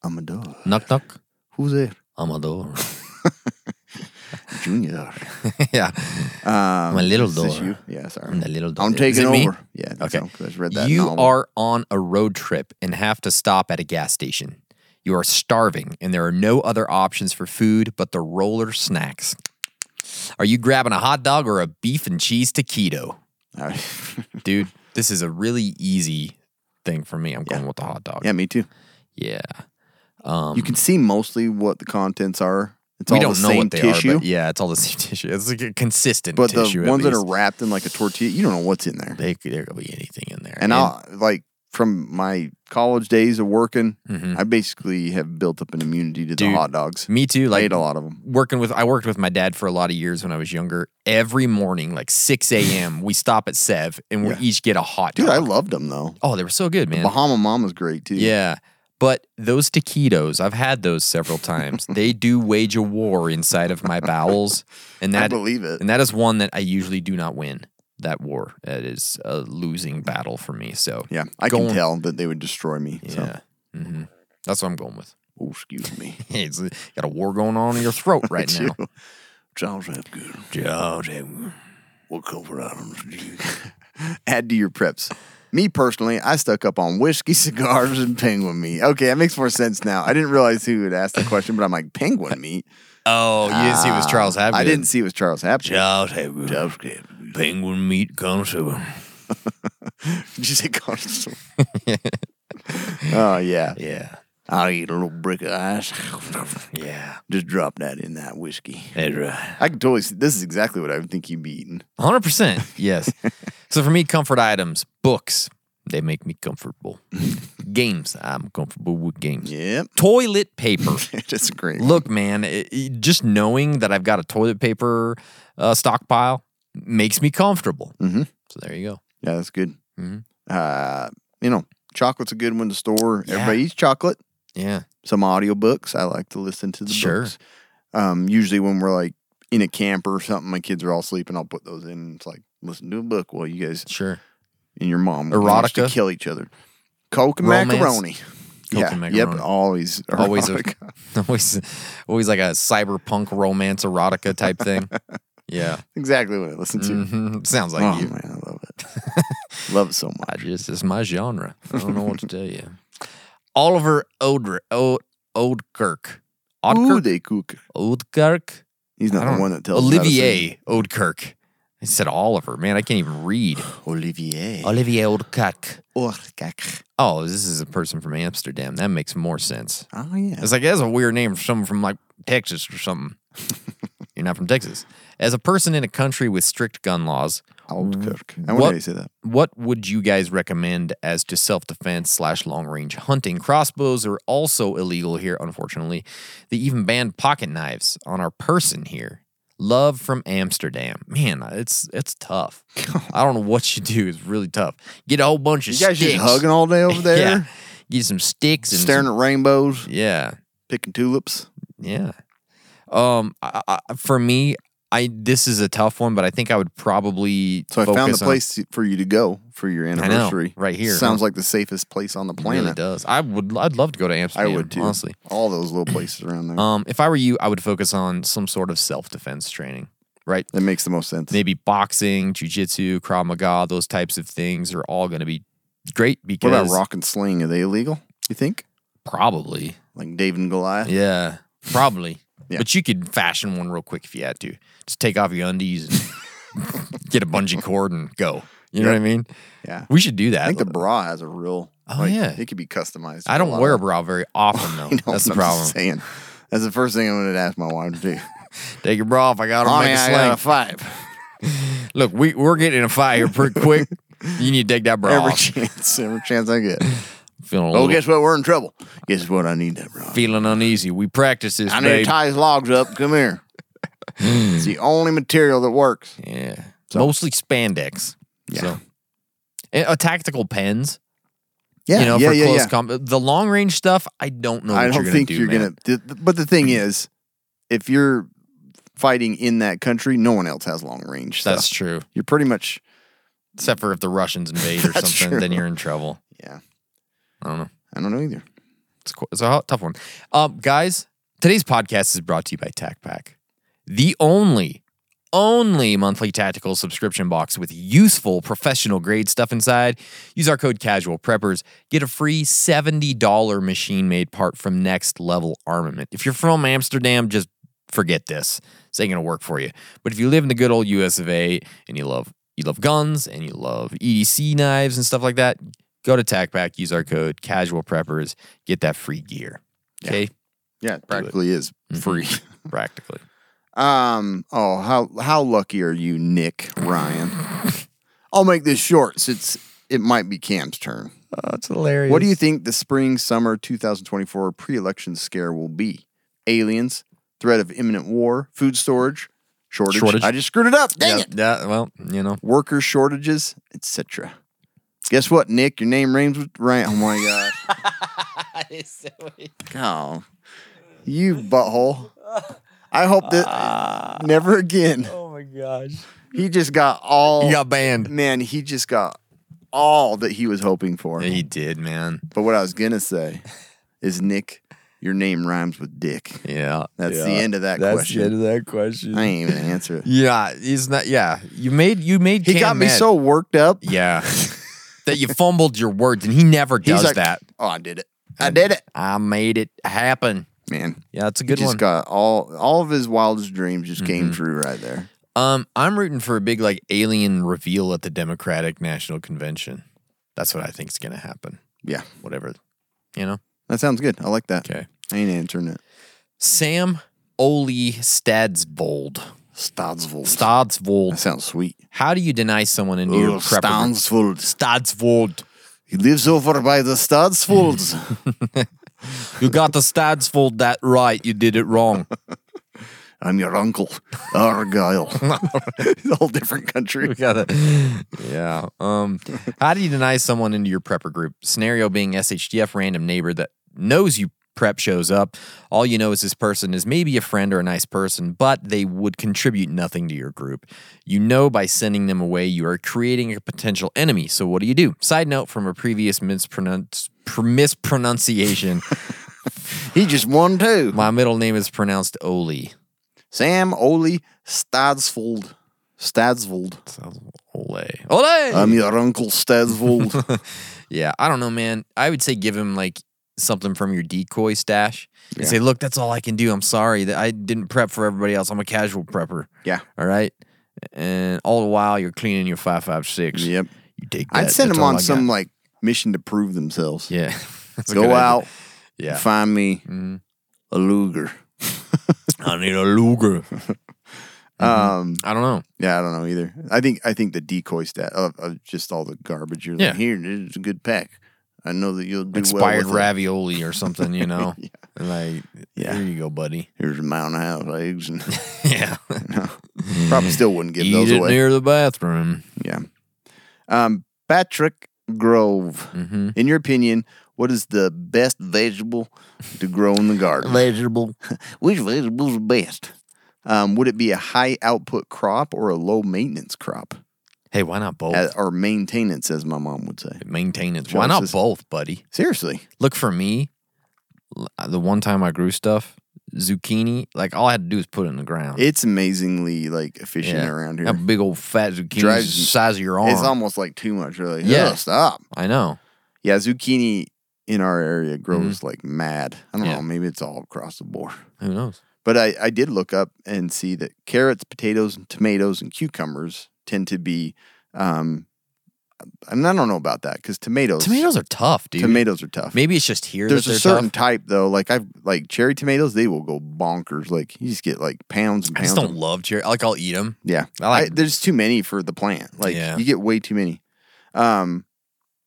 Speaker 5: Amador,
Speaker 4: Knock knock.
Speaker 5: who's there?
Speaker 4: Amador.
Speaker 5: Junior.
Speaker 4: yeah,
Speaker 5: Um,
Speaker 4: My little
Speaker 5: is this
Speaker 4: door.
Speaker 5: you? Yeah, sorry.
Speaker 4: I'm the little door.
Speaker 5: I'm
Speaker 4: Is
Speaker 5: taking
Speaker 4: it me?
Speaker 5: over. Yeah. I think
Speaker 4: Okay.
Speaker 5: so, 'cause I just read that
Speaker 4: you
Speaker 5: novel.
Speaker 4: are on a road trip and have to stop at a gas station. You are starving, and there are no other options for food but the roller snacks. Are you grabbing a hot dog or a beef and cheese taquito, dude? This is a really easy thing for me. I'm going with the hot dog.
Speaker 5: yeah, me too.
Speaker 4: yeah.
Speaker 5: you can see mostly what the contents are. It's all the same tissue.
Speaker 4: but yeah, it's all the same tissue. It's like a consistent
Speaker 5: but the
Speaker 4: tissue. at
Speaker 5: ones that are
Speaker 4: least.
Speaker 5: wrapped in like a tortilla, you don't know what's in there.
Speaker 4: they, could- there could be anything in there.
Speaker 5: And I like from my college days of working,
Speaker 4: Mhm.
Speaker 5: I basically have built up an immunity to
Speaker 4: Dude,
Speaker 5: the hot dogs.
Speaker 4: me too.
Speaker 5: I
Speaker 4: Like
Speaker 5: ate a lot of them.
Speaker 4: working with I worked with my dad for a lot of years when I was younger. Every morning, like six a.m., we stop at Sev and we
Speaker 5: Yeah.
Speaker 4: each get a hot dog.
Speaker 5: Dude, I loved them though.
Speaker 4: oh, they were so good, man.
Speaker 5: Bahama Mama's great too.
Speaker 4: Yeah. But those taquitos, I've had those several times. they do wage a war inside of my bowels, and
Speaker 5: I
Speaker 4: that
Speaker 5: believe it.
Speaker 4: and that is one that I usually do not win. That war, that is a losing battle for me. So
Speaker 5: Yeah, I
Speaker 4: going-
Speaker 5: can tell that they would destroy me. So.
Speaker 4: yeah, hmm that's what I'm going with.
Speaker 5: Oh, excuse me.
Speaker 4: It's uh, got a war going on in your throat right now.
Speaker 5: Charles Hapgood.
Speaker 4: George.
Speaker 5: What comfort items do you add to your preps? Me personally, I stuck up on whiskey, cigars, and penguin meat. Okay, that makes more sense now. I didn't realize who had asked the question, but I'm like, penguin meat?
Speaker 4: Oh, you didn't see it was Charles Hapgood.
Speaker 5: Ah, I didn't see it was Charles Hapgood.
Speaker 4: Charles Hapgood.
Speaker 5: Charles Hapgood.
Speaker 4: Penguin meat connoisseur.
Speaker 5: Did you say Charles? oh, yeah.
Speaker 4: Yeah.
Speaker 5: I'll eat a little brick of ice.
Speaker 4: Yeah.
Speaker 5: Just drop that in that whiskey.
Speaker 4: That's right.
Speaker 5: I can totally see. This is exactly what I would think he'd be eating.
Speaker 4: 100%. Yes. so for me, comfort items, books, they make me comfortable. games, I'm comfortable with games.
Speaker 5: Yep.
Speaker 4: Toilet paper.
Speaker 5: That's a great. one.
Speaker 4: Look, man, it, it- just knowing that I've got a toilet paper uh, stockpile makes me comfortable.
Speaker 5: Mhm.
Speaker 4: So there you go.
Speaker 5: Yeah, that's good.
Speaker 4: Mhm.
Speaker 5: Uh, you know, chocolate's a good one to store.
Speaker 4: Yeah.
Speaker 5: Everybody eats chocolate.
Speaker 4: Yeah.
Speaker 5: Some audiobooks. I like to listen to the
Speaker 4: Sure.
Speaker 5: books. Um, usually when we're like in a camper or something, my kids are all sleeping. I'll put those in. It's like listen to a book while you guys
Speaker 4: Sure.
Speaker 5: and your mom manage to
Speaker 4: Erotica.
Speaker 5: kill each other. Coke and
Speaker 4: Romance.
Speaker 5: macaroni.
Speaker 4: Coke
Speaker 5: yeah.
Speaker 4: and
Speaker 5: Yep.
Speaker 4: macaroni.
Speaker 5: Always.
Speaker 4: Always a-
Speaker 5: erotica.
Speaker 4: always, always like a cyberpunk romance erotica type thing. Yeah.
Speaker 5: exactly what I listen to.
Speaker 4: Mhm. Sounds like
Speaker 5: oh
Speaker 4: you.
Speaker 5: man, I love it. love it so much.
Speaker 4: I just it's my genre. I don't know what to tell you. Oliver Odr o- Oldkirk.
Speaker 5: Ooh,
Speaker 4: Oldkirk.
Speaker 5: they cook.
Speaker 4: Oldkirk.
Speaker 5: He's
Speaker 4: I
Speaker 5: not
Speaker 4: don't-
Speaker 5: the one that tells. us how to sing.
Speaker 4: Olivier Oldkirk. I said Oliver. Man, I can't even read.
Speaker 5: Olivier.
Speaker 4: Olivier Oldkirk.
Speaker 5: Orkak.
Speaker 4: Oh, this is a person from Amsterdam. That makes more sense.
Speaker 5: Oh yeah.
Speaker 4: It's like that's a weird name for someone from like Texas or something. You're not from Texas. As a person in a country with strict gun laws,
Speaker 5: Oldkirk. I
Speaker 4: Mm. What-
Speaker 5: wonder how you say that.
Speaker 4: what would you guys recommend as to self-defense slash long-range hunting? Crossbows are also illegal here, unfortunately. They even banned pocket knives on our person here. Love from Amsterdam, man. It's it's tough. I don't know what you do. It's really tough. Get a whole bunch of
Speaker 5: You guys
Speaker 4: sticks.
Speaker 5: just hugging all day over there,
Speaker 4: Yeah. Get some sticks and
Speaker 5: staring at rainbows,
Speaker 4: yeah.
Speaker 5: picking tulips.
Speaker 4: Yeah. Um, I, I, for me, I this is a tough one, but I think I would probably.
Speaker 5: So I found the
Speaker 4: focus on-
Speaker 5: place to- for you to go for your
Speaker 4: know,
Speaker 5: anniversary.
Speaker 4: right here,
Speaker 5: Sounds
Speaker 4: huh?
Speaker 5: like the safest place on the
Speaker 4: It really
Speaker 5: planet.
Speaker 4: does. I would. I'd love to go to
Speaker 5: I
Speaker 4: Amsterdam.
Speaker 5: would too.
Speaker 4: Honestly,
Speaker 5: All those little places around there.
Speaker 4: um, if I were you, I would focus on some sort of self defense training. Right.
Speaker 5: that makes the most sense.
Speaker 4: Maybe boxing, jujitsu, krav maga, those types of things are all going to be great
Speaker 5: What
Speaker 4: because
Speaker 5: about rock and sling? Are they illegal? You think?
Speaker 4: probably,
Speaker 5: Like Dave and Goliath?
Speaker 4: yeah, probably.
Speaker 5: Yeah.
Speaker 4: But you could fashion one real quick if you had to. Just take off your undies and get a bungee cord and go. You know what I mean?
Speaker 5: Yeah.
Speaker 4: We should do that.
Speaker 5: I think the bra has a real.
Speaker 4: Oh,
Speaker 5: like,
Speaker 4: yeah.
Speaker 5: It could be customized.
Speaker 4: I
Speaker 5: for
Speaker 4: don't
Speaker 5: lot
Speaker 4: wear a
Speaker 5: of-
Speaker 4: bra very often
Speaker 5: I
Speaker 4: though.
Speaker 5: know,
Speaker 4: That's the
Speaker 5: but I'm
Speaker 4: problem.
Speaker 5: just saying. That's the first thing I'm going to ask my wife to do.
Speaker 4: Take your bra off. I got to
Speaker 5: Mommy,
Speaker 4: make
Speaker 5: I got a
Speaker 4: a sling.
Speaker 5: five.
Speaker 4: Look, we we're getting in a fight here pretty quick. you need to take that bra
Speaker 5: Every
Speaker 4: off.
Speaker 5: chance, every chance I get.
Speaker 4: Feeling a
Speaker 5: Oh,
Speaker 4: little,
Speaker 5: guess what? We're in trouble. Guess what? I need that rod.
Speaker 4: feeling uneasy. We practice this,
Speaker 5: I need to
Speaker 4: babe.
Speaker 5: tie his logs up. Come here. it's the only material that works.
Speaker 4: yeah, mostly spandex.
Speaker 5: Yeah.
Speaker 4: So, and, uh, tactical pens.
Speaker 5: Yeah,
Speaker 4: you know,
Speaker 5: yeah,
Speaker 4: for
Speaker 5: yeah,
Speaker 4: close
Speaker 5: yeah.
Speaker 4: com- the long range stuff. I don't know. What
Speaker 5: I don't
Speaker 4: you're
Speaker 5: think
Speaker 4: gonna do,
Speaker 5: you're
Speaker 4: man.
Speaker 5: gonna. th- th- but the thing is, if you're fighting in that country, no one else has long range stuff.
Speaker 4: That's true.
Speaker 5: You're pretty much.
Speaker 4: Except for if the Russians invade or
Speaker 5: That's
Speaker 4: something,
Speaker 5: true.
Speaker 4: then you're in trouble.
Speaker 5: Yeah,
Speaker 4: I don't know.
Speaker 5: I don't know either.
Speaker 4: It's, qu- it's a hot- tough one. Um, guys, today's podcast is brought to you by TacPack, the only, only monthly tactical subscription box with useful professional grade stuff inside. Use our code Casual Preppers, get a free $70 machine made part from Next Level Armament. If you're from Amsterdam, just forget this. This ain't gonna work for you. But if you live in the good old US of A and you love you love guns and you love EDC knives and stuff like that, go to TacPack, use our code Casual Preppers, get that free gear. Okay, Mm-hmm.
Speaker 5: Yeah, it practically is free.
Speaker 4: practically.
Speaker 5: Um. Oh, how how lucky are you, Nick Ryan? I'll make this short since it might be Cam's turn.
Speaker 4: Oh, it's hilarious.
Speaker 5: What do you think the spring summer 2024 pre election scare will be? Aliens, threat of imminent war, food storage, shortage.
Speaker 4: Shortage.
Speaker 5: I just screwed it up. Dang
Speaker 4: yeah,
Speaker 5: it.
Speaker 4: yeah, well, you know,
Speaker 5: Worker shortages, etc. Guess what, Nick? Your name rhymes with Ryan. Oh my God. oh, you butthole. I hope that never again. Ah. Oh my gosh. He just got all.
Speaker 4: you got banned.
Speaker 5: man, he just got all that he was hoping for.
Speaker 4: He did, man.
Speaker 5: But what I was gonna say is, Nick, your name rhymes with Dick.
Speaker 4: Yeah,
Speaker 5: That's
Speaker 4: yeah.
Speaker 5: the end of that question.
Speaker 4: of that question.
Speaker 5: I ain't even answer it.
Speaker 4: yeah, he's not. Yeah, you made you made.
Speaker 5: He
Speaker 4: Cam
Speaker 5: got me
Speaker 4: mad.
Speaker 5: so worked up.
Speaker 4: Yeah, that you fumbled your words, and he never
Speaker 5: He's
Speaker 4: does
Speaker 5: like,
Speaker 4: that.
Speaker 5: Oh, I did it. I did it,
Speaker 4: I made it happen.
Speaker 5: man.
Speaker 4: Yeah, that's a
Speaker 5: He
Speaker 4: good
Speaker 5: just
Speaker 4: one. Mm-hmm.
Speaker 5: got all all of his wildest dreams just came true right there.
Speaker 4: um, I'm rooting for a big like alien reveal at the Democratic National Convention. That's what I think is going to happen.
Speaker 5: Yeah,
Speaker 4: Whatever, you know.
Speaker 5: That sounds good. I like that.
Speaker 4: Okay.
Speaker 5: I ain't answering it.
Speaker 4: Sam Ole Stadsvold.
Speaker 5: Stadsvold. That
Speaker 4: Stadsvold.
Speaker 5: sounds sweet.
Speaker 4: How do you deny someone a new
Speaker 5: Ugh,
Speaker 4: prepper?
Speaker 5: Stadsvold.
Speaker 4: Stadsvold.
Speaker 5: He lives over by the Stadsvolds.
Speaker 4: You got the Stadsvold that right. You did it wrong.
Speaker 5: I'm your uncle, Argyle. it's a whole different country.
Speaker 4: got it. Yeah. Um, how do you deny someone into your prepper group? Scenario being SHDF random neighbor that knows you prep shows up. All you know is this person is maybe a friend or a nice person, but they would contribute nothing to your group. You know by sending them away, you are creating a potential enemy. So what do you do? Side note from a previous mispronounce, pr- mispronunciation.
Speaker 5: He just won too.
Speaker 4: My middle name is pronounced Oli.
Speaker 5: Sam Ole Stadsvold. Stadsvold.
Speaker 4: Sounds Ole. Ole!
Speaker 5: I'm your uncle Stadsvold.
Speaker 4: Yeah, I don't know, man. I would say give him like something from your decoy stash and say, "Look, that's all I can do. I'm sorry that I didn't prep for everybody else. I'm a casual prepper.
Speaker 5: yeah.
Speaker 4: All right." And all the while you're cleaning your five five six.
Speaker 5: Yep.
Speaker 4: you take. That.
Speaker 5: I'd send
Speaker 4: That's
Speaker 5: them
Speaker 4: all
Speaker 5: on
Speaker 4: I
Speaker 5: some
Speaker 4: got.
Speaker 5: like mission to prove themselves.
Speaker 4: yeah. That's a good
Speaker 5: Go
Speaker 4: idea.
Speaker 5: out,
Speaker 4: Yeah. Mm-hmm.
Speaker 5: find me a Luger.
Speaker 4: I need a Luger. Mm-hmm.
Speaker 5: Um,
Speaker 4: I don't know.
Speaker 5: yeah, I don't know either. I think I think the decoy stat of, of just all the garbage. You're
Speaker 4: Yeah.
Speaker 5: like, here, this is a good pack. I know that you'll do
Speaker 4: Inspired
Speaker 5: well with it.
Speaker 4: ravioli or something, you know. Like,
Speaker 5: Yeah.
Speaker 4: here you go, buddy.
Speaker 5: Here's a mountain of house eggs, and
Speaker 4: Yeah,
Speaker 5: probably still wouldn't give
Speaker 4: eat
Speaker 5: those
Speaker 4: it
Speaker 5: away.
Speaker 4: near the bathroom.
Speaker 5: yeah. Um, Patrick Grove.
Speaker 4: Mm-hmm.
Speaker 5: In your opinion, what is the best vegetable to grow in the garden?
Speaker 4: Vegetable.
Speaker 5: Which vegetable's the best? Um, would it be a high output crop or a low maintenance crop?
Speaker 4: Hey, why not both?
Speaker 5: As- or maintenance, as my mom would say.
Speaker 4: Maintenance. Why not
Speaker 5: Choices.
Speaker 4: both, buddy?
Speaker 5: Seriously.
Speaker 4: look for me l- the one time i grew stuff zucchini like all i had to do was put it in the ground
Speaker 5: It's amazingly like efficient
Speaker 4: Yeah.
Speaker 5: around
Speaker 4: that
Speaker 5: here.
Speaker 4: big old fat zucchini
Speaker 5: Drives
Speaker 4: is the
Speaker 5: you-
Speaker 4: size of your arm
Speaker 5: It's almost like too much, really.
Speaker 4: Yeah.
Speaker 5: Yeah. stop.
Speaker 4: i know
Speaker 5: Yeah, zucchini in our area grows like mad. I don't
Speaker 4: Mm-hmm. Yeah.
Speaker 5: know. Maybe it's all across the board.
Speaker 4: who knows
Speaker 5: But I, I did look up and see that carrots, potatoes, and tomatoes and cucumbers tend to be, um, and I don't know about that because tomatoes,
Speaker 4: tomatoes are tough dude
Speaker 5: tomatoes are tough.
Speaker 4: maybe it's just here
Speaker 5: there's
Speaker 4: that
Speaker 5: a
Speaker 4: they're
Speaker 5: certain
Speaker 4: tough.
Speaker 5: type though. Like I've like cherry tomatoes, they will go bonkers. Like you just get like pounds and
Speaker 4: i
Speaker 5: pounds.
Speaker 4: just don't
Speaker 5: of-
Speaker 4: love cherry like i'll eat them
Speaker 5: yeah,
Speaker 4: I like-
Speaker 5: I- there's too many for the plant. Like
Speaker 4: Yeah.
Speaker 5: you get way too many. Um,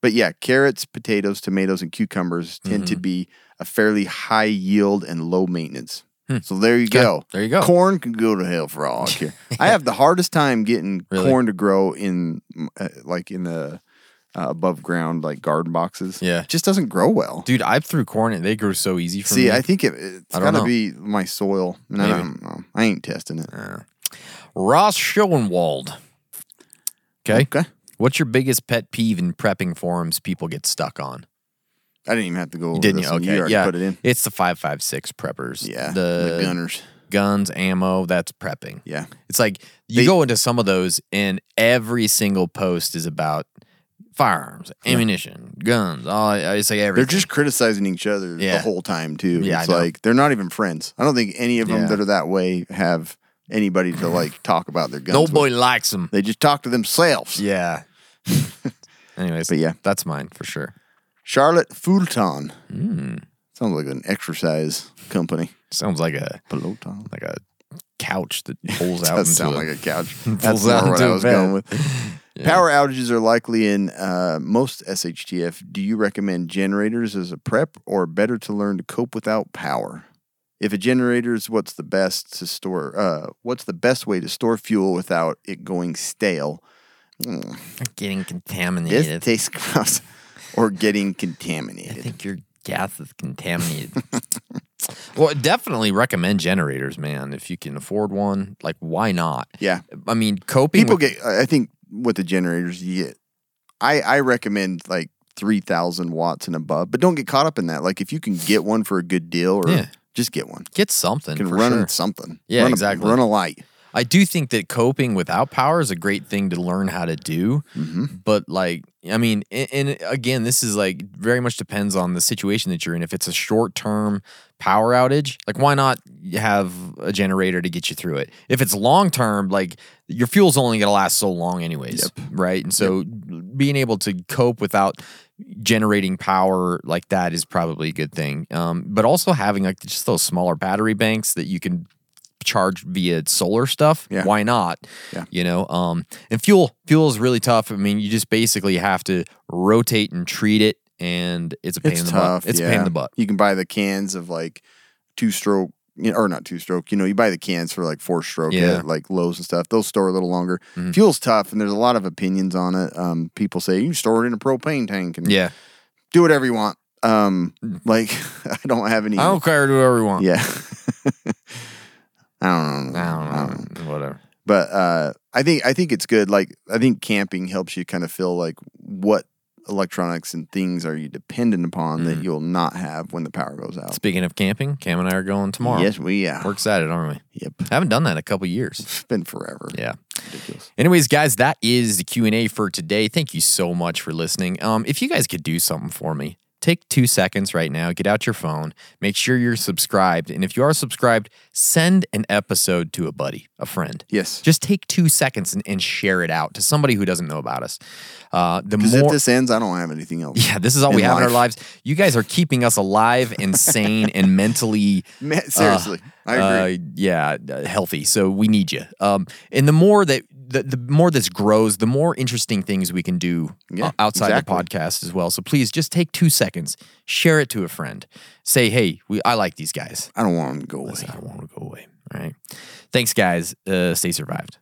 Speaker 5: but yeah, carrots, potatoes, tomatoes, and cucumbers tend
Speaker 4: Mm-hmm.
Speaker 5: to be a fairly high yield and low maintenance. So there you go.
Speaker 4: Hmm. there you go.
Speaker 5: Corn can go to hell for all I care. I have the hardest time getting
Speaker 4: Really?
Speaker 5: corn to grow in, uh, like in the uh, above ground, like garden boxes.
Speaker 4: Yeah.
Speaker 5: just doesn't grow well.
Speaker 4: dude i threw corn and they grew so easy for
Speaker 5: See,
Speaker 4: me
Speaker 5: I think it, it's
Speaker 4: I don't
Speaker 5: got to
Speaker 4: know.
Speaker 5: be my soil. And I don't know. I ain't testing it.
Speaker 4: ross schoenwald okay
Speaker 5: Okay.
Speaker 4: what's your biggest pet peeve in prepping forums people get stuck on
Speaker 5: I didn't even have to go. Over
Speaker 4: didn't
Speaker 5: this
Speaker 4: you?
Speaker 5: one.
Speaker 4: Okay,
Speaker 5: already
Speaker 4: yeah.
Speaker 5: put it in.
Speaker 4: It's the five five six preppers.
Speaker 5: Yeah,
Speaker 4: the,
Speaker 5: the gunners.
Speaker 4: guns, ammo. That's prepping.
Speaker 5: Yeah.
Speaker 4: It's like you
Speaker 5: They-
Speaker 4: go into some of those, and every single post is about firearms, ammunition, guns. All I, I say
Speaker 5: They're
Speaker 4: everything.
Speaker 5: just criticizing each other the
Speaker 4: Yeah.
Speaker 5: whole time too.
Speaker 4: Yeah, I
Speaker 5: it's
Speaker 4: know.
Speaker 5: like they're not even friends. I don't think any of them
Speaker 4: Yeah.
Speaker 5: that are that way have anybody to like talk about their guns.
Speaker 4: no
Speaker 5: with.
Speaker 4: boy likes them.
Speaker 5: They just talk to themselves.
Speaker 4: Yeah. Anyways,
Speaker 5: But yeah.
Speaker 4: that's mine for sure. Hmm.
Speaker 5: Charlotte Fulton. Sounds like an exercise company.
Speaker 4: Sounds like a
Speaker 5: Peloton.
Speaker 4: like a couch that pulls out.
Speaker 5: That
Speaker 4: into
Speaker 5: sound
Speaker 4: a-
Speaker 5: like a couch.
Speaker 4: pulls
Speaker 5: That's
Speaker 4: out
Speaker 5: not what
Speaker 4: into
Speaker 5: I
Speaker 4: a
Speaker 5: was
Speaker 4: bed.
Speaker 5: going with. Power outages are likely in uh, most SHTF. Do you recommend generators as a prep, or better to learn to cope without power? If a generator is what's the best to store, uh, what's the best way to store fuel without it going stale?
Speaker 4: getting
Speaker 5: This
Speaker 4: contaminated.
Speaker 5: tastes gross. or getting
Speaker 4: I
Speaker 5: contaminated.
Speaker 4: think your gas is contaminated. well, definitely recommend generators, man. If you can afford one, like why not?
Speaker 5: Yeah.
Speaker 4: I mean, coping.
Speaker 5: People
Speaker 4: with-
Speaker 5: get. I I think with the generators, you get. I I recommend like three thousand watts and above, but don't get caught up in that. Like if you can get one for a good deal, or
Speaker 4: Yeah.
Speaker 5: just get one.
Speaker 4: get something
Speaker 5: Can
Speaker 4: for
Speaker 5: run
Speaker 4: sure.
Speaker 5: something.
Speaker 4: Yeah,
Speaker 5: Run a-
Speaker 4: exactly.
Speaker 5: Run a light.
Speaker 4: I do think that coping without power is a great thing to learn how to do. But like, I mean, a- and, again, this is like very much depends on the situation that you're in. If it's a short term power outage, like why not have a generator to get you through it? If it's long term, like your fuel's only going to last so long, anyways, right? And so being able to cope without generating power like that is probably a good thing. Um, but also having like just those smaller battery banks that you can charge via solar stuff.
Speaker 5: Yeah.
Speaker 4: Why not?
Speaker 5: Yeah.
Speaker 4: You know, um, and fuel fuel is really tough. I mean, you just basically have to rotate and treat it, and it's a pain
Speaker 5: It's
Speaker 4: in the
Speaker 5: tough.
Speaker 4: butt. It's
Speaker 5: yeah.
Speaker 4: a pain in the butt.
Speaker 5: You can buy the cans of like two stroke you know, or not two stroke. You know, you buy the cans for like four stroke
Speaker 4: Yeah. Mm-hmm.
Speaker 5: at like Lowe's and stuff. They'll store a little longer. Fuel's tough, and there's a lot of opinions on it. Um, people say you can store it in a propane tank and
Speaker 4: Yeah. Mm.
Speaker 5: do whatever you want. Um, like I don't have any.
Speaker 4: I don't care do whatever you want.
Speaker 5: Yeah. I don't know.
Speaker 4: I don't
Speaker 5: Um,
Speaker 4: know. Whatever.
Speaker 5: but uh, I think I think it's good. Like I think camping helps you kind of feel like what electronics and things are you dependent upon
Speaker 4: Mm.
Speaker 5: that you'll not have when the power goes out.
Speaker 4: Speaking of camping, Cam and I are going tomorrow.
Speaker 5: Yes, we yeah.
Speaker 4: We're excited, aren't we?
Speaker 5: Yep,
Speaker 4: Haven't done that in a couple years.
Speaker 5: it's been forever.
Speaker 4: Yeah.
Speaker 5: ridiculous.
Speaker 4: Anyways, guys, that is the Q and A for today. Thank you so much for listening. Um, if you guys could do something for me, take two seconds right now. Get out your phone. Make sure you're subscribed, and if you are subscribed, send an episode to a buddy, a friend.
Speaker 5: Yes,
Speaker 4: Just take two seconds and, and share it out to somebody who doesn't know about us. Uh, the
Speaker 5: because
Speaker 4: more
Speaker 5: if this ends, I don't have anything else.
Speaker 4: Yeah, this is all
Speaker 5: in
Speaker 4: we have in our
Speaker 5: life.
Speaker 4: lives. You guys are keeping us alive and sane and mentally.
Speaker 5: Ma- seriously, I agree.
Speaker 4: Uh, yeah, uh, healthy. So we need you. Um, and the more that the, the more this grows, the more interesting things we can do
Speaker 5: Yeah,
Speaker 4: o- outside
Speaker 5: exactly.
Speaker 4: the podcast as well. So please just take two seconds, share it to a friend, say, "Hey, we, I like these guys.
Speaker 5: I don't want them to go away.
Speaker 4: Listen, I don't want to go away." All right. Thanks, guys. Uh, stay survived.